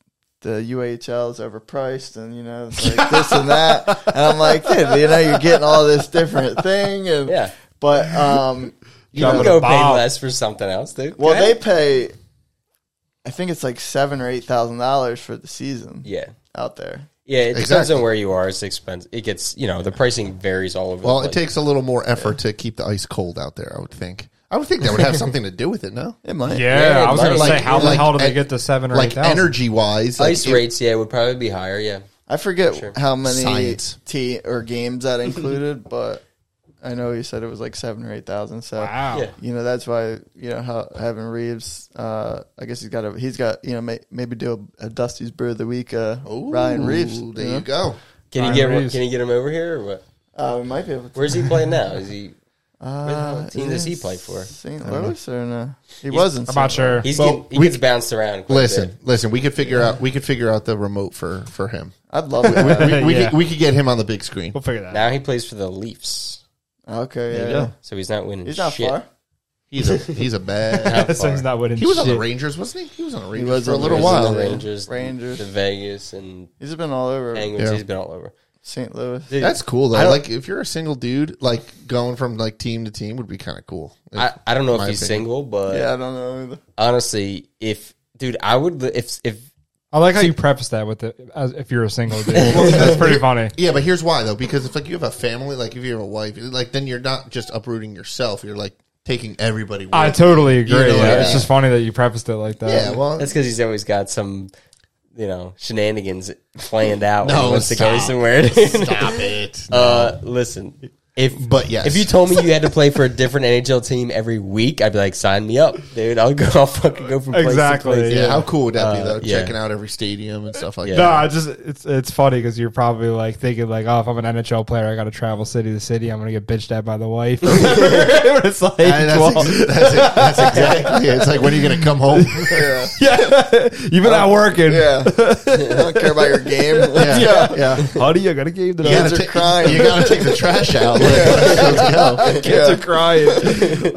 Speaker 3: the UHL is overpriced, and you know, it's like this and that. And I'm like, dude, you know, you're getting all this different thing, and
Speaker 2: Yeah.
Speaker 3: But um,
Speaker 2: you can
Speaker 4: with
Speaker 2: go
Speaker 4: a
Speaker 2: pay
Speaker 4: bomb.
Speaker 2: less for something else, dude.
Speaker 3: well,
Speaker 2: Okay?
Speaker 3: they pay, I think it's like seven or eight thousand dollars for the season
Speaker 2: yeah.
Speaker 3: out there.
Speaker 2: Yeah, it depends
Speaker 1: Exactly.
Speaker 2: on where you are. It's expensive. It gets, you know, the pricing varies all over.
Speaker 1: Well,
Speaker 2: the
Speaker 1: it takes a little more effort to keep the ice cold out there. I would think. I would think that would have something to do with it. No,
Speaker 3: It might.
Speaker 4: yeah,
Speaker 2: Yeah,
Speaker 4: I was gonna
Speaker 2: like-
Speaker 4: say, how the
Speaker 1: like
Speaker 4: hell do they
Speaker 1: en-
Speaker 4: get the seven or eight
Speaker 1: like
Speaker 4: thousand?
Speaker 1: energy wise, like
Speaker 2: Ice
Speaker 1: it-
Speaker 2: rates, yeah, would probably be higher. Yeah,
Speaker 3: I forget how many
Speaker 1: Science.
Speaker 3: t or games that included, but I know you said it was like seven or eight thousand. So
Speaker 4: Wow.
Speaker 2: Yeah.
Speaker 3: you know that's why you know how having Reeves. Uh, I guess he's got a he's got you know may, maybe do a, a Dusty's Brew of the Week. Uh,
Speaker 1: Ooh,
Speaker 3: Ryan Reeves.
Speaker 1: There
Speaker 3: know?
Speaker 1: you go.
Speaker 2: can you
Speaker 4: Ryan
Speaker 2: get
Speaker 4: Reeves.
Speaker 2: can you get him over here or what?
Speaker 3: Uh, we might be able to.
Speaker 2: Where's he playing now? Is he?
Speaker 3: uh,
Speaker 2: what team does he play for?
Speaker 3: St. Louis or no? He wasn't.
Speaker 4: I'm not sure.
Speaker 2: He's
Speaker 1: Well,
Speaker 2: getting, he
Speaker 1: we-
Speaker 2: gets bounced around. Quite a
Speaker 1: Listen, listen. We could figure out. We could figure out the remote for for him.
Speaker 3: I'd love it.
Speaker 1: We,
Speaker 4: Uh, Yeah.
Speaker 1: could, we could get him on the big screen.
Speaker 4: we'll figure
Speaker 2: bit.
Speaker 4: that. out.
Speaker 2: Now he plays for the Leafs,
Speaker 3: okay, yeah,
Speaker 1: you
Speaker 3: yeah.
Speaker 1: go.
Speaker 2: so he's not winning.
Speaker 3: He's not
Speaker 2: shit.
Speaker 3: far.
Speaker 1: He's a he's a bad.
Speaker 4: This thing's not winning.
Speaker 1: He was on the
Speaker 4: shit.
Speaker 1: Rangers, wasn't he? He was on the Rangers
Speaker 3: was
Speaker 1: for a
Speaker 3: on the
Speaker 1: little
Speaker 2: He
Speaker 3: Rangers.
Speaker 2: was in
Speaker 1: while.
Speaker 2: the Rangers,
Speaker 3: Rangers.
Speaker 2: the Vegas, and
Speaker 3: He's been all over
Speaker 2: Penguins.
Speaker 1: Yeah.
Speaker 2: He's been all over.
Speaker 3: St. Louis.
Speaker 2: Dude,
Speaker 1: That's cool though.
Speaker 2: I don't-
Speaker 1: Like if you're a single dude, like going from like team to team would be kind of cool.
Speaker 2: I, I don't know
Speaker 1: My
Speaker 2: if he's
Speaker 1: opinion.
Speaker 2: single, but
Speaker 3: Yeah, I don't know. Either.
Speaker 2: honestly, if dude, I would li- if if
Speaker 4: I like how you preface that with the, as if you're a single dude. That's pretty funny.
Speaker 1: yeah, but here's why though, because if like you have a family, like if you have a wife, like then you're not just uprooting yourself. You're like taking everybody. With.
Speaker 4: I totally agree.
Speaker 1: You know what
Speaker 4: yeah.
Speaker 1: I
Speaker 4: It's
Speaker 1: mean?
Speaker 4: just funny that you prefaced it like that.
Speaker 1: yeah, well,
Speaker 2: that's because he's always got some. You know, shenanigans planned out when
Speaker 1: No,
Speaker 2: he wants to go
Speaker 1: stop.
Speaker 2: somewhere.
Speaker 1: stop it.
Speaker 2: Uh, listen, if
Speaker 1: But yes.
Speaker 2: if you told me you had to play for a different NHL team every week, I'd be like, sign me up, dude. I'll go. I'll fucking go from place
Speaker 4: Exactly,
Speaker 2: to place.
Speaker 1: yeah,
Speaker 4: yeah.
Speaker 1: how cool would that be
Speaker 3: Uh,
Speaker 1: though?
Speaker 2: yeah.
Speaker 1: Checking out every stadium and stuff like
Speaker 2: Yeah.
Speaker 1: that.
Speaker 4: No, I just it's it's funny because you're probably like thinking like, oh, if I'm an NHL player, I got to travel city to city. I'm gonna get bitched at by the wife. it's like,
Speaker 1: And that's,
Speaker 4: well,
Speaker 1: ex- that's, ex- that's exactly. it. It's like when are you going to come home?
Speaker 3: Yeah,
Speaker 4: yeah, you've been out working.
Speaker 3: yeah. I don't care about your game. Let's go.
Speaker 1: yeah.
Speaker 4: Honey, I got a game
Speaker 1: You
Speaker 4: tonight.
Speaker 1: gotta,
Speaker 3: Kids are
Speaker 1: take,
Speaker 3: crying.
Speaker 1: you gotta take the trash out. Like, let's go.
Speaker 4: Kids
Speaker 3: Yeah.
Speaker 4: are crying.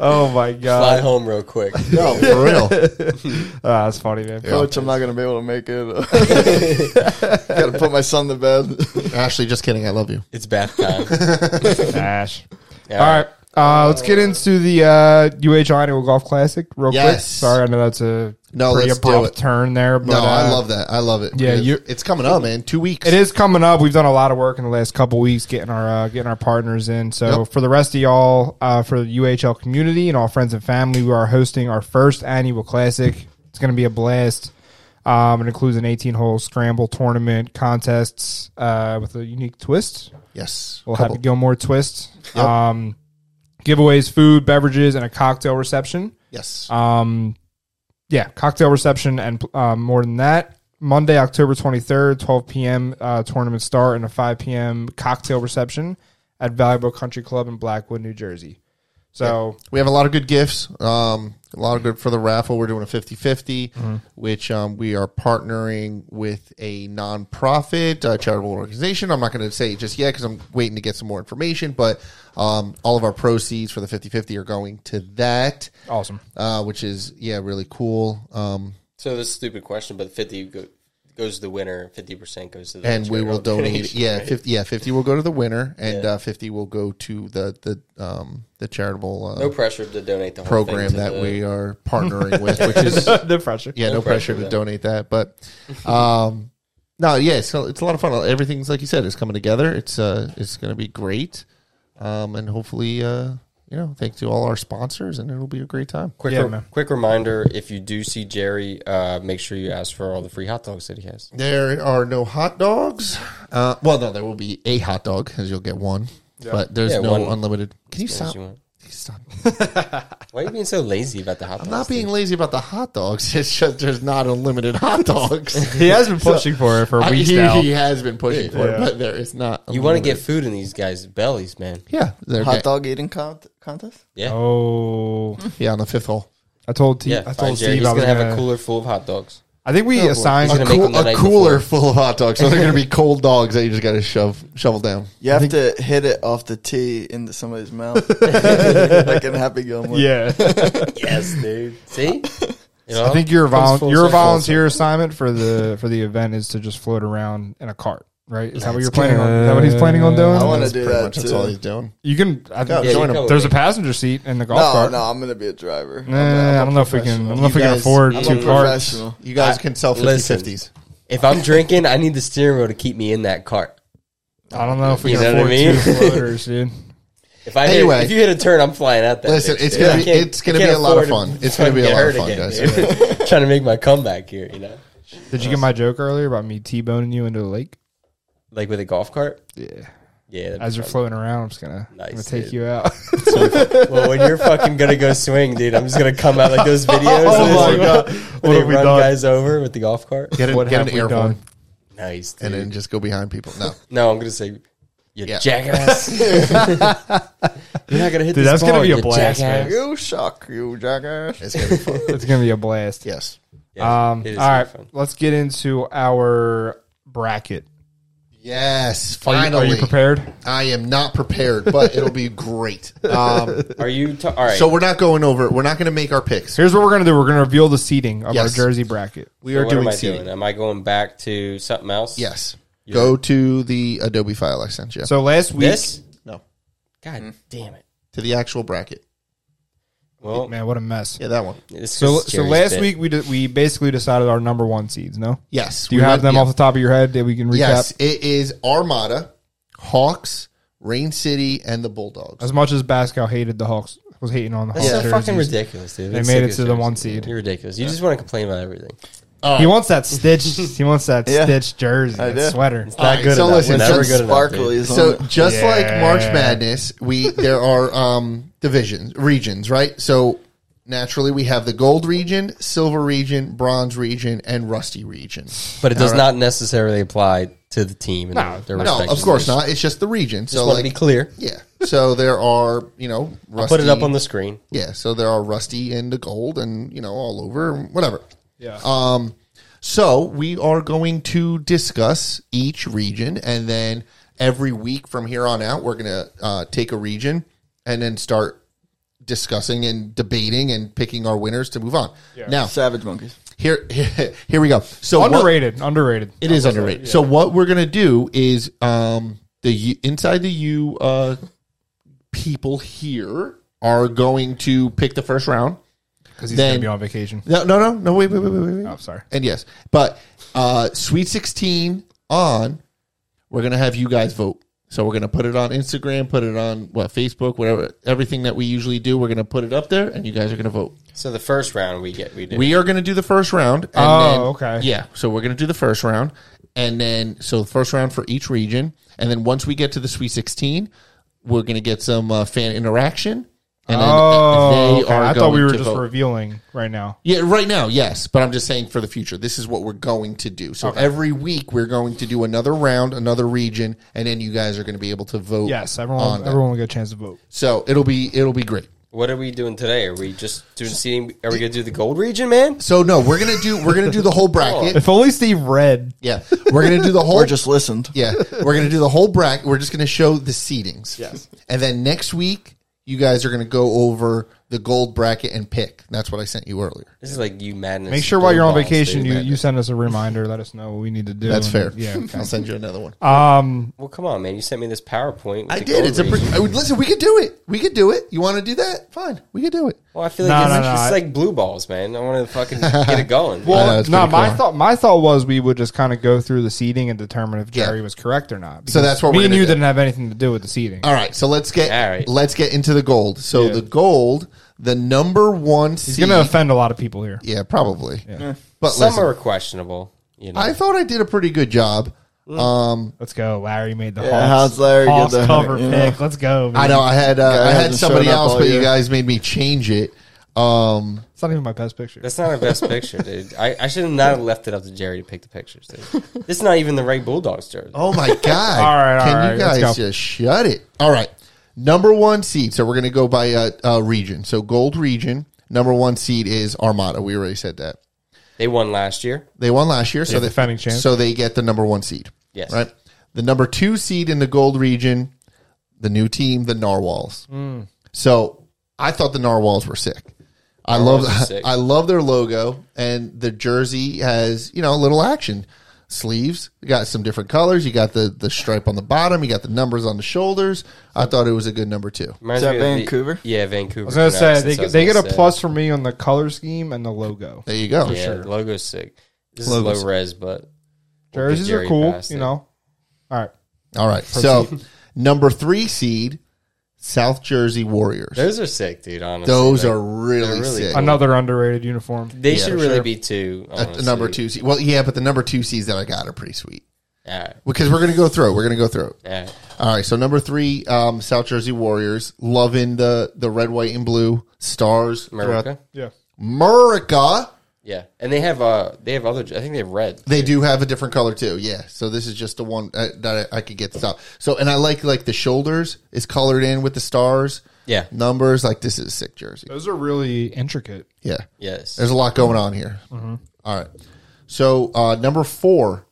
Speaker 4: oh my
Speaker 2: Fly
Speaker 4: god,
Speaker 2: home real quick.
Speaker 1: No,
Speaker 4: Oh,
Speaker 1: for real.
Speaker 4: Ah, that's funny, man.
Speaker 3: Coach, I'm not gonna be able to make it. Gotta put my son to bed.
Speaker 1: Ashley, just kidding. I love you.
Speaker 2: It's bath time.
Speaker 4: Ash. All right. Uh, let's get into the uh, UHL Annual Golf Classic real quick.
Speaker 1: Yes.
Speaker 4: Sorry, I know that's a
Speaker 1: No,
Speaker 4: pretty
Speaker 1: let's do
Speaker 4: abrupt
Speaker 1: it.
Speaker 4: turn there, but
Speaker 1: No, I
Speaker 4: uh,
Speaker 1: love that. I love it.
Speaker 4: yeah,
Speaker 1: Because
Speaker 4: you-
Speaker 1: it's coming up, man. Two weeks.
Speaker 4: It is coming up. We've done a lot of work in the last couple weeks getting our uh, getting our partners in. So for the rest of y'all, uh, for the UHL community and all friends and family, we are hosting our first annual classic. It's going to be a blast. Um, it includes an 18 hole scramble tournament contests uh, with a unique twist.
Speaker 1: Yes.
Speaker 4: We'll have
Speaker 1: Couple.
Speaker 4: the Gilmore twist. Um, giveaways, food, beverages, and a cocktail reception
Speaker 1: Yes.
Speaker 4: um yeah cocktail reception and um, more than that Monday, October 23rd, 12 p.m. Uh, tournament start and a 5 p.m. cocktail reception at Valuable Country Club in Blackwood, New Jersey. So
Speaker 1: We have a lot of good gifts. Um, a lot of good for the raffle. We're doing a 50 50,
Speaker 4: Mm-hmm.
Speaker 1: which um, we are partnering with a nonprofit uh, charitable organization. I'm not going to say it just yet because I'm waiting to get some more information, but um, all of our proceeds for the 50 50 are going to that,
Speaker 4: awesome.
Speaker 1: uh, which is, yeah, really cool. Um,
Speaker 2: So this is a stupid question, but fifty go, goes to the winner, fifty percent goes to the
Speaker 1: and we will
Speaker 2: charitable
Speaker 1: donate.
Speaker 2: organization,
Speaker 1: Yeah,
Speaker 2: right?
Speaker 1: 50, yeah, 50 will go to the winner, and uh, 50 will go to the, the, um, the charitable uh,
Speaker 2: No pressure to donate the whole thing
Speaker 1: program
Speaker 2: to
Speaker 1: that
Speaker 2: the-
Speaker 1: we are partnering with, which is.
Speaker 4: the pressure.
Speaker 1: yeah, no, pressure,
Speaker 2: pressure
Speaker 1: to
Speaker 2: then.
Speaker 1: donate that, but um, no, yeah, so it's a lot of fun. Everything's like you said, it's coming together. It's uh, it's going to be great, um, and hopefully, uh, you know, thanks to all our sponsors, and it'll be a great time.
Speaker 2: Quick,
Speaker 4: Yeah,
Speaker 2: re-
Speaker 4: man.
Speaker 2: quick reminder: if you do see Jerry, uh, make sure you ask for all the free hot dogs that he has.
Speaker 1: There are no hot dogs. Uh, well, no, there will be a hot dog because you'll get one, but there's
Speaker 2: Yeah,
Speaker 1: no
Speaker 2: one.
Speaker 1: unlimited. Can you stop?
Speaker 2: you want.
Speaker 1: Can you stop?
Speaker 2: Why are you being so lazy about the hot dogs?
Speaker 1: I'm not being lazy about the hot dogs. It's just there's not unlimited hot dogs.
Speaker 4: He has been pushing for it for
Speaker 1: I mean,
Speaker 4: weeks
Speaker 1: he,
Speaker 4: now.
Speaker 1: he has been pushing for it,
Speaker 4: Yeah.
Speaker 1: but there is not.
Speaker 2: You want to
Speaker 1: unlimited.
Speaker 2: get food in these guys' bellies, man.
Speaker 1: yeah, they're
Speaker 3: Hot
Speaker 1: okay.
Speaker 3: dog eating cont- contest?
Speaker 2: Yeah,
Speaker 4: Oh,
Speaker 1: yeah on the fifth hole.
Speaker 4: I told T-
Speaker 2: yeah.
Speaker 4: I
Speaker 2: fine,
Speaker 4: told
Speaker 2: Jerry.
Speaker 4: Steve
Speaker 2: He's
Speaker 4: I was
Speaker 2: gonna
Speaker 4: gonna,
Speaker 2: have a cooler full of hot dogs.
Speaker 4: I think we assigned.
Speaker 2: He's
Speaker 1: a,
Speaker 2: gonna make
Speaker 1: cool-
Speaker 2: them the
Speaker 1: a
Speaker 2: night
Speaker 1: cooler full of hot dogs. So they're going to be cold dogs that you just got to shove shovel down.
Speaker 3: You have to hit it off the tee into somebody's mouth, like in Happy Gilmore.
Speaker 4: yeah,
Speaker 2: Yes, dude. See, You know?
Speaker 4: I think your
Speaker 2: Comes
Speaker 4: vol-
Speaker 2: full
Speaker 4: your
Speaker 2: circle.
Speaker 4: volunteer assignment for the for the event is to just float around in a cart, right? Is that what you're planning on? Is that what he's planning on doing?
Speaker 3: I wanna
Speaker 1: That's
Speaker 3: do
Speaker 1: pretty
Speaker 3: that
Speaker 1: much That's
Speaker 3: too.
Speaker 1: all he's doing.
Speaker 4: you can I,
Speaker 1: Yeah,
Speaker 2: Yeah, you
Speaker 1: join him.
Speaker 2: come with
Speaker 4: There's a
Speaker 2: me.
Speaker 4: passenger seat in the golf
Speaker 3: No,
Speaker 4: cart.
Speaker 3: no, I'm gonna be a driver. I'm
Speaker 4: Nah,
Speaker 3: a-
Speaker 4: I
Speaker 3: I'm
Speaker 4: don't
Speaker 3: a
Speaker 4: know if we can. I don't know if
Speaker 1: You
Speaker 4: we can
Speaker 1: guys-
Speaker 4: afford
Speaker 1: I'm
Speaker 4: two
Speaker 1: a
Speaker 4: carts.
Speaker 3: professional.
Speaker 1: You guys can sell 50
Speaker 2: listen.
Speaker 1: 50s.
Speaker 2: If I'm drinking, I need the steering wheel to keep me in that cart.
Speaker 4: I don't know if we
Speaker 2: You
Speaker 4: can
Speaker 2: know
Speaker 4: afford
Speaker 2: what I
Speaker 4: two
Speaker 2: mean?
Speaker 4: floaters, dude.
Speaker 2: If I
Speaker 1: Anyway.
Speaker 2: hit, if you hit a turn, I'm flying out that.
Speaker 1: Listen,
Speaker 2: bitch,
Speaker 1: it's
Speaker 2: dude.
Speaker 1: gonna
Speaker 2: I
Speaker 1: be-
Speaker 2: can't-
Speaker 1: it's gonna
Speaker 2: I can't
Speaker 1: be a lot
Speaker 2: afford
Speaker 1: of fun. It's gonna be a
Speaker 2: get
Speaker 1: lot of
Speaker 2: hurt
Speaker 1: fun,
Speaker 2: dude. Trying to make my comeback here, you know,
Speaker 4: Did you get my joke earlier about me t-boning you into the lake?
Speaker 2: like with a golf cart.
Speaker 4: Yeah.
Speaker 2: Yeah,
Speaker 4: As you're floating around, I'm just gonna, I'm gonna
Speaker 2: Nice,
Speaker 4: take
Speaker 2: dude.
Speaker 4: you out.
Speaker 2: well, when you're fucking gonna go swing, dude, I'm just gonna come out like those videos.
Speaker 4: Oh
Speaker 2: where
Speaker 4: my God. What
Speaker 2: they
Speaker 4: have we
Speaker 2: run
Speaker 4: done?
Speaker 2: guys over with the golf cart.
Speaker 1: Get, an-
Speaker 4: What
Speaker 1: get
Speaker 4: have
Speaker 1: an
Speaker 4: we
Speaker 1: air
Speaker 4: done?
Speaker 1: horn
Speaker 2: Nice, dude.
Speaker 1: and then just go behind people. No.
Speaker 2: no, I'm gonna say, you
Speaker 1: Yeah.
Speaker 2: jackass. you're not gonna hit
Speaker 4: Dude,
Speaker 2: this
Speaker 4: that's gonna
Speaker 2: ball,
Speaker 4: be a
Speaker 2: you
Speaker 4: blast,
Speaker 2: jackass.
Speaker 3: You suck, you jackass.
Speaker 1: It's going to be fun.
Speaker 4: it's gonna be a blast.
Speaker 1: yes.
Speaker 2: Yeah,
Speaker 4: um,
Speaker 2: it is
Speaker 4: all
Speaker 2: gonna be
Speaker 4: right,
Speaker 2: fun.
Speaker 4: let's get into our bracket.
Speaker 1: Yes.
Speaker 4: Are you-
Speaker 1: Finally.
Speaker 4: are you prepared?
Speaker 1: I am not prepared, but it'll be great. Um,
Speaker 2: Are you ta- all right?
Speaker 1: so we're not going over. We're not going to make our picks.
Speaker 4: Here's what we're gonna do. We're gonna reveal the seating of
Speaker 1: Yes.
Speaker 4: our jersey bracket.
Speaker 1: We are
Speaker 2: what
Speaker 1: doing
Speaker 2: am I
Speaker 1: seating.
Speaker 2: doing? Am I going back to something else?
Speaker 1: Yes. Go to the Adobe file I sent you.
Speaker 4: So last week,
Speaker 2: This?
Speaker 1: no.
Speaker 2: God damn it.
Speaker 1: To the actual bracket.
Speaker 2: Well,
Speaker 4: man, what a mess.
Speaker 1: Yeah, that one.
Speaker 2: it's
Speaker 4: So,
Speaker 2: just
Speaker 4: so
Speaker 2: Jerry's
Speaker 4: last
Speaker 2: bit.
Speaker 4: week we did, we basically decided our number one seeds. No,
Speaker 1: Yes.
Speaker 4: do you
Speaker 1: We
Speaker 4: have
Speaker 1: went-
Speaker 4: them
Speaker 1: yeah.
Speaker 4: off the top of your head that we can recap?
Speaker 1: Yes, it is Armada, Hawks, Rain City, and the Bulldogs.
Speaker 4: As much as Bascal hated the Hawks, was hating on the
Speaker 2: That's
Speaker 4: Hawks.
Speaker 2: so fucking
Speaker 4: jerseys.
Speaker 2: ridiculous, dude.
Speaker 4: They
Speaker 2: It's
Speaker 4: made
Speaker 2: sick
Speaker 4: it to
Speaker 2: as
Speaker 4: the
Speaker 2: shit.
Speaker 4: one seed.
Speaker 2: You're ridiculous. You just want to complain about everything.
Speaker 4: He wants that stitched. he wants that
Speaker 3: Yeah.
Speaker 4: stitched jersey,
Speaker 3: I
Speaker 4: that
Speaker 3: do.
Speaker 4: sweater.
Speaker 2: It's not
Speaker 1: right,
Speaker 2: good
Speaker 1: so
Speaker 2: enough.
Speaker 1: listen,
Speaker 2: We're never
Speaker 1: since
Speaker 2: good enough. dude.
Speaker 3: Sparkly is on
Speaker 1: So
Speaker 3: it.
Speaker 1: just
Speaker 4: Yeah.
Speaker 1: like March Madness, we there are um, divisions, regions, right? So naturally, we have the gold region, silver region, bronze region, and rusty region.
Speaker 2: But it does not necessarily apply to the team. And
Speaker 4: No,
Speaker 2: their, their
Speaker 1: No,
Speaker 2: respective
Speaker 1: of course
Speaker 2: positions.
Speaker 1: not. It's just the region. So
Speaker 2: Just want to
Speaker 1: like,
Speaker 2: be clear.
Speaker 1: yeah. So there are you know rusty,
Speaker 2: Put it up on the screen.
Speaker 1: yeah. So there are rusty and the gold, and you know all over whatever.
Speaker 4: Yeah.
Speaker 1: Um, so we are going to discuss each region, and then every week from here on out, we're going to uh, take a region and then start discussing and debating and picking our winners to move on. Now,
Speaker 3: Savage monkeys.
Speaker 1: here, here, we go. So what-
Speaker 4: underrated. underrated.
Speaker 1: it is underrated. So what we're gonna do is um, the U- inside the U uh, people here are going to pick the first round.
Speaker 4: because he's
Speaker 1: Then-
Speaker 4: gonna be on vacation.
Speaker 1: No, no, no, no. Wait, wait, wait, wait, wait. wait.
Speaker 4: Oh, sorry.
Speaker 1: And yes, but uh, Sweet 16 on, we're going to have you guys vote. So we're going to put it on Instagram, put it on what Facebook, whatever, everything that we usually do. We're going to put it up there, and you guys are going to vote.
Speaker 2: So the first round we get, we did.
Speaker 1: We are going to do the first round. And
Speaker 4: Oh, okay.
Speaker 1: Yeah, so we're going to do the first round, and then so the first round for each region, and then once we get to the Sweet 16, we're going to get some uh, fan interaction, And then
Speaker 4: oh,
Speaker 1: they
Speaker 4: okay.
Speaker 1: are
Speaker 4: I thought
Speaker 1: going
Speaker 4: we were
Speaker 1: to
Speaker 4: just
Speaker 1: vote.
Speaker 4: revealing right now.
Speaker 1: Yeah, right now, yes, but I'm just saying for the future, this is what we're going to do. So every week we're going to do another round, another region, and then you guys are going to be able to vote.
Speaker 4: Yes,
Speaker 1: on
Speaker 4: everyone,
Speaker 1: that.
Speaker 4: everyone will get a chance to vote.
Speaker 1: So it'll be it'll be great.
Speaker 2: What are we doing today? Are we just doing seating? Are we gonna do the gold region, man?
Speaker 1: So no, we're gonna do we're gonna do the whole bracket.
Speaker 4: If only Steve read.
Speaker 1: Yeah, we're gonna do the whole.
Speaker 3: Or just listened.
Speaker 1: yeah, we're gonna do the whole bracket. We're just gonna show the seedings. Yes, and then next week you guys are gonna go over the gold bracket and pick. That's what I sent you earlier.
Speaker 2: This is like you madness.
Speaker 4: Make sure while you're on vacation,
Speaker 2: dude.
Speaker 4: you, you send us a reminder. Let us know what we need to do.
Speaker 1: That's
Speaker 4: and-
Speaker 1: fair.
Speaker 4: Yeah.
Speaker 1: I'll send you another one.
Speaker 4: Um,
Speaker 2: Well, come on, man. You sent me this PowerPoint. with
Speaker 1: I
Speaker 2: the
Speaker 1: did.
Speaker 2: gold
Speaker 1: It's a
Speaker 2: region.
Speaker 1: pretty, I would, listen. We could do it. We could do it. You want to do that? Fine. We could do it.
Speaker 2: Well, I feel like
Speaker 4: No,
Speaker 2: it's,
Speaker 4: no, no,
Speaker 2: it's
Speaker 4: I-
Speaker 2: like blue balls, man. I want to fucking get it going.
Speaker 1: I know,
Speaker 4: well,
Speaker 1: it's
Speaker 4: no,
Speaker 1: pretty
Speaker 4: my
Speaker 1: cool.
Speaker 4: thought my thought was we would just kind of go through the seating and determine if Jerry was correct or not.
Speaker 1: So that's what
Speaker 4: me
Speaker 1: we're
Speaker 4: and
Speaker 1: gonna
Speaker 4: you
Speaker 1: do. Uh,
Speaker 4: didn't have anything to do with the seating.
Speaker 1: All right. So let's get
Speaker 2: All right.
Speaker 1: let's get into the gold. So the gold, the number one.
Speaker 4: He's gonna offend a lot of people here.
Speaker 1: Yeah, probably. But
Speaker 2: Some
Speaker 1: listen,
Speaker 2: are questionable. You know,
Speaker 1: I thought I did a pretty good job. Um,
Speaker 4: Let's go. Larry made the
Speaker 3: Yeah,
Speaker 4: Hawks,
Speaker 3: how's Larry get
Speaker 4: Hawks
Speaker 3: the-
Speaker 4: cover
Speaker 3: you know?
Speaker 4: pick. Let's go. Man.
Speaker 1: I know I had uh,
Speaker 3: Guy
Speaker 1: I had
Speaker 3: hasn't
Speaker 1: somebody
Speaker 3: shown up
Speaker 1: else,
Speaker 3: all
Speaker 1: but you
Speaker 3: year.
Speaker 1: guys made me change it. Um,
Speaker 4: It's not even my best picture.
Speaker 2: that's not our best picture, dude. I, I should have not have left it up to Jerry to pick the pictures. Dude. This is not even the right Bulldogs jersey.
Speaker 1: oh my god!
Speaker 4: All right, all
Speaker 1: can
Speaker 4: right,
Speaker 1: you
Speaker 4: let's
Speaker 1: guys
Speaker 4: go.
Speaker 1: just shut it? All right, number one seed. So we're gonna go by uh, uh, region. So gold region number one seed is Armada. We already said that.
Speaker 2: They won last year.
Speaker 1: They won last year, so
Speaker 4: Yeah,
Speaker 1: they,
Speaker 4: defending champs.
Speaker 1: So they get the number one seed.
Speaker 2: Yes.
Speaker 1: Right. The number two seed in the gold region, the new team, the Narwhals.
Speaker 4: Hmm.
Speaker 1: So I thought the Narwhals were sick. I
Speaker 2: Narwhals
Speaker 1: love
Speaker 2: are sick.
Speaker 1: I love their logo and the jersey has you know a little action sleeves. You got some different colors. You got the the stripe on the bottom. You got the numbers on the shoulders. I thought it was a good number two.
Speaker 2: Reminds
Speaker 3: that
Speaker 2: me of the-
Speaker 3: Vancouver?
Speaker 2: yeah, Vancouver.
Speaker 4: I was gonna say they,
Speaker 2: since I was
Speaker 4: they
Speaker 2: gonna
Speaker 4: get a
Speaker 2: say.
Speaker 4: plus for me on the color scheme and the logo.
Speaker 1: There you go.
Speaker 2: Yeah, logo's sick. This
Speaker 1: Logo's
Speaker 2: is low res, but we'll
Speaker 4: Jerseys
Speaker 2: get
Speaker 4: are
Speaker 2: Jerry
Speaker 4: cool,
Speaker 2: past
Speaker 4: you
Speaker 2: it.
Speaker 4: know. All right,
Speaker 1: All right. So number three seed, South Jersey Warriors.
Speaker 2: Those are sick, dude. Honestly,
Speaker 1: Those
Speaker 2: Like,
Speaker 1: are really,
Speaker 2: they're really
Speaker 1: sick.
Speaker 2: cool.
Speaker 4: another underrated uniform.
Speaker 2: They should
Speaker 4: for
Speaker 2: really
Speaker 4: sure.
Speaker 2: be two.
Speaker 1: A- a
Speaker 2: honestly.
Speaker 1: number two seed. Well, yeah, but the number two seeds that I got are pretty sweet
Speaker 2: All right,
Speaker 1: because we're gonna go through. it. We're gonna go through. it.
Speaker 2: all right.
Speaker 1: All right. So number three, um, South Jersey Warriors, loving the the red, white, and blue stars. throughout-
Speaker 2: America.
Speaker 4: Yeah,
Speaker 1: America.
Speaker 2: Yeah, and they have uh they have other. I think they have red.
Speaker 1: They do have a different color too. Yeah. So this is just the one uh, that I, I could get this out. So and I like like the shoulders is colored in with the stars.
Speaker 2: Yeah.
Speaker 1: Numbers like this is a sick jersey.
Speaker 4: those are really intricate.
Speaker 1: Yeah.
Speaker 2: Yes. Mm-hmm.
Speaker 1: There's a lot going on here. All right. So uh, number four,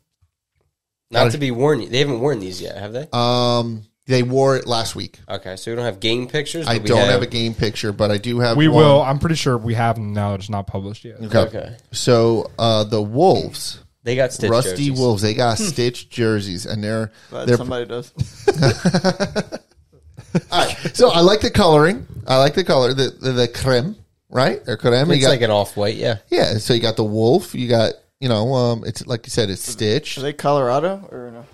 Speaker 2: Not to be worn. They haven't worn these yet, have they?
Speaker 1: um, they wore it last week.
Speaker 2: okay, so we don't have game pictures.
Speaker 1: I
Speaker 2: but we
Speaker 1: don't have, a game picture, but I do have.
Speaker 4: We
Speaker 1: one.
Speaker 4: will. I'm pretty sure we have them now. They're just not published yet.
Speaker 1: Okay.
Speaker 2: Okay.
Speaker 1: So uh, the Wolves,
Speaker 2: They got stitched
Speaker 1: Rusty
Speaker 2: jerseys.
Speaker 1: Wolves, they
Speaker 4: Hmm.
Speaker 1: got stitched jerseys, and they're
Speaker 3: But
Speaker 1: they're.
Speaker 3: somebody does.
Speaker 1: All right. So I like the coloring. I like the color. The the, the creme, right? They're creme. You
Speaker 2: It's
Speaker 1: got,
Speaker 2: like an off white. Yeah.
Speaker 1: yeah. So you got the wolf. You got you know um. It's like you said. It's stitched.
Speaker 3: Are they Colorado or no?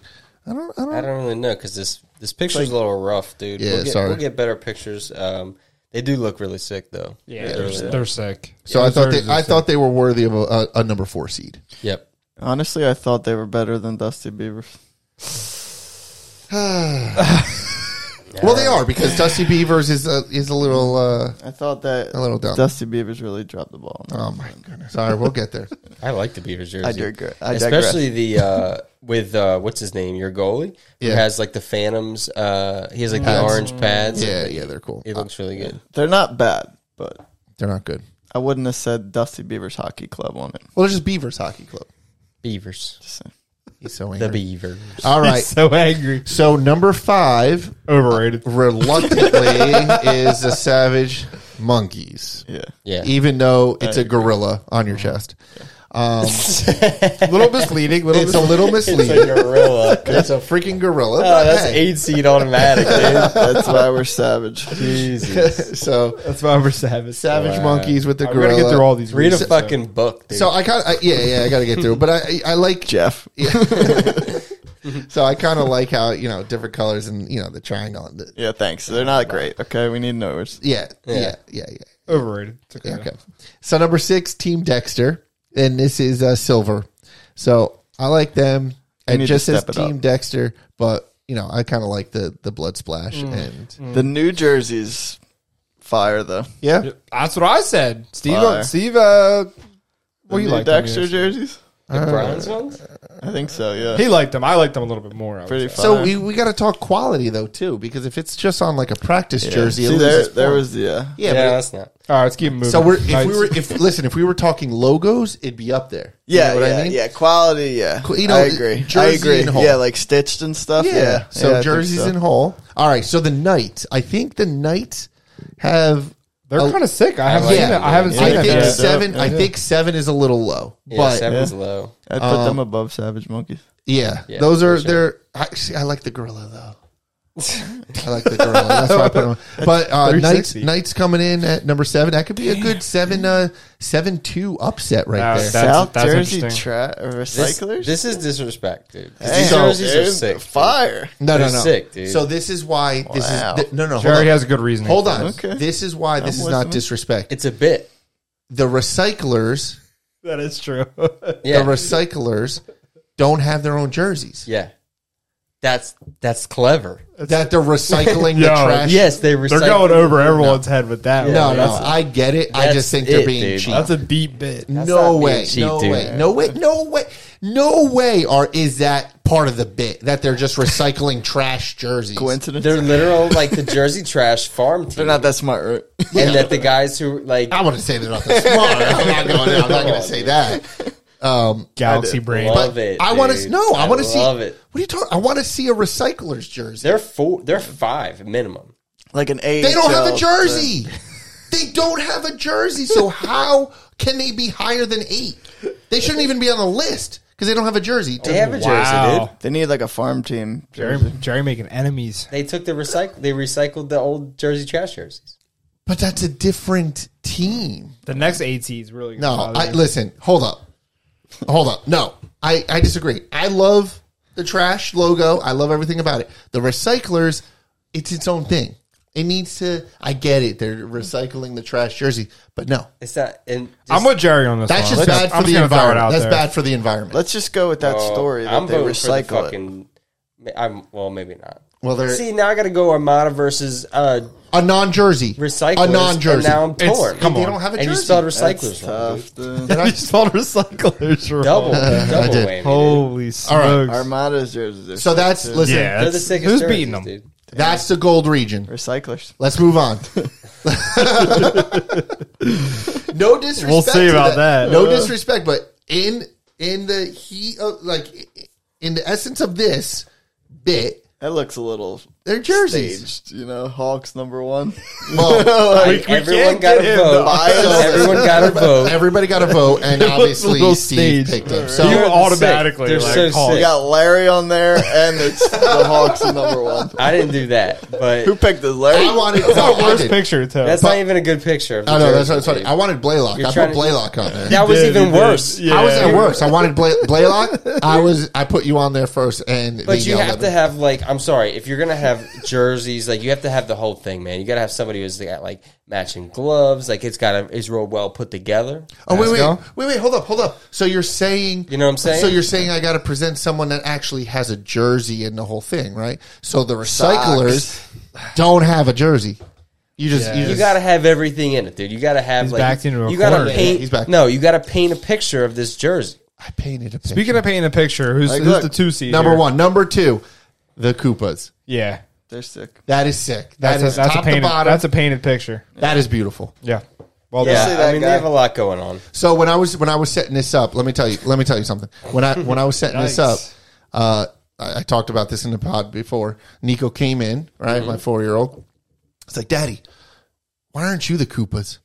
Speaker 1: I don't. I don't.
Speaker 2: I don't really know because this this picture's a little rough, dude.
Speaker 1: Yeah,
Speaker 2: we'll get,
Speaker 1: sorry.
Speaker 2: We'll get better picters. Um, they do look really sick though.
Speaker 4: Yeah, they're, they're sick.
Speaker 1: so I
Speaker 4: Those
Speaker 1: thought they.
Speaker 4: jerseys are
Speaker 1: I
Speaker 4: sick.
Speaker 1: thought they were worthy of a, a, a number four seed.
Speaker 2: Yep.
Speaker 3: Honestly, I thought they were better than Dusty Beavers.
Speaker 1: Well, they are because Dusty Beavers is a is a little. Uh,
Speaker 3: I thought that
Speaker 1: A little dumb.
Speaker 3: Dusty Beavers really dropped the ball.
Speaker 1: oh my goodness! All right, we'll get there.
Speaker 2: I like the Beavers jersey.
Speaker 3: I digress. I digress.
Speaker 2: Especially the uh, with uh, what's his name, your goalie,
Speaker 1: Yeah.
Speaker 2: who has like the Phantoms. Uh, he has like the
Speaker 1: Pads.
Speaker 2: orange pads.
Speaker 1: Yeah, yeah, they're cool.
Speaker 2: It looks really good.
Speaker 3: They're not bad, but
Speaker 1: They're not good.
Speaker 3: I wouldn't have said Dusty Beavers Hockey Club on it.
Speaker 1: Well, it's just Beavers Hockey Club.
Speaker 2: Beavers.
Speaker 3: Just saying.
Speaker 1: He's so
Speaker 2: The
Speaker 1: angry.
Speaker 2: Beavers.
Speaker 1: All right.
Speaker 4: so angry.
Speaker 1: So number five,
Speaker 4: Overrated.
Speaker 1: reluctantly, is the Savage Monkeys,
Speaker 3: Yeah.
Speaker 2: Yeah.
Speaker 1: even though it's a gorilla on your chest. Um,
Speaker 4: A little misleading. Little
Speaker 1: it's a little misleading.
Speaker 2: gorilla.
Speaker 1: It's a freaking gorilla.
Speaker 2: Oh,
Speaker 1: but
Speaker 2: that's
Speaker 1: hey.
Speaker 2: eight seed automatic, dude.
Speaker 3: That's why we're savage.
Speaker 1: so
Speaker 4: That's why we're savage.
Speaker 1: Savage
Speaker 2: Wow.
Speaker 1: Monkeys with the
Speaker 4: We're
Speaker 1: gorilla.
Speaker 4: gonna get through all these.
Speaker 2: Read a
Speaker 4: reasons, so-
Speaker 2: fucking book, dude.
Speaker 1: So I kind of yeah yeah I got to get through, it. but I I I like
Speaker 3: Jeff.
Speaker 1: so I kind of like how you know different colors and you know the triangle and the,
Speaker 3: Yeah, thanks. They're not great. Okay, we need knowers.
Speaker 1: yeah yeah yeah yeah
Speaker 4: Overrated. It's okay.
Speaker 1: Okay. So number six, Team Dexter, and this is uh, Silver. So I like them.
Speaker 3: need
Speaker 1: It
Speaker 3: to
Speaker 1: just says
Speaker 3: step it
Speaker 1: Team
Speaker 3: up.
Speaker 1: Dexter,
Speaker 3: Mm.
Speaker 1: Mm. but you know I kind of like the the blood splash and
Speaker 3: The New Jersey's Fire though.
Speaker 1: Yeah.
Speaker 4: That's what I said. Steve,
Speaker 3: Fire.
Speaker 4: Steve, uh, well,
Speaker 3: The
Speaker 4: he
Speaker 3: new
Speaker 4: liked them,
Speaker 3: Dexter
Speaker 4: yes.
Speaker 3: jerseys?
Speaker 2: The Browns ones?
Speaker 3: I think so. Yeah.
Speaker 4: He liked them. I liked them a little bit more. I would
Speaker 3: Pretty
Speaker 4: say.
Speaker 3: fun.
Speaker 1: So we, we got to talk quality though too, because if it's just on like a practice jersey, it
Speaker 3: See, there,
Speaker 1: loses
Speaker 3: there
Speaker 1: form.
Speaker 3: was the. Uh,
Speaker 1: yeah.
Speaker 2: Yeah,
Speaker 1: but it-
Speaker 2: that's not.
Speaker 4: All right, let's keep it moving.
Speaker 1: so we're if
Speaker 4: Nice.
Speaker 1: we were if listen if we were talking logos, it'd be up there. You
Speaker 3: yeah,
Speaker 1: know what
Speaker 3: yeah,
Speaker 1: I mean?
Speaker 3: yeah, quality, yeah.
Speaker 1: Qu- you know,
Speaker 3: I agree. I
Speaker 1: jersey
Speaker 3: agree.
Speaker 1: and whole.
Speaker 3: Yeah, like stitched and stuff. Yeah.
Speaker 1: Yeah. So
Speaker 3: yeah, I think
Speaker 1: jerseys
Speaker 3: so.
Speaker 1: and Hall. All right. So the Knights. I think the Knights have.
Speaker 4: they're
Speaker 1: Oh,
Speaker 4: kind of sick. I haven't
Speaker 1: like
Speaker 4: seen
Speaker 1: it.
Speaker 4: it. I haven't
Speaker 3: Yeah.
Speaker 4: seen
Speaker 1: I
Speaker 4: it.
Speaker 1: think
Speaker 4: yet.
Speaker 3: Yeah.
Speaker 1: seven. I think seven is a little low,
Speaker 2: Yeah,
Speaker 1: but
Speaker 2: seven's low.
Speaker 3: I'd put them above Savage Monkeys.
Speaker 1: yeah,
Speaker 2: Yeah,
Speaker 1: those are
Speaker 2: for sure.
Speaker 1: they're. Actually, I like the gorilla though. I like the gorilla. That's why I put them. But uh, knights,
Speaker 4: 360.
Speaker 1: knights coming in at number seven. That could be a good seven, uh, seven two upset right
Speaker 4: Wow,
Speaker 1: there.
Speaker 4: that- That's-
Speaker 3: South
Speaker 4: that's
Speaker 3: Jersey
Speaker 4: interesting.
Speaker 3: tra- or
Speaker 2: This,
Speaker 3: recyclers.
Speaker 2: this is disrespect, dude. 'Cause
Speaker 3: Damn,
Speaker 2: These jerseys are
Speaker 3: dude,
Speaker 2: sick. dude.
Speaker 3: Fire.
Speaker 1: No, no,
Speaker 2: They're
Speaker 1: no.
Speaker 2: sick, dude.
Speaker 1: So this is why this
Speaker 3: Wow.
Speaker 1: is th- no, no. Hold
Speaker 4: Jerry
Speaker 1: on.
Speaker 4: has a good reasoning.
Speaker 1: Hold
Speaker 4: for
Speaker 1: on.
Speaker 4: it.
Speaker 3: Okay.
Speaker 1: This is why this is not
Speaker 3: listening.
Speaker 1: disrespect.
Speaker 2: It's a bit.
Speaker 1: The recyclers
Speaker 4: That is true.
Speaker 2: Yeah.
Speaker 1: the recyclers don't have their own jerseys.
Speaker 2: yeah. That's that's clever.
Speaker 1: That they're recycling the
Speaker 4: Yo,
Speaker 1: trash.
Speaker 2: Yes, they recycle.
Speaker 4: They're going over everyone's head with that.
Speaker 1: No,
Speaker 4: one.
Speaker 1: no,
Speaker 4: That's-
Speaker 1: I get it. I
Speaker 2: that's
Speaker 1: just think they're
Speaker 2: it,
Speaker 1: being
Speaker 2: dude.
Speaker 1: cheap.
Speaker 4: That's a deep bit.
Speaker 1: no
Speaker 2: not being
Speaker 1: way,
Speaker 2: cheap,
Speaker 1: no
Speaker 2: dude.
Speaker 1: way, no way, no way, no way. Are is that part of the bit that they're just recycling trash jerseys?
Speaker 3: Coincidence?
Speaker 2: They're literal like the Jersey Trash farm team.
Speaker 3: They're not that smart. Right?
Speaker 2: and that the guys who like
Speaker 1: I wouldn't say they're not that smart. I'm not going. I'm not
Speaker 2: Oh,
Speaker 1: going to say that.
Speaker 4: Galaxy brain.
Speaker 2: love it.
Speaker 1: I want to
Speaker 2: dude.
Speaker 1: no. I want to see.
Speaker 2: Love it.
Speaker 1: What are you talking? I want to see a recycler's jersey.
Speaker 2: They're four. They're five minimum.
Speaker 3: like an A.
Speaker 1: They don't have a jersey. They don't have a jersey. So how can they be higher than eight? They shouldn't even be on the list because they don't have a jersey.
Speaker 2: They have a jersey, dude.
Speaker 4: Wow.
Speaker 3: They need like a farm team.
Speaker 4: Jerry, Jerry making enemies.
Speaker 2: They took the recycle. They recycled the old Jersey Trash jerseys.
Speaker 1: But that's a different team.
Speaker 4: The next AT is really
Speaker 1: No,
Speaker 4: gonna bother
Speaker 1: I
Speaker 4: me.
Speaker 1: listen. Hold up, hold up. No, I I disagree. I love the trash logo. I love everything about it. The recyclers, it's its own thing. It needs to. I get it. They're recycling the trash jersey, but no,
Speaker 2: It's not. And just-
Speaker 4: I'm with Jerry on this.
Speaker 1: that's
Speaker 4: one.
Speaker 1: just
Speaker 4: I'm
Speaker 1: bad for the
Speaker 4: gonna throw it out
Speaker 1: environment. That's
Speaker 4: there.
Speaker 1: bad for the environment.
Speaker 3: Let's just go with that
Speaker 2: Well,
Speaker 3: story that
Speaker 2: Oh, I'm
Speaker 3: they
Speaker 2: voting
Speaker 3: recycle
Speaker 2: for the
Speaker 3: it.
Speaker 2: fucking. I'm well, maybe not.
Speaker 1: well, they're
Speaker 2: See, now I got to go Armada versus uh,
Speaker 1: a non-jersey,
Speaker 2: recyclers.
Speaker 1: a non-jersey.
Speaker 2: and Now I'm
Speaker 4: It's-
Speaker 2: torn.
Speaker 4: come
Speaker 1: they
Speaker 4: on.
Speaker 1: don't have a
Speaker 2: and you
Speaker 1: jersey.
Speaker 2: spelled
Speaker 3: That's
Speaker 2: recyclers wrong. dude.
Speaker 3: tough. dude.
Speaker 1: They're not-
Speaker 4: spelled recyclers. wrong.
Speaker 2: Double,
Speaker 1: I
Speaker 2: double
Speaker 1: did.
Speaker 2: whammy. dude.
Speaker 4: Holy smokes!
Speaker 3: Armada's jerseys. Are
Speaker 1: so
Speaker 3: sick,
Speaker 1: that's
Speaker 3: too.
Speaker 1: listen.
Speaker 4: Yeah.
Speaker 2: They're the
Speaker 4: That's-
Speaker 2: sickest.
Speaker 4: who's
Speaker 2: jerseys,
Speaker 4: beating them?
Speaker 2: Dude.
Speaker 1: That's the gold region.
Speaker 3: recyclers.
Speaker 1: Let's move on. no disrespect.
Speaker 4: We'll see
Speaker 1: to
Speaker 4: about that.
Speaker 1: No disrespect, but in in the heat of like in the essence of this bit,
Speaker 3: That looks a little
Speaker 1: they're jerseys.
Speaker 3: staged. You know, Hawks number one.
Speaker 1: Well,
Speaker 2: Like, everyone got a
Speaker 4: get him
Speaker 2: vote.
Speaker 3: the-
Speaker 2: Everyone got a vote.
Speaker 1: everybody got a vote, and obviously
Speaker 4: little
Speaker 1: Steve
Speaker 4: staged.
Speaker 1: picked it.
Speaker 4: you
Speaker 1: So
Speaker 2: They're
Speaker 4: automatically
Speaker 2: sick. They're so
Speaker 4: like, called.
Speaker 3: We
Speaker 2: sick.
Speaker 3: got Larry on there, and it's the Hawks number one.
Speaker 2: I didn't do that, but
Speaker 3: Who picked this, Larry?
Speaker 1: I wanted. No,
Speaker 4: That's the
Speaker 1: I
Speaker 4: worst
Speaker 1: did.
Speaker 4: picture too.
Speaker 2: that's not even a good picture. Of the
Speaker 1: I know that's
Speaker 2: jersey,
Speaker 1: what's funny.
Speaker 2: dude.
Speaker 1: I wanted Blaylock. I
Speaker 2: trying
Speaker 1: put
Speaker 2: to-
Speaker 1: Blaylock on there.
Speaker 2: that was even worse.
Speaker 1: I was at worse. I wanted Bla- Blaylock. I was. I put you on there first, and they
Speaker 2: But you
Speaker 1: yelled
Speaker 2: have
Speaker 1: at
Speaker 2: to
Speaker 1: me.
Speaker 2: have like I'm sorry if you're gonna have jerseys like you have to have the whole thing man you gotta have somebody who's got like matching gloves like it's got to is real well put together
Speaker 1: Oh wait, wait,
Speaker 4: Pascal?
Speaker 1: wait, wait! Hold up, hold up. So you're saying
Speaker 2: You know what I'm saying?
Speaker 1: So you're saying I got to present someone that actually has a jersey in the whole thing, right? So the recyclers don't have a jersey. You just you
Speaker 2: you
Speaker 1: just
Speaker 2: gotta have everything in it dude you gotta have
Speaker 4: He's
Speaker 2: like
Speaker 4: backed into a
Speaker 2: you gotta
Speaker 4: corner.
Speaker 2: paint
Speaker 1: Yeah, he's back.
Speaker 2: no you gotta paint a picture of this jersey
Speaker 1: I painted a picture.
Speaker 4: Speaking of painting a picture, who's,
Speaker 3: Like,
Speaker 4: who's
Speaker 3: look,
Speaker 4: the two seed?
Speaker 1: number
Speaker 4: here?
Speaker 1: one, number two, the Koopas.
Speaker 4: Yeah,
Speaker 3: They're sick.
Speaker 1: That is sick.
Speaker 4: that's
Speaker 1: That is
Speaker 4: a, that's a
Speaker 1: top
Speaker 4: painted.
Speaker 1: to bottom.
Speaker 4: That's a painted picture.
Speaker 1: that is beautiful.
Speaker 4: Yeah. Well
Speaker 2: yeah
Speaker 3: see
Speaker 4: done.
Speaker 3: that
Speaker 2: I mean
Speaker 3: guy.
Speaker 2: they have a lot going on
Speaker 1: So when I was when I was setting this up, let me tell you, let me tell you something. When I when I was setting this up,
Speaker 4: Yikes.
Speaker 1: uh, I, I talked about this in the pod before. Nico came in, right, my four year old. It's like, Daddy, why aren't you the Koopas?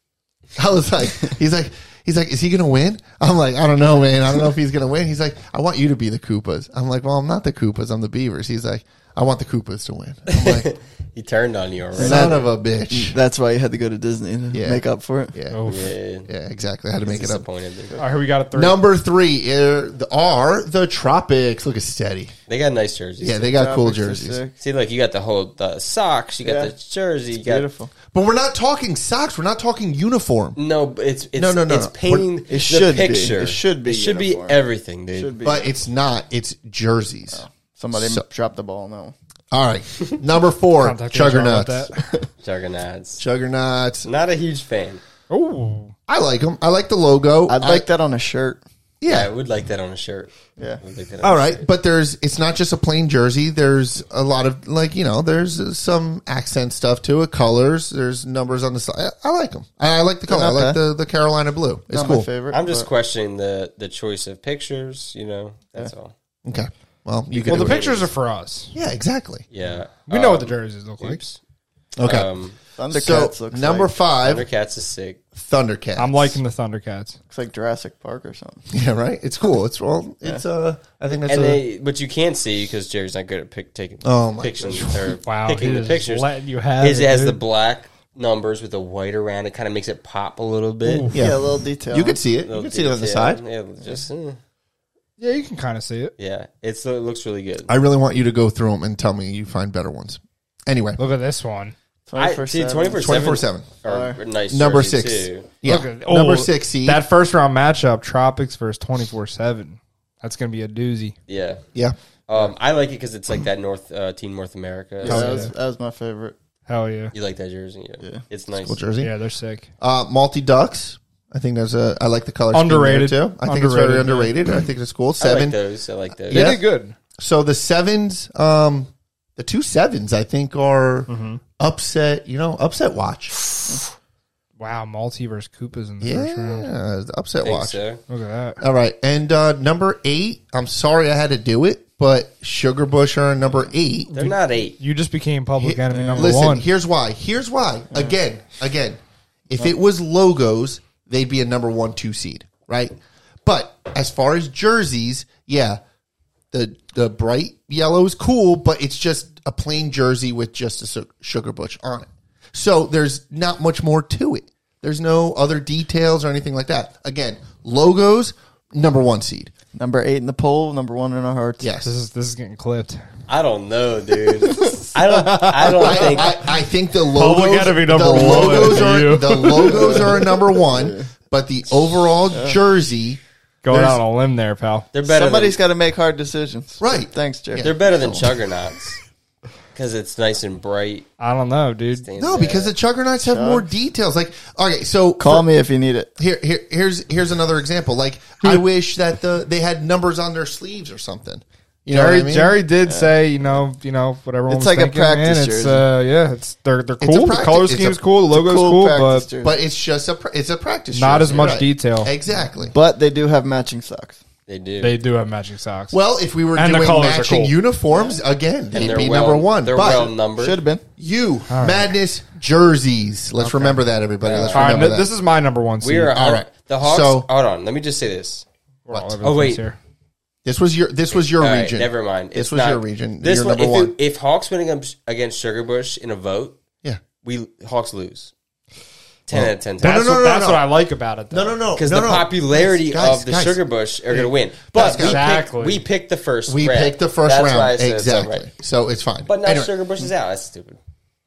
Speaker 1: I was like, he's like, he's like, is he gonna win? I'm like, I don't know, man. I don't know if he's gonna win. He's like, I want you to be the Koopas. I'm like, well, I'm not the Koopas. I'm the Beavers. He's like, I want the Koopas to win. I'm like,
Speaker 2: he turned on you already
Speaker 1: son of a bitch.
Speaker 3: That's why you had to go to Disney to
Speaker 1: Yeah.
Speaker 3: make up for it.
Speaker 1: Yeah,
Speaker 4: Oh, f-
Speaker 2: yeah,
Speaker 1: yeah, exactly. I had to make it up.
Speaker 2: disappointed dude.
Speaker 4: All right, here we got a three.
Speaker 1: Number three are the, are the tropics. Look at steady.
Speaker 2: they got nice jerseys
Speaker 1: Yeah, they got cool
Speaker 3: Tropics are
Speaker 1: jerseys.
Speaker 3: sick.
Speaker 2: see like you got the whole the socks you got
Speaker 3: Yeah.
Speaker 2: the jersey you got
Speaker 3: Beautiful.
Speaker 1: But we're not talking socks. We're not talking
Speaker 3: Mm.
Speaker 1: uniform.
Speaker 2: No, but it's it's
Speaker 1: No, no, no,
Speaker 2: it's
Speaker 1: no.
Speaker 2: painting
Speaker 3: It should
Speaker 2: the
Speaker 3: be.
Speaker 2: picture.
Speaker 3: It should be
Speaker 2: It should be
Speaker 3: uniform.
Speaker 2: everything, dude.
Speaker 3: Should be. Oh.
Speaker 1: But it's not. It's jerseys.
Speaker 3: Somebody
Speaker 1: So-
Speaker 3: dropped the ball. No.
Speaker 1: All right. Number four,
Speaker 4: Contact HR about
Speaker 1: Chuggernauts.
Speaker 2: Juggernauts.
Speaker 1: Chuggernauts.
Speaker 2: Not a huge fan.
Speaker 4: Oh,
Speaker 1: I like them. I like the logo.
Speaker 3: I'd like that on a shirt.
Speaker 1: I,
Speaker 2: Yeah, I
Speaker 1: yeah.
Speaker 2: would like that on a shirt.
Speaker 3: Yeah.
Speaker 2: I would like that on
Speaker 1: All
Speaker 2: a
Speaker 1: right, but there's it's not just a plain jersey. There's a lot of like you know there's uh, some accent stuff to it, colors. There's numbers on the side. I, I like them. I, I like the color. I like
Speaker 3: Okay.
Speaker 1: the, the Carolina blue. It's
Speaker 3: Not
Speaker 1: cool.
Speaker 3: my favorite.
Speaker 2: I'm just
Speaker 3: but-
Speaker 2: questioning the the choice of pictures. You know, that's all.
Speaker 1: Okay. Well, you, can.
Speaker 4: well, the
Speaker 2: do it.
Speaker 4: pictures are for us.
Speaker 1: yeah, exactly.
Speaker 2: Yeah,
Speaker 4: We know what the
Speaker 2: Um,
Speaker 4: jerseys look like.
Speaker 2: oops.
Speaker 1: Okay.
Speaker 2: Um,
Speaker 3: Thundercats
Speaker 1: so
Speaker 3: looks
Speaker 1: number
Speaker 3: like,
Speaker 1: five,
Speaker 2: Thundercats is sick.
Speaker 1: Thundercats.
Speaker 4: I'm liking the Thundercats.
Speaker 3: looks like Jurassic Park or something.
Speaker 1: yeah, right. It's cool. It's well. It's uh. I think that's
Speaker 2: And
Speaker 1: a,
Speaker 2: they, but you can't see because Jerry's not good at pick, taking
Speaker 1: Oh, my
Speaker 2: pictures or
Speaker 4: Wow,
Speaker 2: picking
Speaker 4: he
Speaker 2: the
Speaker 4: is
Speaker 2: pictures.
Speaker 4: letting you have
Speaker 2: His-
Speaker 4: it,
Speaker 2: has the
Speaker 4: dude.
Speaker 2: black numbers with the white around. It kind of makes it pop a little bit.
Speaker 4: Oof.
Speaker 3: Yeah,
Speaker 1: Yeah.
Speaker 3: a little detail.
Speaker 1: you could see it. You
Speaker 2: Little
Speaker 1: could see it on the
Speaker 2: detail.
Speaker 1: side.
Speaker 2: Yeah, just mm,
Speaker 4: Yeah, you can kind of see it.
Speaker 2: yeah. It's it looks really good.
Speaker 1: I really want you to go through them and tell me you find better ones. Anyway,
Speaker 4: Look at this one.
Speaker 2: I,
Speaker 3: 24
Speaker 2: see, twenty four
Speaker 1: 24 7.
Speaker 2: seven. Nice
Speaker 1: Number
Speaker 2: jersey,
Speaker 1: six.
Speaker 2: too.
Speaker 1: Yeah.
Speaker 4: Look at- oh,
Speaker 1: Number six seed.
Speaker 4: That first round matchup, Tropics versus twenty four seven. That's gonna be a doozy.
Speaker 2: Yeah,
Speaker 1: yeah.
Speaker 2: um, I like it because it's like that North uh, Team North America.
Speaker 3: Yeah, that, was, that was my favorite.
Speaker 4: Hell yeah,
Speaker 2: You like that jersey? Yeah,
Speaker 3: Yeah.
Speaker 2: it's nice.
Speaker 1: Cool jersey.
Speaker 4: yeah, they're sick.
Speaker 1: Uh, Multi Ducks. I think there's a. I like the color. scheme there,
Speaker 4: Underrated.
Speaker 1: too. I think it's very
Speaker 4: Underrated,
Speaker 1: underrated. I think it's cool.
Speaker 2: I like
Speaker 1: Seven.
Speaker 2: those. I like those.
Speaker 4: They
Speaker 1: Yeah.
Speaker 4: did good.
Speaker 1: so the sevens, um, the two sevens, I think are
Speaker 4: Mm-hmm.
Speaker 1: upset. You know, upset watch.
Speaker 4: Wow, Malty versus Koopas in the first round.
Speaker 1: Yeah, upset
Speaker 2: Think
Speaker 1: watch.
Speaker 2: so.
Speaker 4: Look at that.
Speaker 1: All right, and uh, number eight. I'm sorry I had to do it, but Sugar Bush are number eight.
Speaker 2: They're not eight.
Speaker 4: You just became public enemy number
Speaker 1: Listen,
Speaker 4: one.
Speaker 1: here's why. Here's why. Again, again. If it was logos, they'd be a number one, two seed, right? But as far as jerseys, yeah, the the bright yellow is cool, but it's just a plain jersey with just a su- sugar bush on it. So there's not much more to it. There's no other details or anything like that. Again, logos, number one seed.
Speaker 3: Number eight in the poll, number one in our hearts.
Speaker 1: Yes.
Speaker 4: this is this is getting clipped.
Speaker 2: I don't know, dude. I don't. I don't think.
Speaker 1: I, I think the logos,
Speaker 4: enemy number
Speaker 1: the
Speaker 4: one
Speaker 1: logos
Speaker 4: for you.
Speaker 1: are the logos are a number one, but the overall jersey,
Speaker 4: Going
Speaker 1: There's-
Speaker 4: out on a limb there, pal.
Speaker 2: They're
Speaker 3: Somebody's
Speaker 2: better. Somebody's. Than,
Speaker 3: got to make hard decisions.
Speaker 1: Right.
Speaker 3: Thanks, Jerry.
Speaker 2: they're better than Chuggernauts because it's nice and bright.
Speaker 4: I don't know, dude.
Speaker 2: and,
Speaker 1: no,
Speaker 2: uh,
Speaker 1: because the Chuggernauts have more details. Like, okay, so
Speaker 3: Call me if you need it.
Speaker 1: here, here, here's here's another example. Like, I wish that the they had numbers on their sleeves or something. You know
Speaker 4: Jerry,
Speaker 1: what I mean?
Speaker 4: Jerry did say, you know, you know, what everyone
Speaker 3: It's
Speaker 4: was
Speaker 3: like a
Speaker 4: thinking, man,
Speaker 3: practice
Speaker 4: It's,
Speaker 3: jersey.
Speaker 4: uh, yeah, it's they're they're
Speaker 1: a
Speaker 4: cool. The
Speaker 1: practice-
Speaker 4: color
Speaker 1: it's a-
Speaker 4: scheme's cool. The logo's
Speaker 3: cool
Speaker 4: cool,
Speaker 3: practice
Speaker 4: but
Speaker 3: jersey.
Speaker 1: but it's just a pra- it's a practice.
Speaker 4: Not as
Speaker 1: jersey,
Speaker 4: much detail.
Speaker 1: Exactly.
Speaker 3: But they do have matching socks.
Speaker 2: they do.
Speaker 4: they do have matching socks.
Speaker 1: Well, if we were
Speaker 4: And the
Speaker 1: doing
Speaker 4: colors are
Speaker 1: matching
Speaker 4: cool.
Speaker 1: uniforms again,
Speaker 2: and
Speaker 1: they'd
Speaker 2: they're
Speaker 1: be
Speaker 2: well,
Speaker 1: number one.
Speaker 2: They're
Speaker 1: but
Speaker 2: well numbered.
Speaker 3: Should have been.
Speaker 1: you madness jerseys. Let's remember that, everybody. Let's
Speaker 4: All right,
Speaker 1: remember
Speaker 4: th-
Speaker 1: that.
Speaker 4: this is my number one.
Speaker 2: We are
Speaker 1: All
Speaker 2: all
Speaker 1: right.
Speaker 2: right. The Hawks.
Speaker 1: So-
Speaker 2: hold on. Let me just say this.
Speaker 4: oh
Speaker 2: Oh,
Speaker 4: wait,
Speaker 2: wait.
Speaker 4: here.
Speaker 1: This was your. This was your
Speaker 2: All right,
Speaker 1: region.
Speaker 2: never mind.
Speaker 1: This
Speaker 2: It's
Speaker 1: was
Speaker 2: not-
Speaker 1: your region.
Speaker 2: This
Speaker 1: You're
Speaker 2: one,
Speaker 1: number
Speaker 2: if,
Speaker 1: one.
Speaker 2: it- if Hawks winning up against Sugarbush in a vote,
Speaker 1: yeah.
Speaker 2: we Hawks lose. Ten out of ten.
Speaker 4: That's,
Speaker 1: no, no,
Speaker 4: what,
Speaker 1: no,
Speaker 4: that's
Speaker 1: no.
Speaker 4: what I like about it. Though.
Speaker 1: No, no, no.
Speaker 2: because
Speaker 1: no,
Speaker 2: the
Speaker 1: no.
Speaker 2: popularity
Speaker 1: Guys,
Speaker 2: of the
Speaker 1: guys,
Speaker 2: Sugar Bush are going to win. But
Speaker 1: Guys,
Speaker 2: we,
Speaker 1: guys.
Speaker 4: Exactly.
Speaker 2: picked, we picked the first.
Speaker 1: We
Speaker 2: round.
Speaker 1: picked the first
Speaker 2: That's
Speaker 1: round
Speaker 2: why I said it's all
Speaker 1: exactly,
Speaker 2: right.
Speaker 1: so it's fine.
Speaker 2: But now
Speaker 1: Anyway,
Speaker 2: Sugar Bush is out. That's stupid.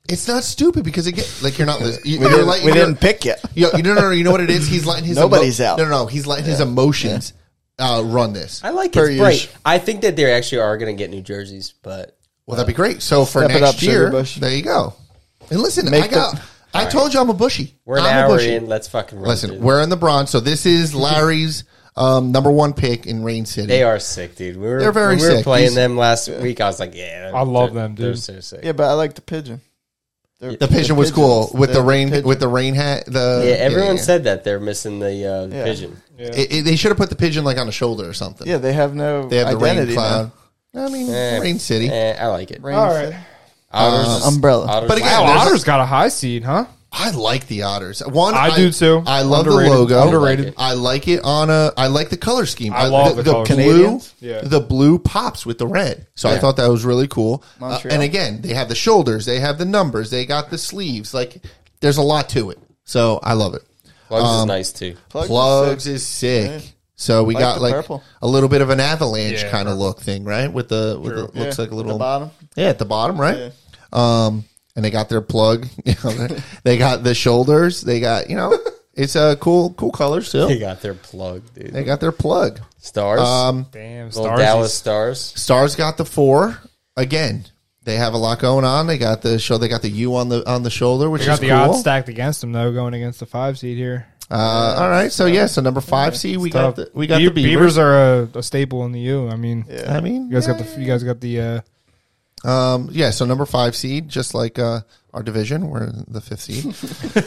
Speaker 1: it's not stupid because again, like you're not. Li- you,
Speaker 3: We
Speaker 1: you're
Speaker 3: didn't,
Speaker 1: like,
Speaker 3: we
Speaker 1: you're-
Speaker 3: didn't pick it.
Speaker 1: Yo, you, no, no, no. You know what it is? He's letting his
Speaker 3: Nobody's out.
Speaker 1: No, no, no. He's letting his emotions uh, run this.
Speaker 2: I like
Speaker 3: Per
Speaker 2: it. Right.
Speaker 3: usual.
Speaker 2: I think that they actually are going to get new jerseys, but
Speaker 1: Well, that'd be great. So for
Speaker 3: Step it
Speaker 1: next
Speaker 3: up, Sugar
Speaker 1: year,
Speaker 3: Bush.
Speaker 1: there you go. And listen, I
Speaker 3: Make the-
Speaker 1: got. I told you I'm a bushy.
Speaker 2: we're an
Speaker 1: I'm a
Speaker 2: hour
Speaker 1: bushy.
Speaker 2: in. Let's fucking run,
Speaker 1: Listen,
Speaker 2: dude.
Speaker 1: we're in the bronze, so this is Larry's um, number one pick in Rain City.
Speaker 2: They are sick, dude. We were,
Speaker 1: They're very
Speaker 2: when we were
Speaker 1: sick.
Speaker 2: playing
Speaker 1: These-
Speaker 2: them last week. I was like, yeah,
Speaker 4: I love
Speaker 2: they're-
Speaker 4: them, dude.
Speaker 2: They're so sick.
Speaker 3: Yeah, but I like the pigeon. They're-
Speaker 1: The pigeon was cool with the rain
Speaker 3: pigeon.
Speaker 1: with the rain hat. The
Speaker 2: Yeah, everyone
Speaker 1: yeah.
Speaker 2: said that they're missing the uh, the
Speaker 3: Yeah.
Speaker 2: pigeon.
Speaker 1: It- it- they should have put the pigeon like on a shoulder or something.
Speaker 3: Yeah, they have no
Speaker 1: they have the rain
Speaker 3: identity
Speaker 1: cloud. I mean,
Speaker 2: Eh,
Speaker 1: Rain City. Uh,
Speaker 2: eh, I like it.
Speaker 3: now. Rain
Speaker 4: All right.
Speaker 2: Otters is-
Speaker 3: umbrella.
Speaker 2: Otters
Speaker 1: But
Speaker 2: is-
Speaker 1: again-
Speaker 4: Wow,
Speaker 1: There's a-
Speaker 4: Otter's got a high seed, huh?
Speaker 1: I like the otters. One,
Speaker 4: I do too.
Speaker 1: I love
Speaker 4: Underrated.
Speaker 1: the logo.
Speaker 4: Underrated.
Speaker 1: I like it on a. I like the color scheme.
Speaker 4: I love the color scheme.
Speaker 1: blue.
Speaker 3: Canadians?
Speaker 4: Yeah.
Speaker 1: The blue pops with the red. So I
Speaker 2: Yeah.
Speaker 1: thought that was really cool. Uh,
Speaker 3: Montreal.
Speaker 1: and again, they have the shoulders. They have the numbers. They got the sleeves. Like there's a lot to it. So I love it.
Speaker 2: Plugs is
Speaker 1: um,
Speaker 2: nice too.
Speaker 1: Plugs,
Speaker 3: Plugs
Speaker 1: is sick. So we got
Speaker 3: the
Speaker 1: like
Speaker 3: purple.
Speaker 1: a little bit of an avalanche
Speaker 4: Yeah.
Speaker 1: kind of look thing, right? With the with the,
Speaker 3: Yeah,
Speaker 1: looks like a little
Speaker 3: the bottom.
Speaker 1: yeah, at the bottom, right? Um, and they got their plug. You know, they got the shoulders. They got you know, it's a cool, cool color still.
Speaker 2: They got their plug, dude.
Speaker 1: They got their plug.
Speaker 2: Stars,
Speaker 1: Um,
Speaker 4: Damn,
Speaker 2: little
Speaker 4: Starzy's-
Speaker 2: Dallas Stars.
Speaker 1: Stars got the four again. They have a lot going on. They got the show. They got the U on the on the shoulder, which
Speaker 4: They got
Speaker 1: is
Speaker 4: the
Speaker 1: cool.
Speaker 4: odds stacked against them though, going against the five seed here.
Speaker 1: Uh, all right, so yeah, so number five C, we got
Speaker 4: Tough.
Speaker 1: the we got
Speaker 4: Be-
Speaker 1: the Beavers.
Speaker 4: are a, a staple in the U. I mean,
Speaker 3: Yeah.
Speaker 1: I mean,
Speaker 4: you guys got the you guys got the uh,
Speaker 1: Um, yeah, so number five seed, just like uh, our division, we're the fifth seed.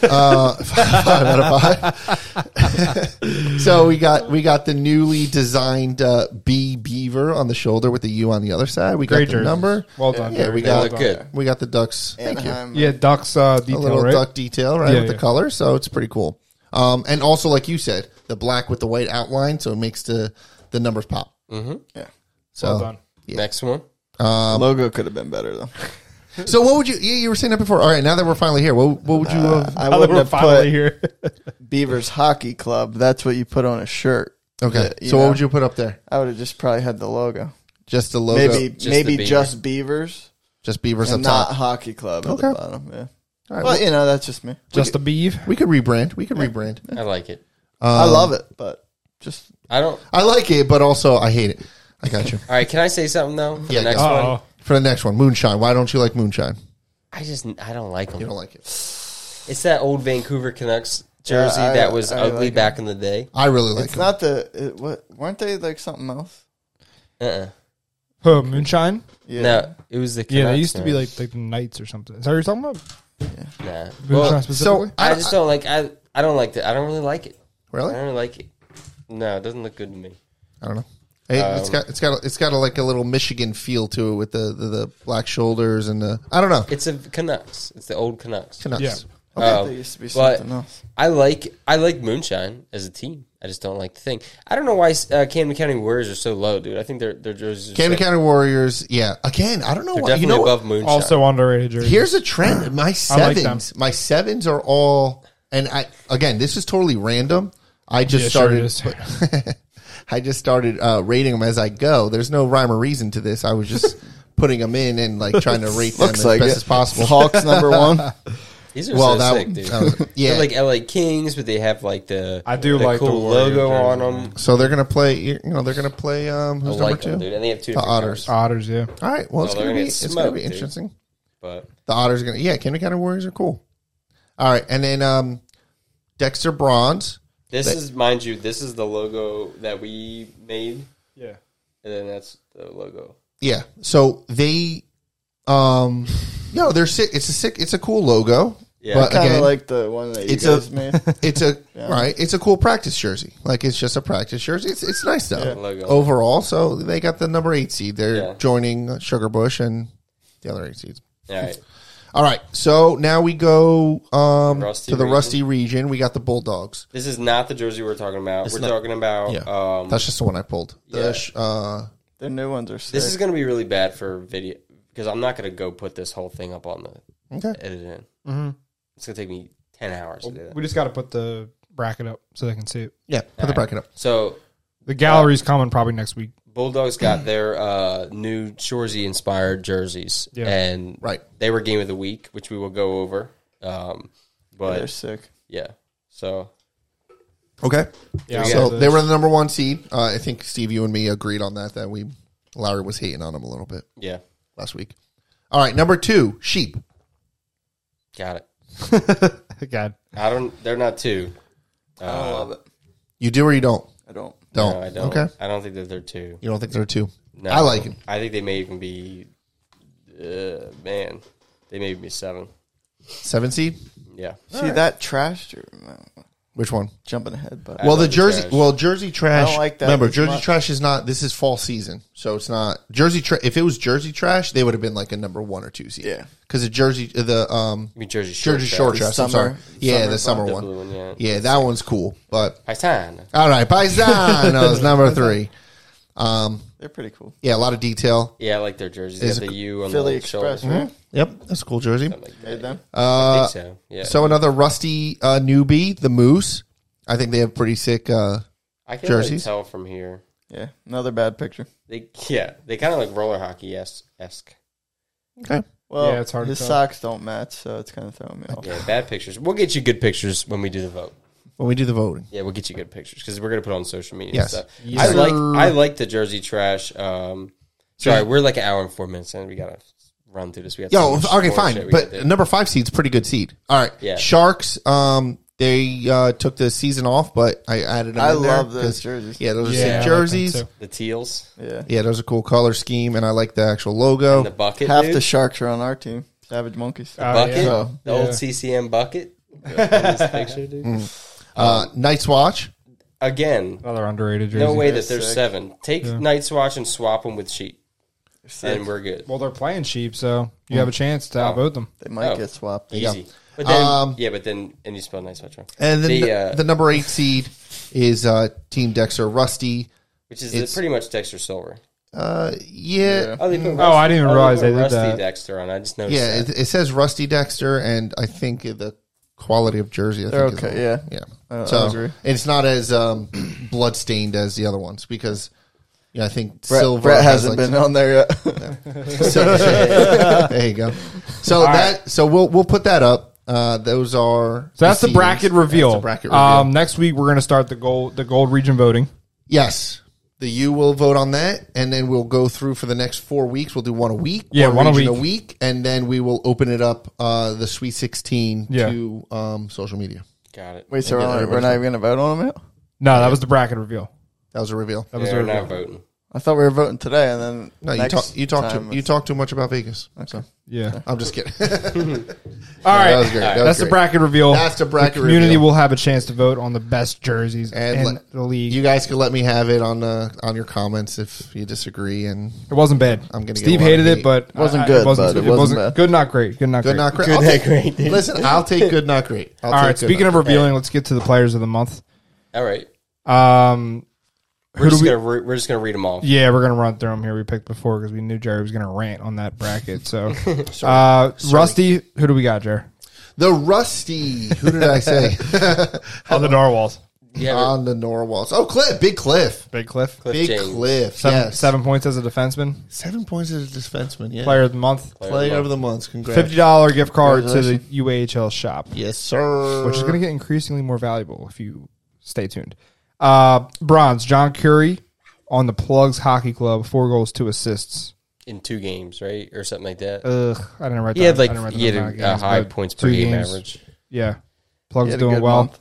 Speaker 1: uh, five, out of five. so we got we got the newly designed uh, B Beaver on the shoulder with the U on the other side. We got
Speaker 4: great
Speaker 1: the
Speaker 4: jerseys.
Speaker 1: number.
Speaker 4: Well done.
Speaker 1: Yeah,
Speaker 4: Jerry.
Speaker 1: we
Speaker 2: They
Speaker 1: got-
Speaker 4: Well
Speaker 2: look
Speaker 4: done.
Speaker 2: good.
Speaker 1: We got the ducks. Thank you.
Speaker 3: Anaheim,
Speaker 4: Yeah, Ducks uh,
Speaker 1: A
Speaker 4: detail,
Speaker 1: little
Speaker 4: right?
Speaker 1: duck detail, right,
Speaker 4: Yeah,
Speaker 1: with the
Speaker 4: yeah.
Speaker 1: color. So it's pretty cool. Um, and also, like you said, the black with the white outline, so it makes the the numbers pop.
Speaker 3: yeah.
Speaker 1: So.
Speaker 4: Well done.
Speaker 2: Next one.
Speaker 3: Logo could have been better though.
Speaker 1: So what would you? Yeah, you were saying that before. All right, now that we're finally here, what, what would you? uh, have
Speaker 3: I
Speaker 4: Now that
Speaker 3: wouldn't
Speaker 4: we're
Speaker 3: have
Speaker 4: finally
Speaker 3: put
Speaker 4: here.
Speaker 3: Beavers Hockey Club. That's what you put on a shirt.
Speaker 1: okay,
Speaker 3: Yeah,
Speaker 1: so
Speaker 3: yeah.
Speaker 1: what would you put up there?
Speaker 3: I would have just probably had the logo.
Speaker 1: Just the logo,
Speaker 3: maybe
Speaker 2: Just the
Speaker 3: maybe
Speaker 2: beaver.
Speaker 3: just Beavers
Speaker 1: just Beavers up
Speaker 3: and not
Speaker 1: top.
Speaker 3: Hockey Club at
Speaker 1: Okay.
Speaker 3: the bottom. Yeah.
Speaker 1: All right,
Speaker 3: Well, you know, that's just me.
Speaker 4: Just a beeve.
Speaker 1: we could rebrand. We could rebrand. Uh,
Speaker 2: I like it.
Speaker 1: Um,
Speaker 3: I love it, but just
Speaker 2: I don't.
Speaker 1: I like it, but also I hate it. I got you
Speaker 2: All right. Can I say something though? For
Speaker 1: Yeah,
Speaker 2: The next
Speaker 1: go.
Speaker 2: one.
Speaker 4: Oh,
Speaker 1: for the next one. Moonshine. Why don't you like moonshine?
Speaker 2: I just I don't like
Speaker 1: You
Speaker 2: them.
Speaker 1: don't like it.
Speaker 2: It's that old Vancouver Canucks jersey
Speaker 3: Yeah, I-
Speaker 2: that was
Speaker 3: I
Speaker 2: ugly
Speaker 3: like
Speaker 2: back in the day.
Speaker 1: I really like
Speaker 3: it's
Speaker 1: it.
Speaker 3: not the it, what weren't they like something else?
Speaker 2: Uh-uh.
Speaker 4: Huh, moonshine.
Speaker 3: Yeah.
Speaker 2: No, it was the
Speaker 4: Yeah,
Speaker 2: Canucks,
Speaker 4: they used to be
Speaker 2: man.
Speaker 4: like like the knights or something. Is that what you're talking about?
Speaker 2: Nah.
Speaker 4: Moonshine
Speaker 2: Well,
Speaker 4: specifically.
Speaker 1: so
Speaker 4: So,
Speaker 2: I just don't like. I I don't like that. I don't really like it. I
Speaker 1: really,
Speaker 2: don't really like it. No, it doesn't look good to me.
Speaker 1: I don't know. It, has got it's got it's got a, like a little Michigan feel to it with the, the, the black shoulders and the I don't know.
Speaker 2: It's a Canucks. It's the old Canucks.
Speaker 1: Canucks.
Speaker 4: Yeah.
Speaker 3: I thought
Speaker 2: Um,
Speaker 3: there used to be
Speaker 2: but-
Speaker 3: something else.
Speaker 2: I like I like Moonshine as a team. I just don't like the thing. I don't know why uh, Camden County Warriors are so low, dude. I think their their jerseys. Are
Speaker 1: Camden
Speaker 2: so-
Speaker 1: County Warriors. Yeah, again, I don't know.
Speaker 2: they're
Speaker 1: Why.
Speaker 2: definitely
Speaker 1: You know, what?
Speaker 2: above Moonshine.
Speaker 4: also underrated jersey.
Speaker 1: Here's a trend. My
Speaker 4: like
Speaker 1: sevens,
Speaker 4: them.
Speaker 1: my sevens are all, and I again, this is totally random. I just
Speaker 4: Yeah, sure it
Speaker 1: started. I just started uh, rating them as I go. There's no rhyme or reason to this. I was just putting them in and like trying to rate them
Speaker 3: Looks
Speaker 1: as
Speaker 3: like
Speaker 1: best
Speaker 3: it.
Speaker 1: as possible.
Speaker 3: Hawks number one.
Speaker 2: these are
Speaker 1: well,
Speaker 2: so
Speaker 1: that,
Speaker 2: sick, dude.
Speaker 1: that was- yeah.
Speaker 2: They're like LA Kings, but they have like the
Speaker 4: I do
Speaker 2: the
Speaker 4: like the
Speaker 2: cool
Speaker 4: Warrior
Speaker 2: logo
Speaker 4: jersey.
Speaker 2: on them.
Speaker 1: so they're gonna play. You know, they're gonna play. Um,
Speaker 2: I
Speaker 1: who's number
Speaker 2: like
Speaker 1: two?
Speaker 2: them, dude. And they have two
Speaker 1: the
Speaker 2: different
Speaker 1: Otters.
Speaker 2: colors,
Speaker 4: Otters, yeah.
Speaker 1: All right. Well, it's
Speaker 2: they're
Speaker 1: gonna be.
Speaker 2: gonna
Speaker 1: It's
Speaker 2: get
Speaker 1: gonna
Speaker 2: smoked,
Speaker 1: be
Speaker 2: dude.
Speaker 1: interesting.
Speaker 2: but
Speaker 1: The Otters are gonna. Yeah, Camden County Warriors are cool. All right, and then um, Dexter Bronze.
Speaker 2: this is, mind you, this is the logo that we made,
Speaker 4: Yeah.
Speaker 2: and then that's the logo.
Speaker 1: Yeah. So they, um, no, they're sick. It's a sick. It's a cool logo.
Speaker 2: Yeah.
Speaker 1: But
Speaker 3: Kind
Speaker 1: again,
Speaker 3: of like the one that you
Speaker 1: It's a-
Speaker 3: guys made.
Speaker 1: it's a right. It's a cool practice jersey. Like it's just a practice jersey. It's it's nice though.
Speaker 2: Logo.
Speaker 1: Overall, so they got the number eight seed. They're
Speaker 2: Yeah.
Speaker 1: joining Sugar Bush and the other eight seeds.
Speaker 2: All right,
Speaker 1: All right. So now we go um,
Speaker 2: Rusty
Speaker 1: to the
Speaker 2: region.
Speaker 1: rusty region. We got the Bulldogs.
Speaker 2: this is not the jersey we're talking about. we're
Speaker 1: not-
Speaker 2: talking about.
Speaker 1: Yeah.
Speaker 2: Um,
Speaker 1: That's just the one I pulled. The
Speaker 2: Yeah.
Speaker 1: sh- uh,
Speaker 3: Their new ones are sick.
Speaker 2: this is going to be really bad for video because I'm not going to go put this whole thing up on the
Speaker 1: okay.
Speaker 2: edit in.
Speaker 4: Mm-hmm.
Speaker 2: It's going to take me ten hours to do that.
Speaker 4: We just got to put the bracket up so they can see it.
Speaker 1: Yeah. Put the bracket up.
Speaker 2: So
Speaker 4: The gallery's coming probably next week.
Speaker 2: Bulldogs got their uh, new Shorzy inspired jerseys,
Speaker 4: Yeah.
Speaker 2: and
Speaker 1: Right.
Speaker 2: they were game of the week, which we will go over. Um,
Speaker 3: They're
Speaker 2: but
Speaker 3: sick.
Speaker 2: yeah, so
Speaker 1: Okay.
Speaker 4: Yeah.
Speaker 1: So
Speaker 4: I'll-
Speaker 1: they were the number one seed. Uh, I think Steve, you and me agreed on that. That we Lowry was hating on him a little bit
Speaker 2: yeah,
Speaker 1: last week. All right, number two, sheep.
Speaker 2: got it.
Speaker 4: God.
Speaker 2: I don't. They're not two.
Speaker 3: I don't love it.
Speaker 1: You do or you don't?
Speaker 3: I don't.
Speaker 1: Don't.
Speaker 2: No, I don't.
Speaker 1: Oh, Okay.
Speaker 2: I don't think that they're two.
Speaker 1: You don't think they're two?
Speaker 2: No,
Speaker 1: I like it.
Speaker 2: I think they may even be. Uh, man, they may be seven.
Speaker 1: Seven seed.
Speaker 2: Yeah.
Speaker 3: See that trash?
Speaker 1: Which one?
Speaker 3: Jumping ahead, but
Speaker 1: well,
Speaker 2: love
Speaker 1: the
Speaker 2: the
Speaker 1: jersey.
Speaker 2: trash.
Speaker 1: Well, jersey trash.
Speaker 3: I don't like that
Speaker 1: Remember,
Speaker 3: as
Speaker 1: jersey
Speaker 3: much.
Speaker 1: trash is not. This is fall season, so it's not jersey. Tra- if it was jersey trash, they would have been like a number one or two seed.
Speaker 3: Yeah.
Speaker 1: because the jersey, the um,
Speaker 2: I mean, Jersey Shore.
Speaker 1: jersey short
Speaker 3: trash.
Speaker 1: trash. I'm
Speaker 3: Summer-
Speaker 1: sorry. Yeah,
Speaker 3: summer
Speaker 1: the summer
Speaker 2: The
Speaker 1: one.
Speaker 2: blue one, yeah.
Speaker 1: Yeah, that one's cool. But
Speaker 2: Paisan.
Speaker 1: all right, paisanos number three.
Speaker 3: they're pretty cool.
Speaker 1: Yeah, a lot of detail.
Speaker 2: Yeah, I like their jerseys. They
Speaker 1: Is
Speaker 2: have
Speaker 1: it
Speaker 2: the U on
Speaker 3: Philly
Speaker 2: the shoulder.
Speaker 3: Express, right?
Speaker 1: Yep, that's a cool jersey.
Speaker 2: Like that.
Speaker 3: Made them.
Speaker 2: I think so. Yeah.
Speaker 1: Uh, So another rusty uh, newbie, the Moose. I think they have pretty sick. Uh,
Speaker 2: I can really
Speaker 1: jerseys?
Speaker 2: tell from here.
Speaker 3: Yeah, another bad picture.
Speaker 2: They yeah, they kind of like roller hockey esque.
Speaker 1: okay,
Speaker 3: Well,
Speaker 4: Yeah, it's hard to
Speaker 3: His
Speaker 4: tell.
Speaker 3: socks don't match, so it's kind of throwing me off.
Speaker 2: Yeah, bad pictures. We'll get you good pictures when we do the vote.
Speaker 1: when we do the voting,
Speaker 2: Yeah, we'll get you good pictures because we're gonna put on social media.
Speaker 1: Yes.
Speaker 2: and stuff.
Speaker 4: Yes,
Speaker 2: I like
Speaker 4: sir.
Speaker 2: I like the Jersey trash. Um, sorry, we're like an hour and four minutes in. We gotta run through this. We got so
Speaker 1: Yo,
Speaker 2: much
Speaker 1: okay,
Speaker 2: more shit
Speaker 1: fine.
Speaker 2: we
Speaker 1: But
Speaker 2: gotta do.
Speaker 1: number five seed's pretty good seed. All right.
Speaker 2: Yeah.
Speaker 1: Sharks, um, they uh, took the season off, but I added them
Speaker 3: I
Speaker 1: in there
Speaker 3: love those
Speaker 1: 'cause-
Speaker 3: jerseys.
Speaker 1: Yeah, those are
Speaker 4: Yeah, I like
Speaker 1: sick
Speaker 4: them
Speaker 1: jerseys.
Speaker 4: too.
Speaker 2: the teals,
Speaker 3: Yeah.
Speaker 1: yeah, those are cool color scheme, and I like the actual logo.
Speaker 2: the bucket,
Speaker 3: Half
Speaker 2: dude.
Speaker 3: the sharks are on our team. Savage monkeys.
Speaker 4: Uh,
Speaker 2: bucket,
Speaker 4: yeah.
Speaker 3: So,
Speaker 2: the old
Speaker 4: yeah.
Speaker 2: CCM bucket. This picture, dude.
Speaker 1: uh, Night's Watch.
Speaker 2: Again,
Speaker 4: Another underrated jersey.
Speaker 2: no way that there's
Speaker 3: Sick.
Speaker 2: seven. Take Night's Watch and swap them with sheep, and we're good.
Speaker 4: Well, they're playing cheap, so you
Speaker 1: Mm.
Speaker 4: have a chance to outvote them.
Speaker 3: they might
Speaker 2: Oh.
Speaker 3: get swapped.
Speaker 1: go.
Speaker 2: Easy. But then,
Speaker 1: Um,
Speaker 2: yeah, but then, and you spell Night's Watch wrong.
Speaker 1: And then
Speaker 2: The,
Speaker 1: the,
Speaker 2: uh,
Speaker 1: the number eight seed is uh, Team Dexter Rusty.
Speaker 2: Which is
Speaker 1: It's-
Speaker 2: pretty much Dexter Silver.
Speaker 1: Uh, yeah.
Speaker 2: Oh, they put
Speaker 4: Oh, I didn't
Speaker 2: they
Speaker 4: realize
Speaker 2: put
Speaker 4: they did
Speaker 2: Rusty
Speaker 4: that.
Speaker 2: Dexter on. I just noticed.
Speaker 1: Yeah,
Speaker 2: Yeah,
Speaker 1: it, it says Rusty Dexter, and I think the quality of jersey. I
Speaker 3: They're
Speaker 1: think
Speaker 3: okay,
Speaker 1: Is
Speaker 3: yeah.
Speaker 1: yeah.
Speaker 3: I- I
Speaker 1: so
Speaker 3: agree.
Speaker 1: it's not as um, bloodstained as the other ones because yeah, I think
Speaker 3: Brett,
Speaker 1: Silver
Speaker 3: Brett
Speaker 1: has,
Speaker 3: hasn't
Speaker 1: like,
Speaker 3: been on there yet.
Speaker 1: so- there you go. So that so we'll we'll put that up. Uh, those are
Speaker 4: So that's the
Speaker 1: seeds.
Speaker 4: bracket reveal.
Speaker 1: That's the bracket reveal.
Speaker 4: Um, next week we're going to start the gold the gold region voting.
Speaker 1: yes. The U will vote on that, and then we'll go through for the next four weeks. We'll do one a week,
Speaker 4: Yeah, one a
Speaker 1: region
Speaker 4: week.
Speaker 1: and then we will open it up uh, the Sweet Sixteen
Speaker 4: Yeah.
Speaker 1: to um, social media.
Speaker 2: got it.
Speaker 3: Wait, so we're, not- we're
Speaker 1: everybody's
Speaker 3: not even going to vote on them yet?
Speaker 4: No, that was the bracket reveal.
Speaker 1: That was a reveal.
Speaker 4: That was the
Speaker 2: They're
Speaker 4: reveal.
Speaker 2: not voting.
Speaker 3: I thought we were voting today, and then
Speaker 1: No, you
Speaker 3: next
Speaker 1: talk. You talk
Speaker 3: time
Speaker 1: too. You
Speaker 3: it's-
Speaker 1: talk too much about Vegas. So
Speaker 4: Yeah.
Speaker 1: I'm just kidding. That
Speaker 4: All right.
Speaker 1: was great. That was
Speaker 4: That's the
Speaker 1: great.
Speaker 4: bracket reveal.
Speaker 1: That's the bracket
Speaker 4: The community
Speaker 1: reveal.
Speaker 4: will have a chance to vote on the best jerseys
Speaker 1: And
Speaker 4: in
Speaker 1: let-
Speaker 4: the league.
Speaker 1: You guys can let me have it on uh, on your comments if you disagree. And
Speaker 4: it wasn't bad.
Speaker 1: I'm gonna get a lot
Speaker 4: Steve
Speaker 1: of
Speaker 4: hated it,
Speaker 1: hate.
Speaker 4: but it
Speaker 3: wasn't good, but it wasn't bad.
Speaker 4: good. Not great. Good. Not
Speaker 1: good,
Speaker 4: great.
Speaker 1: not great. I'll take- Listen, I'll take good, not great. I'll
Speaker 4: All
Speaker 1: take
Speaker 4: right.
Speaker 1: good,
Speaker 4: Speaking
Speaker 1: not
Speaker 4: of revealing, let's get to the players of the month.
Speaker 2: All right,
Speaker 4: Um,
Speaker 2: we're just
Speaker 4: we-
Speaker 2: gonna re- we're just gonna read them all.
Speaker 4: yeah, we're gonna run through them here. We picked before because we knew Jerry was gonna rant on that bracket. So, uh, Rusty, who do we got, Jerry?
Speaker 1: great. the rusty. Who did I say
Speaker 4: On the narwhals,
Speaker 2: Yeah,
Speaker 1: on the Norwals? Oh, Cliff, big Cliff,
Speaker 4: Big Cliff.
Speaker 2: Cliff
Speaker 1: big
Speaker 2: James.
Speaker 1: Cliff.
Speaker 4: Seven,
Speaker 1: yes,
Speaker 4: seven points as a defenseman,
Speaker 1: Seven points as a defenseman. Yeah,
Speaker 4: player of the month,
Speaker 1: player of the month. Congrats.
Speaker 4: fifty dollar gift card to the UAHL shop,
Speaker 1: Yes, sir.
Speaker 4: which is gonna get increasingly more valuable if you stay tuned. Uh, bronze, John Curry on the Plugs Hockey Club, four goals, two assists.
Speaker 2: in two games, right, or something like that.
Speaker 4: Ugh, I didn't write.
Speaker 2: he had
Speaker 4: that-
Speaker 2: like
Speaker 4: Uh, I didn't write the
Speaker 2: he had
Speaker 4: number
Speaker 2: a,
Speaker 4: of games,
Speaker 2: a high
Speaker 4: but
Speaker 2: points per
Speaker 4: two
Speaker 2: game
Speaker 4: games.
Speaker 2: average.
Speaker 4: Yeah, Plugs
Speaker 3: had a
Speaker 4: doing
Speaker 3: good
Speaker 4: well.
Speaker 3: month.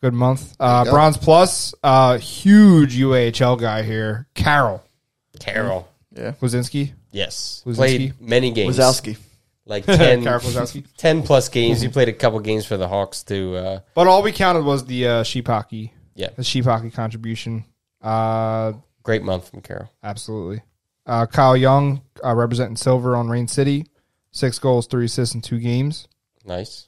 Speaker 4: Good month. Uh,
Speaker 1: go.
Speaker 4: Bronze Plus, uh, huge UAHL guy here. Carol
Speaker 2: Carol,
Speaker 3: Yeah.
Speaker 4: Kwasinski.
Speaker 2: yes,
Speaker 4: Wozniacki?
Speaker 2: played many games.
Speaker 3: Wazowski.
Speaker 2: Like 10,
Speaker 4: Carol Kwasowski.
Speaker 2: 10 plus games. He played a couple games for the Hawks too. Uh,
Speaker 4: But all we counted was the uh, sheep hockey,
Speaker 2: yeah,
Speaker 4: the sheep hockey contribution. Uh,
Speaker 2: great month from Carol.
Speaker 4: absolutely. Uh, Kyle Young uh, representing silver on Rain City, six goals, three assists in two games.
Speaker 2: Nice.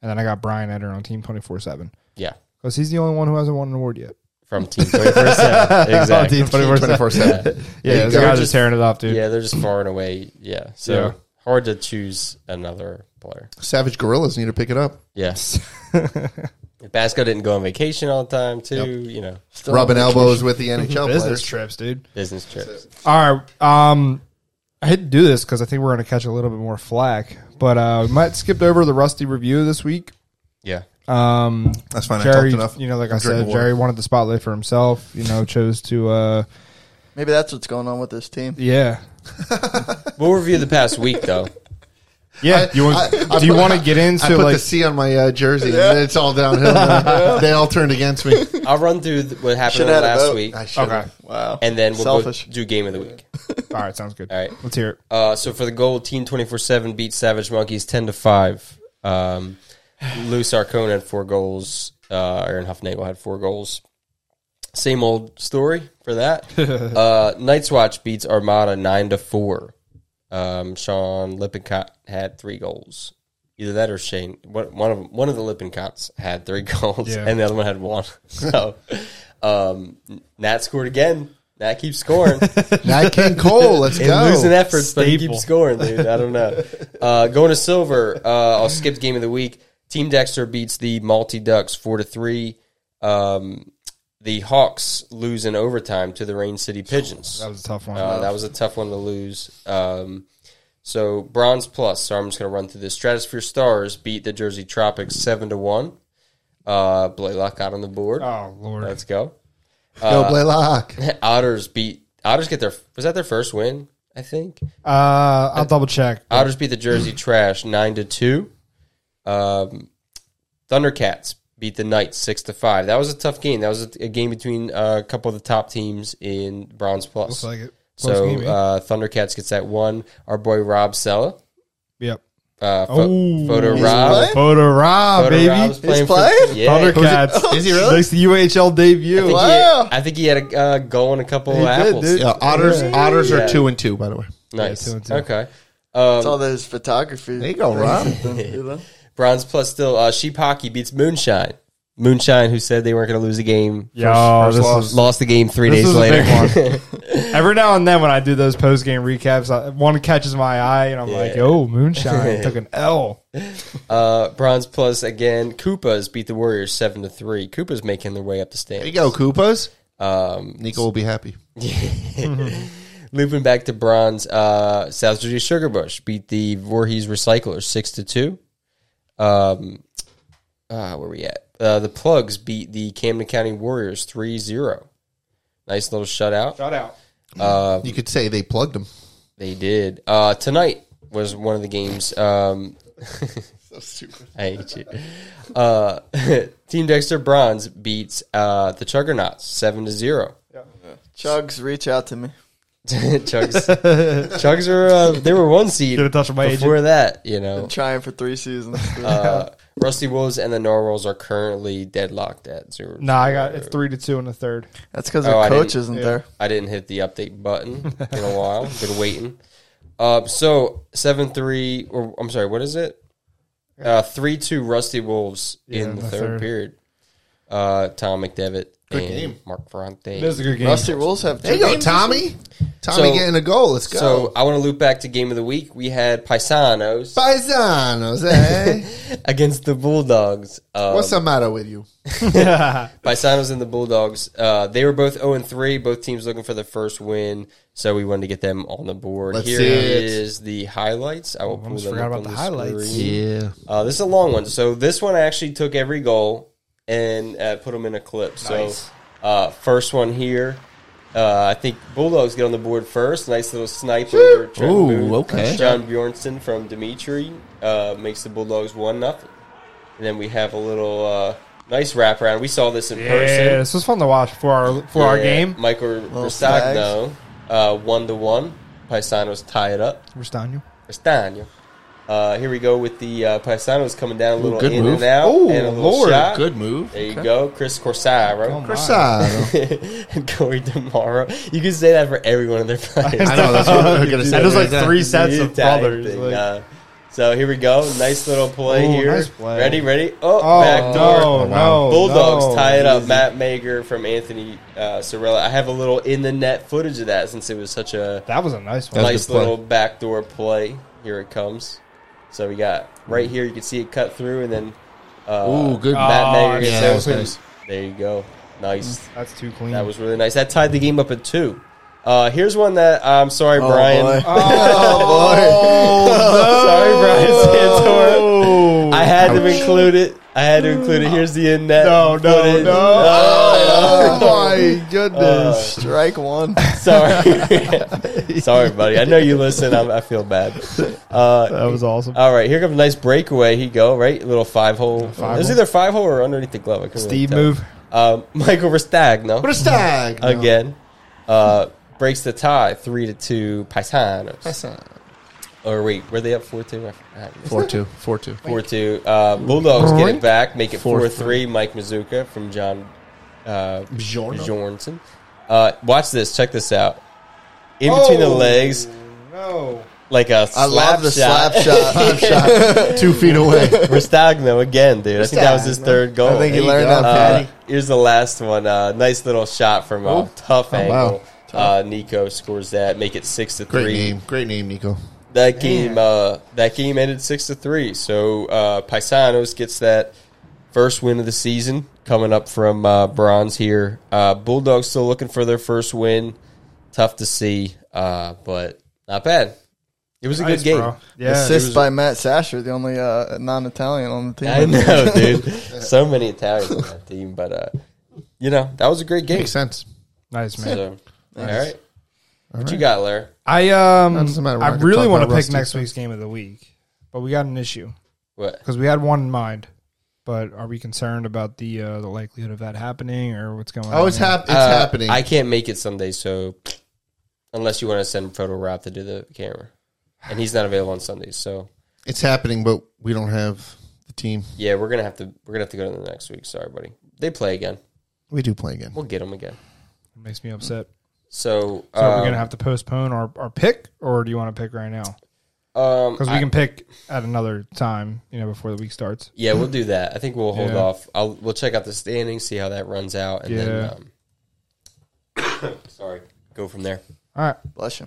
Speaker 4: And then I got Brian Eder on Team Twenty Four Seven
Speaker 2: Yeah,
Speaker 4: because he's the only one who hasn't won an award yet.
Speaker 2: from Team Twenty Four
Speaker 4: Oh,
Speaker 2: Seven. Exactly.
Speaker 1: twenty four seven.
Speaker 4: Yeah, this
Speaker 1: go.
Speaker 4: guy's
Speaker 2: Just-
Speaker 4: just tearing it up, dude.
Speaker 2: Yeah, they're just far and away. Yeah, so
Speaker 4: Yeah.
Speaker 2: hard to choose another player.
Speaker 1: Savage Gorillas need to pick it up.
Speaker 2: Yes. Basco didn't go on vacation all the time too. You know,
Speaker 1: Rubbing elbows with the NHL
Speaker 4: Business
Speaker 1: players.
Speaker 4: trips, dude.
Speaker 2: business trips.
Speaker 4: All right. Um, I hate to do this because I think we're going to catch a little bit more flack, but uh, we might skip over the Rusty review this week.
Speaker 2: Yeah.
Speaker 4: Um,
Speaker 1: That's fine. I talked
Speaker 4: Jerry,
Speaker 1: enough.
Speaker 4: you know, like i
Speaker 1: I'm drinking
Speaker 4: said,
Speaker 1: water.
Speaker 4: Jerry wanted the spotlight for himself. You know, chose to, uh,
Speaker 3: Maybe that's what's going on with this team.
Speaker 4: yeah,
Speaker 2: We'll review the past week though.
Speaker 4: yeah. you want?
Speaker 1: I
Speaker 4: do you
Speaker 1: put-
Speaker 4: want to get
Speaker 1: I
Speaker 4: into
Speaker 1: put
Speaker 4: like?
Speaker 1: the C on my uh, jersey, and it's all downhill. now. they all turned against me.
Speaker 2: I'll run through th- what happened
Speaker 3: Should add a
Speaker 2: last
Speaker 3: vote.
Speaker 2: week,
Speaker 1: I should've.
Speaker 4: okay.
Speaker 3: Wow.
Speaker 2: and then we'll go
Speaker 3: Selfish.
Speaker 2: do game of the week.
Speaker 4: All right. Sounds good.
Speaker 2: All right.
Speaker 4: Let's hear it.
Speaker 2: Uh, so for the goal, Team Twenty Four Seven beat Savage Monkeys ten to five. Um, Lou Sarcone had four goals. Uh, Aaron Huffnagel had four goals. Same old story for that. uh, Night's Watch beats Armada nine to four. Um, Sean Lippincott had three goals. Either that or Shane. One one of one of the Lippincott's had three goals,
Speaker 4: Yeah.
Speaker 2: and the other one had one. So um, Nat scored again. Nat keeps scoring.
Speaker 1: Nat King Cole, let's
Speaker 2: in losing
Speaker 1: go.
Speaker 2: efforts, but he keeps scoring, dude. I don't know. Uh, going to silver. Uh, I'll skip game of the week. Team Dexter beats the Malty Ducks four to three. Um, the Hawks lose in overtime to the Rain City Pigeons.
Speaker 4: Oh, That was a tough one.
Speaker 2: Uh, that was a tough one to lose. Um, so bronze plus. So I'm just going to run through this. Stratosphere Stars beat the Jersey Tropics seven to one. Uh, Blaylock got on the board.
Speaker 4: oh Lord.
Speaker 2: Let's go.
Speaker 1: Go Blaylock.
Speaker 2: Otters beat Otters get their was that their first win? I think.
Speaker 4: Uh, I'll double check.
Speaker 2: Otters beat the Jersey Trash nine to two. Um, Thundercats beat the Knights six to five. That was a tough game. That was a, a game between uh, a couple of the top teams in Bronze Plus.
Speaker 4: Looks like it. Close
Speaker 2: so
Speaker 4: game, eh?
Speaker 2: uh, Thundercats gets that one. Our boy Rob Sella,
Speaker 4: yep.
Speaker 2: uh, pho-
Speaker 4: Ooh.
Speaker 2: photo
Speaker 4: Oh, He's
Speaker 2: Rob,
Speaker 3: playing?
Speaker 4: Photo Rob,
Speaker 2: photo
Speaker 4: baby.
Speaker 2: Rob's playing for-
Speaker 3: playing?
Speaker 2: yeah. Oh,
Speaker 4: Thundercats.
Speaker 1: Is he really?
Speaker 4: Makes the UHL debut.
Speaker 2: I think he-
Speaker 3: Wow.
Speaker 2: I think he had a uh, goal and a couple
Speaker 4: He
Speaker 2: of
Speaker 4: did,
Speaker 2: apples.
Speaker 4: dude.
Speaker 1: Yeah, otters. Otters
Speaker 2: Yeah.
Speaker 1: are two and two, by the way.
Speaker 2: Nice.
Speaker 4: Yeah, two and two.
Speaker 2: Okay. Um,
Speaker 3: It's all those photography.
Speaker 1: There you go, Rob.
Speaker 3: Rob.
Speaker 2: Bronze plus still uh, sheep hockey beats Moonshine. Moonshine, who said they weren't going to lose a game,
Speaker 4: Yo,
Speaker 3: First
Speaker 4: oh, this
Speaker 3: loss.
Speaker 4: is-
Speaker 2: lost the game three days
Speaker 4: This was a
Speaker 2: later.
Speaker 4: big every now and then when I do those post game recaps, I, one catches my eye and I'm like,
Speaker 2: Yeah.
Speaker 4: "Yo, moonshine took an L."
Speaker 2: uh, bronze plus again. Koopas beat the Warriors seven to three. Koopas making their way up the
Speaker 1: There you
Speaker 2: standings.
Speaker 1: go, Koopas.
Speaker 2: Um,
Speaker 1: Nico will be happy.
Speaker 2: looping back to bronze, uh, South Jersey Sugarbush beat the Voorhees Recyclers six to two. Um, uh, where we at? Uh, the Plugs beat the Camden County Warriors 3-0. Nice little shutout.
Speaker 4: Shout out.
Speaker 2: Uh,
Speaker 1: You could say they plugged him.
Speaker 2: They did. Uh, tonight was one of the games. Um,
Speaker 3: So stupid.
Speaker 2: I hate you. Uh, Team Dexter Bronze beats uh, the Chuggernauts seven to zero.
Speaker 3: Chugs, reach out to me.
Speaker 2: Chugs, Chugs are uh, they were one seed
Speaker 4: Get in touch with my
Speaker 2: before that. You know,
Speaker 3: Been trying for three seasons.
Speaker 2: uh, Rusty Wolves and the Norwals are currently deadlocked at zero.
Speaker 4: Nah, I got it's three to two in the third.
Speaker 3: That's because
Speaker 2: oh, I
Speaker 3: our coach
Speaker 2: didn't-
Speaker 3: isn't
Speaker 4: yeah.
Speaker 3: there.
Speaker 2: I didn't hit the update button in a while. Been waiting. Uh, so seven three, or I'm sorry, what is it? Uh, three two Rusty Wolves
Speaker 4: Yeah,
Speaker 2: in the
Speaker 4: the
Speaker 2: third,
Speaker 4: third.
Speaker 2: period. Uh, Tom McDevitt and
Speaker 1: game.
Speaker 2: Mark Ferrante.
Speaker 4: This is a good game.
Speaker 3: Rusty Wolves have two
Speaker 1: There you go,
Speaker 3: games.
Speaker 1: Tommy. Tommy
Speaker 2: So-
Speaker 1: getting a goal. Let's go.
Speaker 2: so I want to loop back to game of the week. We had Paisanos
Speaker 1: Paisanos, eh?
Speaker 2: against the Bulldogs. Um,
Speaker 1: What's the matter with you?
Speaker 2: Paisanos and the Bulldogs. Uh, they were both 0 and 3, both teams looking for the first win, so we wanted to get them on the board.
Speaker 1: Let's
Speaker 2: Here
Speaker 1: see it.
Speaker 2: is the highlights. I will pull
Speaker 4: almost
Speaker 2: them
Speaker 4: forgot
Speaker 2: up
Speaker 4: about
Speaker 2: on
Speaker 4: the
Speaker 2: the
Speaker 4: highlights.
Speaker 2: screen.
Speaker 1: Yeah.
Speaker 2: Uh, this is a long one. So this one I actually took every goal and uh, put them in a clip.
Speaker 4: Nice.
Speaker 2: So uh, first one here. Uh, I think Bulldogs get on the board first. Nice little sniper. Trent
Speaker 1: Ooh,
Speaker 2: Booth.
Speaker 1: okay.
Speaker 2: John Bjornsson from Dimitri uh, makes the Bulldogs one nothing. And then we have a little uh, nice wraparound. We saw this in
Speaker 4: Yeah,
Speaker 2: person
Speaker 4: this was fun to watch for our for our
Speaker 2: Yeah,
Speaker 4: game.
Speaker 2: Michael Restagno, uh, one to one. Paisanos tie it up.
Speaker 4: Restano.
Speaker 2: Castaño. Uh, here we go with the uh, Paisanos coming down a little
Speaker 1: good
Speaker 2: in
Speaker 1: move.
Speaker 2: and out.
Speaker 4: Oh,
Speaker 2: and a little
Speaker 4: Lord,
Speaker 2: shot.
Speaker 1: move.
Speaker 2: There you go, Chris Corsaro.
Speaker 4: my.
Speaker 1: Corsano.
Speaker 2: and Corey DeMauro. You can say that for every one of their players.
Speaker 1: I know, that's what I was gonna say.
Speaker 4: That was like
Speaker 1: Yeah.
Speaker 4: three sets
Speaker 2: You
Speaker 4: of
Speaker 2: type
Speaker 4: brothers.
Speaker 2: thing,
Speaker 4: like-
Speaker 2: uh, so here we go. Nice little play
Speaker 4: Ooh,
Speaker 2: here.
Speaker 4: nice play.
Speaker 2: Ready, ready. Oh,
Speaker 4: oh
Speaker 2: back door. Oh,
Speaker 4: no,
Speaker 1: wow.
Speaker 4: no,
Speaker 2: Bulldogs
Speaker 4: no.
Speaker 2: tie it up. Matt Mager from Anthony uh, Sorella. I have a little in the net footage of that since it was such a
Speaker 4: That was a nice one.
Speaker 1: That was
Speaker 2: nice
Speaker 1: good play.
Speaker 2: little backdoor play. Here it comes. So we got right here. You can see it cut through, and then uh,
Speaker 1: Ooh, good.
Speaker 2: Matt
Speaker 4: Oh,
Speaker 2: Mayer gets
Speaker 1: yeah, that was
Speaker 2: open.
Speaker 1: nice.
Speaker 2: There you go. Nice.
Speaker 4: That's too clean.
Speaker 2: That was really nice. That tied the game up at two. Uh, here's one that I'm sorry,
Speaker 3: Oh,
Speaker 2: Brian.
Speaker 3: boy.
Speaker 2: sorry, Brian Santora.
Speaker 4: oh,
Speaker 2: I had to include it. I had to include it. Here's the in net.
Speaker 4: no, no,
Speaker 2: footage.
Speaker 4: no.
Speaker 2: Oh,
Speaker 4: Oh, my goodness.
Speaker 3: Strike one.
Speaker 2: Sorry, sorry, buddy. I know you listen. I'm, I feel bad. Uh,
Speaker 4: that was awesome.
Speaker 2: all right, here comes a nice breakaway. He go right, little five hole.
Speaker 4: Five
Speaker 2: it was
Speaker 4: hole.
Speaker 2: either five hole or underneath the glove. I couldn't really
Speaker 4: Steve
Speaker 2: tell.
Speaker 4: move.
Speaker 2: Um, Michael Verstag, no,
Speaker 1: What a stag. No.
Speaker 2: again, uh, breaks the tie, three to two. Paisanos. Or wait, were they up four two? I forgot.
Speaker 1: Four two. Four two.
Speaker 2: Four two. Uh, Bulldogs get it back, make it
Speaker 1: Four,
Speaker 2: four three. Mike Mazuka from John uh,
Speaker 1: Bjorn.
Speaker 2: Bjornsson. Uh, watch this. Check this out. In between the
Speaker 4: Oh.
Speaker 2: legs,
Speaker 4: No.
Speaker 2: like a
Speaker 3: I
Speaker 2: slap
Speaker 3: love the
Speaker 2: shot.
Speaker 3: slap shot.
Speaker 1: Two feet away.
Speaker 2: Restagno again, dude. I think that was his
Speaker 1: Restagno.
Speaker 2: third goal.
Speaker 3: I think
Speaker 1: There
Speaker 3: he
Speaker 1: you
Speaker 3: learned
Speaker 1: go.
Speaker 3: that.
Speaker 2: Uh,
Speaker 3: Patty.
Speaker 2: here's the last one. Uh, nice little shot from a tough
Speaker 1: Oh, wow.
Speaker 2: angle. Uh, Nico scores that, make it six to
Speaker 1: Great
Speaker 2: three.
Speaker 1: name. Great name, Nico.
Speaker 2: That game, uh, that game ended six to three. So uh, Paisanos gets that first win of the season, coming up from uh, bronze here. Uh, Bulldogs still looking for their first win. Tough to see, uh, but not bad. It was a
Speaker 4: Nice,
Speaker 2: good game.
Speaker 4: bro. Yeah.
Speaker 3: Assist by Matt Sasher, the only uh, non-Italian on the team.
Speaker 2: I know, dude. so many Italians on that team, but uh, you know that was a great game.
Speaker 1: Makes sense.
Speaker 4: Nice, man.
Speaker 2: So, All right. What you got, Larry?
Speaker 4: I um,
Speaker 1: That doesn't matter. We're
Speaker 4: I
Speaker 1: not gonna
Speaker 4: really
Speaker 1: talk
Speaker 4: want
Speaker 1: about
Speaker 4: to pick
Speaker 1: Rusty,
Speaker 4: next
Speaker 1: so-
Speaker 4: week's game of the week, but we got an issue
Speaker 2: What?
Speaker 4: because we had one in mind. But are we concerned about the uh, the likelihood of that happening or what's going on?
Speaker 1: Oh, it's
Speaker 4: there?
Speaker 1: hap- It's
Speaker 2: Uh,
Speaker 1: happening.
Speaker 2: I can't make it Sunday, so unless you want to send Photo Rap to do the camera, and he's not available on Sundays, so
Speaker 1: it's happening, but we don't have the team.
Speaker 2: yeah, we're gonna have to we're gonna have to go to the next week. Sorry, buddy. They play again.
Speaker 1: We do play again.
Speaker 2: We'll get them again.
Speaker 4: It makes me upset.
Speaker 2: So,
Speaker 4: So we're
Speaker 2: um,
Speaker 4: gonna have to postpone our, our pick, or do you want to pick right now?
Speaker 2: um,
Speaker 4: Because we
Speaker 2: I-
Speaker 4: can pick at another time, you know, before the week starts.
Speaker 2: yeah, we'll do that. I think we'll hold
Speaker 4: Yeah.
Speaker 2: off. I'll we'll check out the standings, see how that runs out, and
Speaker 4: Yeah.
Speaker 2: then um, sorry, go from there.
Speaker 4: All right.
Speaker 3: Bless you.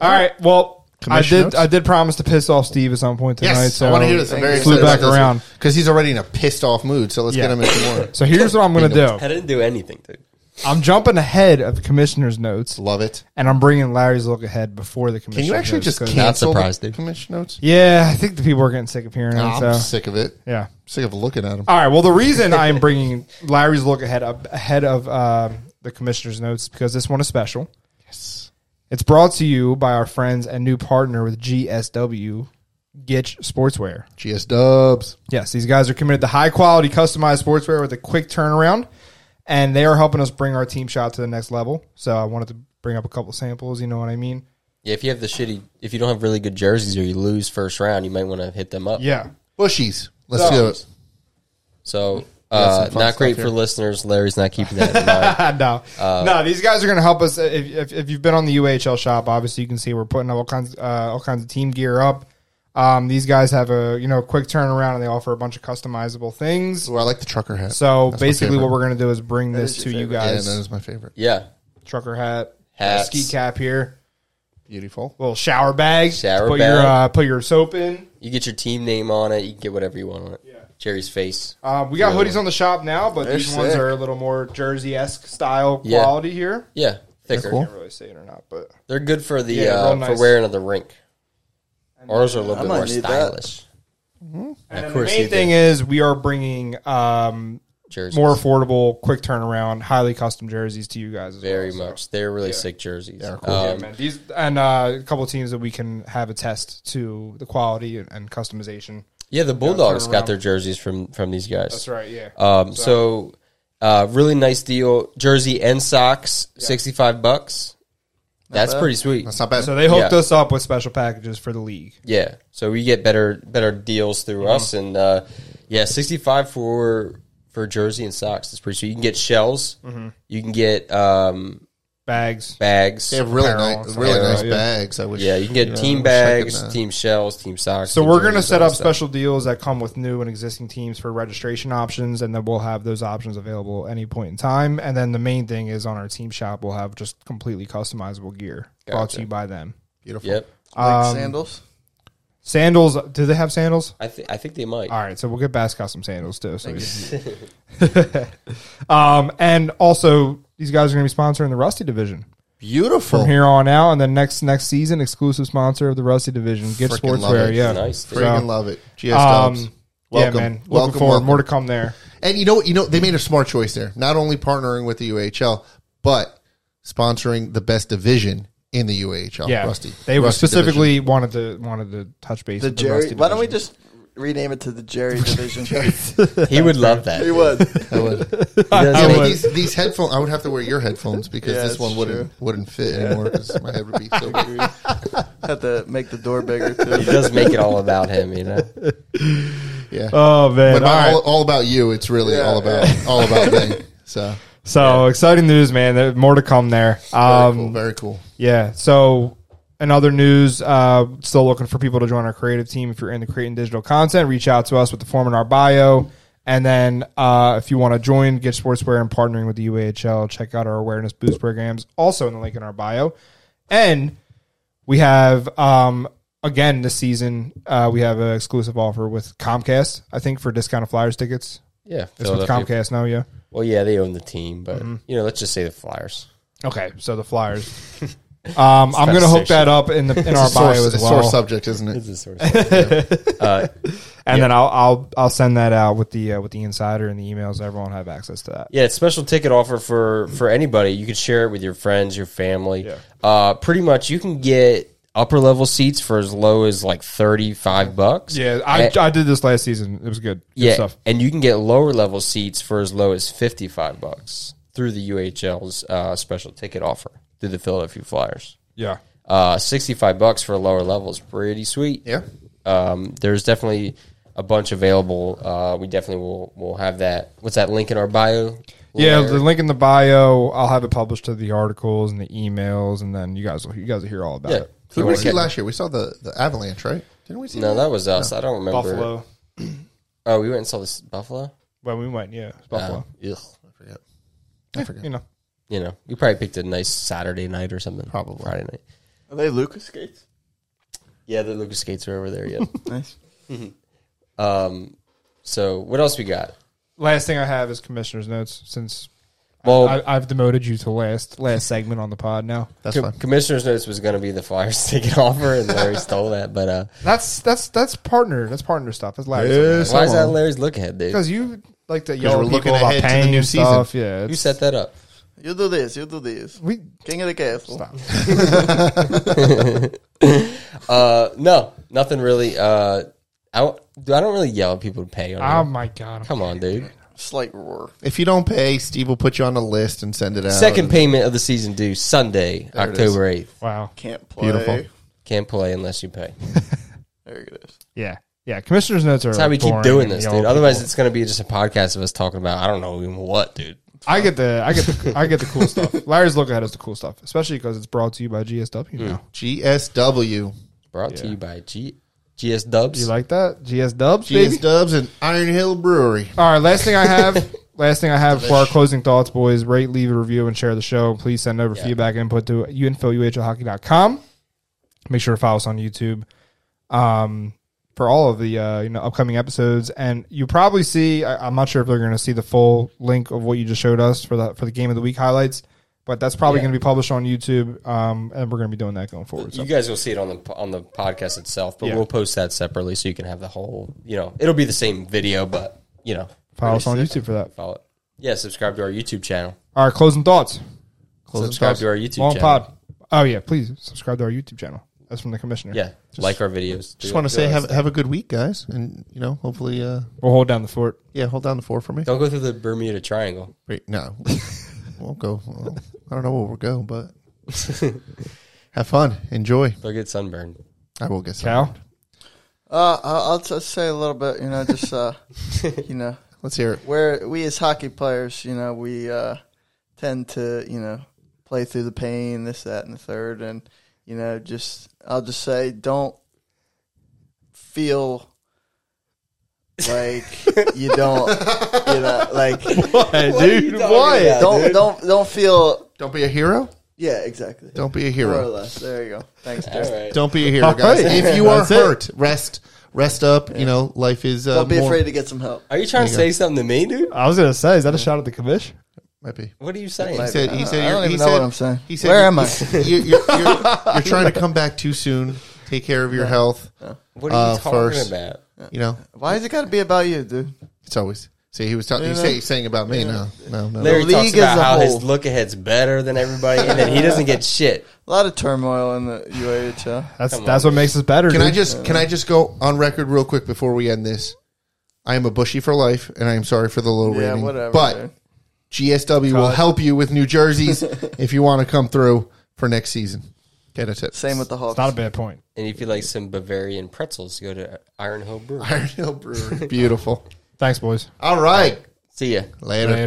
Speaker 4: All right. Well, I
Speaker 1: Commission
Speaker 4: did.
Speaker 1: notes?
Speaker 4: I did promise to piss off Steve at some point tonight.
Speaker 1: Yes,
Speaker 4: so
Speaker 1: I want to hear this. I'm very
Speaker 4: flew
Speaker 1: excited
Speaker 4: back around.
Speaker 1: because he's already in a pissed off mood. So let's
Speaker 4: Yeah.
Speaker 1: get him into more.
Speaker 4: So here's what I'm going to
Speaker 2: I didn't do anything, dude.
Speaker 4: do. I'm jumping ahead of the commissioner's notes,
Speaker 1: Love it.
Speaker 4: and I'm bringing Larry's look ahead before the
Speaker 1: Can
Speaker 4: commissioner's.
Speaker 1: you actually
Speaker 4: notes,
Speaker 1: just
Speaker 4: 'cause-
Speaker 1: cancel
Speaker 2: surprised,
Speaker 1: the
Speaker 2: dude.
Speaker 1: commission notes?
Speaker 4: Yeah, I think the people are getting sick of hearing
Speaker 1: Nah,
Speaker 4: it.
Speaker 1: I'm
Speaker 4: So
Speaker 1: sick of it.
Speaker 4: yeah.
Speaker 1: Sick of looking at him.
Speaker 4: All right. Well, the reason I'm bringing Larry's look ahead up ahead of um, the commissioner's notes is because this one is special.
Speaker 1: Yes.
Speaker 4: It's brought to you by our friends and new partner with GSW, Gitch Sportswear.
Speaker 1: GS Dubs.
Speaker 4: Yes, these guys are committed to high quality customized sportswear with a quick turnaround, and they are helping us bring our team shot to the next level. So I wanted to bring up a couple samples. You know what I mean?
Speaker 2: Yeah, if you have the shitty, if you don't have really good jerseys or you lose first round, you might want to hit them up.
Speaker 4: Yeah.
Speaker 1: Bushies. Let's
Speaker 4: Dubs.
Speaker 1: do it.
Speaker 2: So,
Speaker 1: got some
Speaker 2: uh,
Speaker 1: fun
Speaker 2: not great
Speaker 1: stuff
Speaker 2: for
Speaker 1: here.
Speaker 2: listeners. Larry's not keeping that in mind.
Speaker 4: no, no, these guys are going to help us. If, if, if you've been on the UHL shop, obviously you can see we're putting all kinds uh, all kinds of team gear up. Um, these guys have a you know quick turnaround, and they offer a bunch of customizable things.
Speaker 1: Ooh, I like the trucker hat.
Speaker 4: So
Speaker 1: That's my
Speaker 4: basically, what
Speaker 1: favorite.
Speaker 4: we're going to do is bring this
Speaker 3: is
Speaker 4: to
Speaker 3: your
Speaker 4: you
Speaker 3: favorite.
Speaker 1: yeah, that
Speaker 4: guys.
Speaker 1: is my favorite.
Speaker 2: Yeah,
Speaker 4: Trucker hat, uh,
Speaker 2: Hats.
Speaker 4: ski cap here.
Speaker 1: Beautiful.
Speaker 4: little shower bag.
Speaker 2: Shower
Speaker 4: put
Speaker 2: bag.
Speaker 4: Your, uh, put your soap in.
Speaker 2: you get your team name on it. You can get whatever you want on it.
Speaker 4: Yeah.
Speaker 2: Jerry's face.
Speaker 4: Uh, we got hoodies on the shop now, but
Speaker 3: They're
Speaker 4: these ones
Speaker 3: sick.
Speaker 4: are a little more Jersey esque style
Speaker 2: Yeah.
Speaker 4: quality here.
Speaker 2: Yeah, thicker.
Speaker 1: They're
Speaker 2: They're,
Speaker 1: cool.
Speaker 4: Can't really say it or not, but
Speaker 2: good for the
Speaker 4: Yeah,
Speaker 2: uh,
Speaker 4: real
Speaker 2: for
Speaker 4: nice.
Speaker 2: wearing on the rink. Ours are a little
Speaker 3: I
Speaker 2: bit
Speaker 3: might
Speaker 2: more
Speaker 3: need that.
Speaker 2: stylish.
Speaker 4: and
Speaker 2: Of
Speaker 4: then the
Speaker 2: course you
Speaker 4: main thing is we are bringing um,
Speaker 2: Jerseys.
Speaker 4: more affordable, quick turnaround, highly custom jerseys to you guys. As
Speaker 2: very
Speaker 4: well, Oh, so.
Speaker 2: much. They're really sick jerseys.
Speaker 4: Yeah,
Speaker 2: Um,
Speaker 4: man. These and uh, a couple of teams that we can have attest to the quality and, and customization.
Speaker 2: yeah, the Bulldogs
Speaker 4: turn
Speaker 2: got
Speaker 4: around.
Speaker 2: their jerseys from from these guys.
Speaker 4: That's right. Yeah.
Speaker 2: Um, so, uh, really nice deal. Jersey and socks, sixty five bucks. That's
Speaker 3: bad.
Speaker 2: pretty sweet.
Speaker 1: That's not bad.
Speaker 4: so they hooked
Speaker 2: yeah.
Speaker 4: us up with special packages for the league.
Speaker 2: Yeah, so we get better better deals through
Speaker 4: Mm-hmm.
Speaker 2: us, and uh, yeah, sixty five for for jersey and socks is pretty sweet. You can get shells,
Speaker 4: Mm-hmm.
Speaker 2: you can get um,
Speaker 4: Bags.
Speaker 2: bags.
Speaker 1: they have really
Speaker 4: Apparel
Speaker 1: nice,
Speaker 4: and
Speaker 1: really
Speaker 4: stuff.
Speaker 1: nice
Speaker 4: Yeah.
Speaker 1: bags. I wish.
Speaker 2: yeah, you can get
Speaker 1: know, I
Speaker 2: team
Speaker 1: wish I could,
Speaker 2: bags,
Speaker 1: uh,
Speaker 2: team shells, team socks.
Speaker 4: So
Speaker 2: team
Speaker 4: we're going to
Speaker 2: jerseys,
Speaker 4: set
Speaker 2: all
Speaker 4: up
Speaker 2: that stuff.
Speaker 4: special deals that come with new and existing teams for registration options, and then we'll have those options available at any point in time. And then the main thing is on our team shop, we'll have just completely customizable gear brought to
Speaker 2: Gotcha.
Speaker 4: you by them.
Speaker 1: Beautiful.
Speaker 2: Yep,
Speaker 3: Like
Speaker 1: Um,
Speaker 3: sandals.
Speaker 4: Sandals? Do they have sandals?
Speaker 2: I think I think they might.
Speaker 4: All right, so we'll get Bass custom sandals too. So we- um, and also these guys are going to be sponsoring the Rusty division
Speaker 1: Beautiful.
Speaker 4: from here on out, and then next next season, exclusive sponsor of the Rusty division, Get
Speaker 1: Freaking love
Speaker 4: Sportswear.
Speaker 1: it.
Speaker 4: Yeah,
Speaker 2: Nice, dude.
Speaker 1: Freaking
Speaker 4: So,
Speaker 1: love it. GS
Speaker 4: Um,
Speaker 1: Dubs. Welcome.
Speaker 4: yeah, man. Looking
Speaker 1: Welcome,
Speaker 4: forward.
Speaker 1: welcome.
Speaker 4: More to come there.
Speaker 1: And you know what? You know they made a smart choice there. Not only partnering with the UHL, but sponsoring the best division in the UHL.
Speaker 4: yeah,
Speaker 1: Oh, Rusty.
Speaker 4: They were
Speaker 1: Rusty division.
Speaker 4: specifically wanted to wanted to touch base.
Speaker 3: The
Speaker 4: with
Speaker 3: Jerry.
Speaker 4: Rusty
Speaker 3: Why don't we
Speaker 4: division.
Speaker 3: just rename it to the Jerry division?
Speaker 2: He would love that.
Speaker 3: he was.
Speaker 1: I would.
Speaker 4: I
Speaker 1: Yeah, but
Speaker 4: would.
Speaker 1: these, these headphones. I would have to wear your headphones because
Speaker 3: Yeah,
Speaker 1: this
Speaker 3: that's
Speaker 1: one wouldn't wouldn't fit anymore because my head would be so big.
Speaker 3: Had to make the door bigger
Speaker 2: He
Speaker 3: too.
Speaker 2: does make it all about him, you know.
Speaker 1: Yeah.
Speaker 4: Oh man!
Speaker 1: but
Speaker 4: all right.
Speaker 1: all, all about you. It's really all about all about me. So
Speaker 4: so exciting news, man. There, more to come there.
Speaker 1: very
Speaker 4: Um,
Speaker 1: cool. Very cool.
Speaker 4: Yeah. So, in other news, uh, still looking for people to join our creative team. If you're into creating digital content, reach out to us with the form in our bio. And then, uh, if you want to join Get Sportswear and partnering with the UAHL, check out our awareness boost programs, also in the link in our bio. And we have, um, again, this season, uh, we have an exclusive offer with Comcast, I think, for discounted Flyers tickets.
Speaker 2: Yeah,
Speaker 4: It's with Comcast now, yeah.
Speaker 2: Mm-hmm. Well, yeah, they own the team, but you know, let's just say the Flyers.
Speaker 4: Okay, so the Flyers. Um, I'm gonna hook
Speaker 2: Statistician.
Speaker 4: that up in the in our
Speaker 1: It's a sore,
Speaker 4: bio as
Speaker 1: a
Speaker 4: well,
Speaker 1: sore subject, isn't it?
Speaker 4: and then I'll I'll I'll send that out with the uh, with the insider and the emails. Everyone have access to that.
Speaker 2: Yeah, it's special ticket offer for for anybody. You can share it with your friends, your family. Uh, pretty much, you can get upper level seats for as low as like thirty five bucks.
Speaker 1: Eh.
Speaker 4: Yeah, I,
Speaker 2: And-
Speaker 4: I did this last season. It was good. good
Speaker 2: yeah,
Speaker 4: stuff.
Speaker 2: and you can get lower level seats for as low as fifty five bucks through the UHL's uh, special ticket offer through the Philadelphia Flyers.
Speaker 4: Yeah.
Speaker 2: Uh, sixty five bucks for a lower level is pretty sweet.
Speaker 1: Yeah.
Speaker 2: Um, there's definitely a bunch available. Uh, we definitely will will have that. What's that link in our bio?
Speaker 4: Yeah,
Speaker 2: Larry?
Speaker 4: the link in the bio. I'll have it published to the articles and the emails, and then you guys will you guys will hear all about
Speaker 2: Yeah.
Speaker 4: it.
Speaker 1: Who did we
Speaker 2: Everyone
Speaker 1: see
Speaker 2: get-
Speaker 1: last year? We saw the, the Avalanche, right? Didn't we see
Speaker 2: No,
Speaker 1: that?
Speaker 2: that was us. I don't remember.
Speaker 4: Buffalo.
Speaker 2: Oh, we went and saw this Buffalo.
Speaker 4: When we went, yeah, it
Speaker 1: Uh-huh.
Speaker 4: was Buffalo.
Speaker 2: Ugh.
Speaker 1: I forget. I forget.
Speaker 4: you know,
Speaker 2: You know, we probably picked a nice Saturday night or something.
Speaker 1: Probably.
Speaker 2: Friday night.
Speaker 3: Are they Lucas skates?
Speaker 2: Yeah, the Lucas skates are over there yet.
Speaker 3: Nice.
Speaker 2: um, so what else we got?
Speaker 4: last thing I have is commissioner's notes since
Speaker 2: Well,
Speaker 4: I, I've demoted you to last last segment on the pod now.
Speaker 1: That's
Speaker 2: co-
Speaker 1: fine.
Speaker 2: commissioner's notes was going to be the Flyers ticket offer, and Larry stole that. But uh,
Speaker 4: That's that's that's partner. That's partner stuff. That's last.
Speaker 1: Yes.
Speaker 2: why is that
Speaker 1: on.
Speaker 2: Larry's look ahead, dude?
Speaker 4: Because you like to
Speaker 1: 'Cause
Speaker 4: yell
Speaker 1: we're
Speaker 4: at
Speaker 1: looking
Speaker 4: people about
Speaker 1: ahead to the
Speaker 4: paying
Speaker 1: new
Speaker 4: new
Speaker 1: season.
Speaker 4: stuff. Yeah,
Speaker 2: You
Speaker 4: it's-
Speaker 2: set that up.
Speaker 3: You do this. You do this.
Speaker 4: we
Speaker 3: King of the castle.
Speaker 4: stop.
Speaker 2: Uh, no, nothing really. Uh, I w- dude, I don't really yell at people to pay. On
Speaker 4: Oh
Speaker 2: here.
Speaker 4: my god!
Speaker 2: Come on, dude.
Speaker 3: Slight roar.
Speaker 1: If you don't pay, Steve will put you on the list and send it out.
Speaker 2: Second
Speaker 1: And-
Speaker 2: payment of the season due Sunday,
Speaker 1: There it is.
Speaker 2: October eighth.
Speaker 4: Wow.
Speaker 3: Can't play.
Speaker 1: Beautiful.
Speaker 2: Can't play unless you pay.
Speaker 3: There it is.
Speaker 4: Yeah. Yeah. Commissioner's notes are.
Speaker 2: That's how we keep
Speaker 4: boring
Speaker 2: doing
Speaker 4: and
Speaker 2: this,
Speaker 4: yell
Speaker 2: dude.
Speaker 4: at
Speaker 2: Otherwise,
Speaker 4: people.
Speaker 2: it's going to be just a podcast of us talking about I don't know even what, dude.
Speaker 4: I get the I get the I get the cool stuff. Larry's look ahead is the cool stuff, especially because it's brought to you by GSW
Speaker 2: Hmm.
Speaker 4: now.
Speaker 1: GSW.
Speaker 2: Brought to you by G GS Dubs.
Speaker 4: You like that? GS Dubs,
Speaker 1: GS
Speaker 4: baby.
Speaker 1: Dubs and Iron Hill Brewery.
Speaker 4: All right, last thing I have, last thing I have for our closing thoughts, boys. Rate, leave a review, and share the show. Please send over feedback and input to info.uhlhockey.com. Make sure to follow us on YouTube um, for all of the uh, you know upcoming episodes. And you probably see, I, I'm not sure if they're going to see the full link of what you just showed us for the for the game of the week highlights, but that's probably going to be published on YouTube, um, and we're going to be doing that going forward. So.
Speaker 2: You guys will see it on the on the podcast itself, but
Speaker 4: Yeah.
Speaker 2: we'll post that separately so you can have the whole. You know, it'll be the same video, but you know,
Speaker 4: Follow us on YouTube for that.
Speaker 2: follow it. Yeah, subscribe to our YouTube channel.
Speaker 4: All right, closing thoughts.
Speaker 2: subscribe to our YouTube
Speaker 4: Long
Speaker 2: channel.
Speaker 4: pod. Oh yeah, please subscribe to our YouTube channel. That's from the commissioner.
Speaker 2: Yeah, like our videos.
Speaker 1: Just want to say have have a good week, guys, and you know hopefully uh
Speaker 4: We'll hold down the fort.
Speaker 1: yeah hold down the fort for me.
Speaker 2: don't go through the Bermuda Triangle.
Speaker 1: Wait, no, won't go. Well, I don't know where we'll go, but have fun, enjoy.
Speaker 2: They'll get sunburned.
Speaker 1: I will get some.
Speaker 4: Cal.
Speaker 3: Uh, I'll, I'll just say a little bit. You know, just uh, you know,
Speaker 1: Let's hear it.
Speaker 3: where we as hockey players, you know, we uh, tend to, you know, play through the pain, this, that, and the third, and you know, just I'll just say, don't feel like you don't, you know, like
Speaker 2: dude,
Speaker 3: don't don't don't feel.
Speaker 1: Don't be a hero.
Speaker 3: Yeah, exactly.
Speaker 1: Don't be a
Speaker 3: More or
Speaker 1: hero.
Speaker 3: less. There you go. Thanks,
Speaker 2: All
Speaker 3: Derek.
Speaker 2: right.
Speaker 1: Don't be a hero, guys. If you are hurt, rest, rest up. You know, life is. Uh,
Speaker 3: Don't be
Speaker 1: more-
Speaker 3: afraid to get some help.
Speaker 2: Are you trying to say something to me, dude?
Speaker 4: I was gonna say, is that a shot at the commission?
Speaker 1: Might be.
Speaker 2: What are you saying?
Speaker 1: He said. He said.
Speaker 3: I don't
Speaker 1: you're- he
Speaker 3: even know
Speaker 1: said-
Speaker 3: what I'm saying.
Speaker 1: He said.
Speaker 3: Where
Speaker 1: you-
Speaker 3: am I?
Speaker 1: You, you're, you're, you're trying to come back too soon. Take care of your health.
Speaker 2: What are you
Speaker 1: Uh,
Speaker 2: talking
Speaker 1: first.
Speaker 2: about?
Speaker 1: You know,
Speaker 3: Why is it got to be about you, dude?
Speaker 1: it's always. See, he was talking. He's saying, saying about me. No, no, no.
Speaker 2: Larry
Speaker 3: The
Speaker 2: talks
Speaker 3: league as
Speaker 2: about
Speaker 3: a
Speaker 2: how his
Speaker 3: whole.
Speaker 2: look ahead's better than everybody, and then he doesn't get shit.
Speaker 3: A lot of turmoil in the UAHL.
Speaker 4: That's that's what makes us better.
Speaker 1: Can I
Speaker 4: dude.
Speaker 1: just can I just go on record real quick before we end this? I am a bushy for life, and I am sorry for the low
Speaker 3: Yeah,
Speaker 1: rating.
Speaker 3: whatever.
Speaker 1: But
Speaker 3: dude.
Speaker 1: GSW will help you with new jerseys if you want to come through for next season. Okay, that's it.
Speaker 3: Same with the Hawks.
Speaker 4: It's not a bad point.
Speaker 2: And if you like some Bavarian pretzels, go to Iron Hill Brewery.
Speaker 1: Iron Hill Brewery. Beautiful.
Speaker 4: Thanks, boys.
Speaker 1: All right.
Speaker 2: See ya.
Speaker 1: Later.
Speaker 4: Later.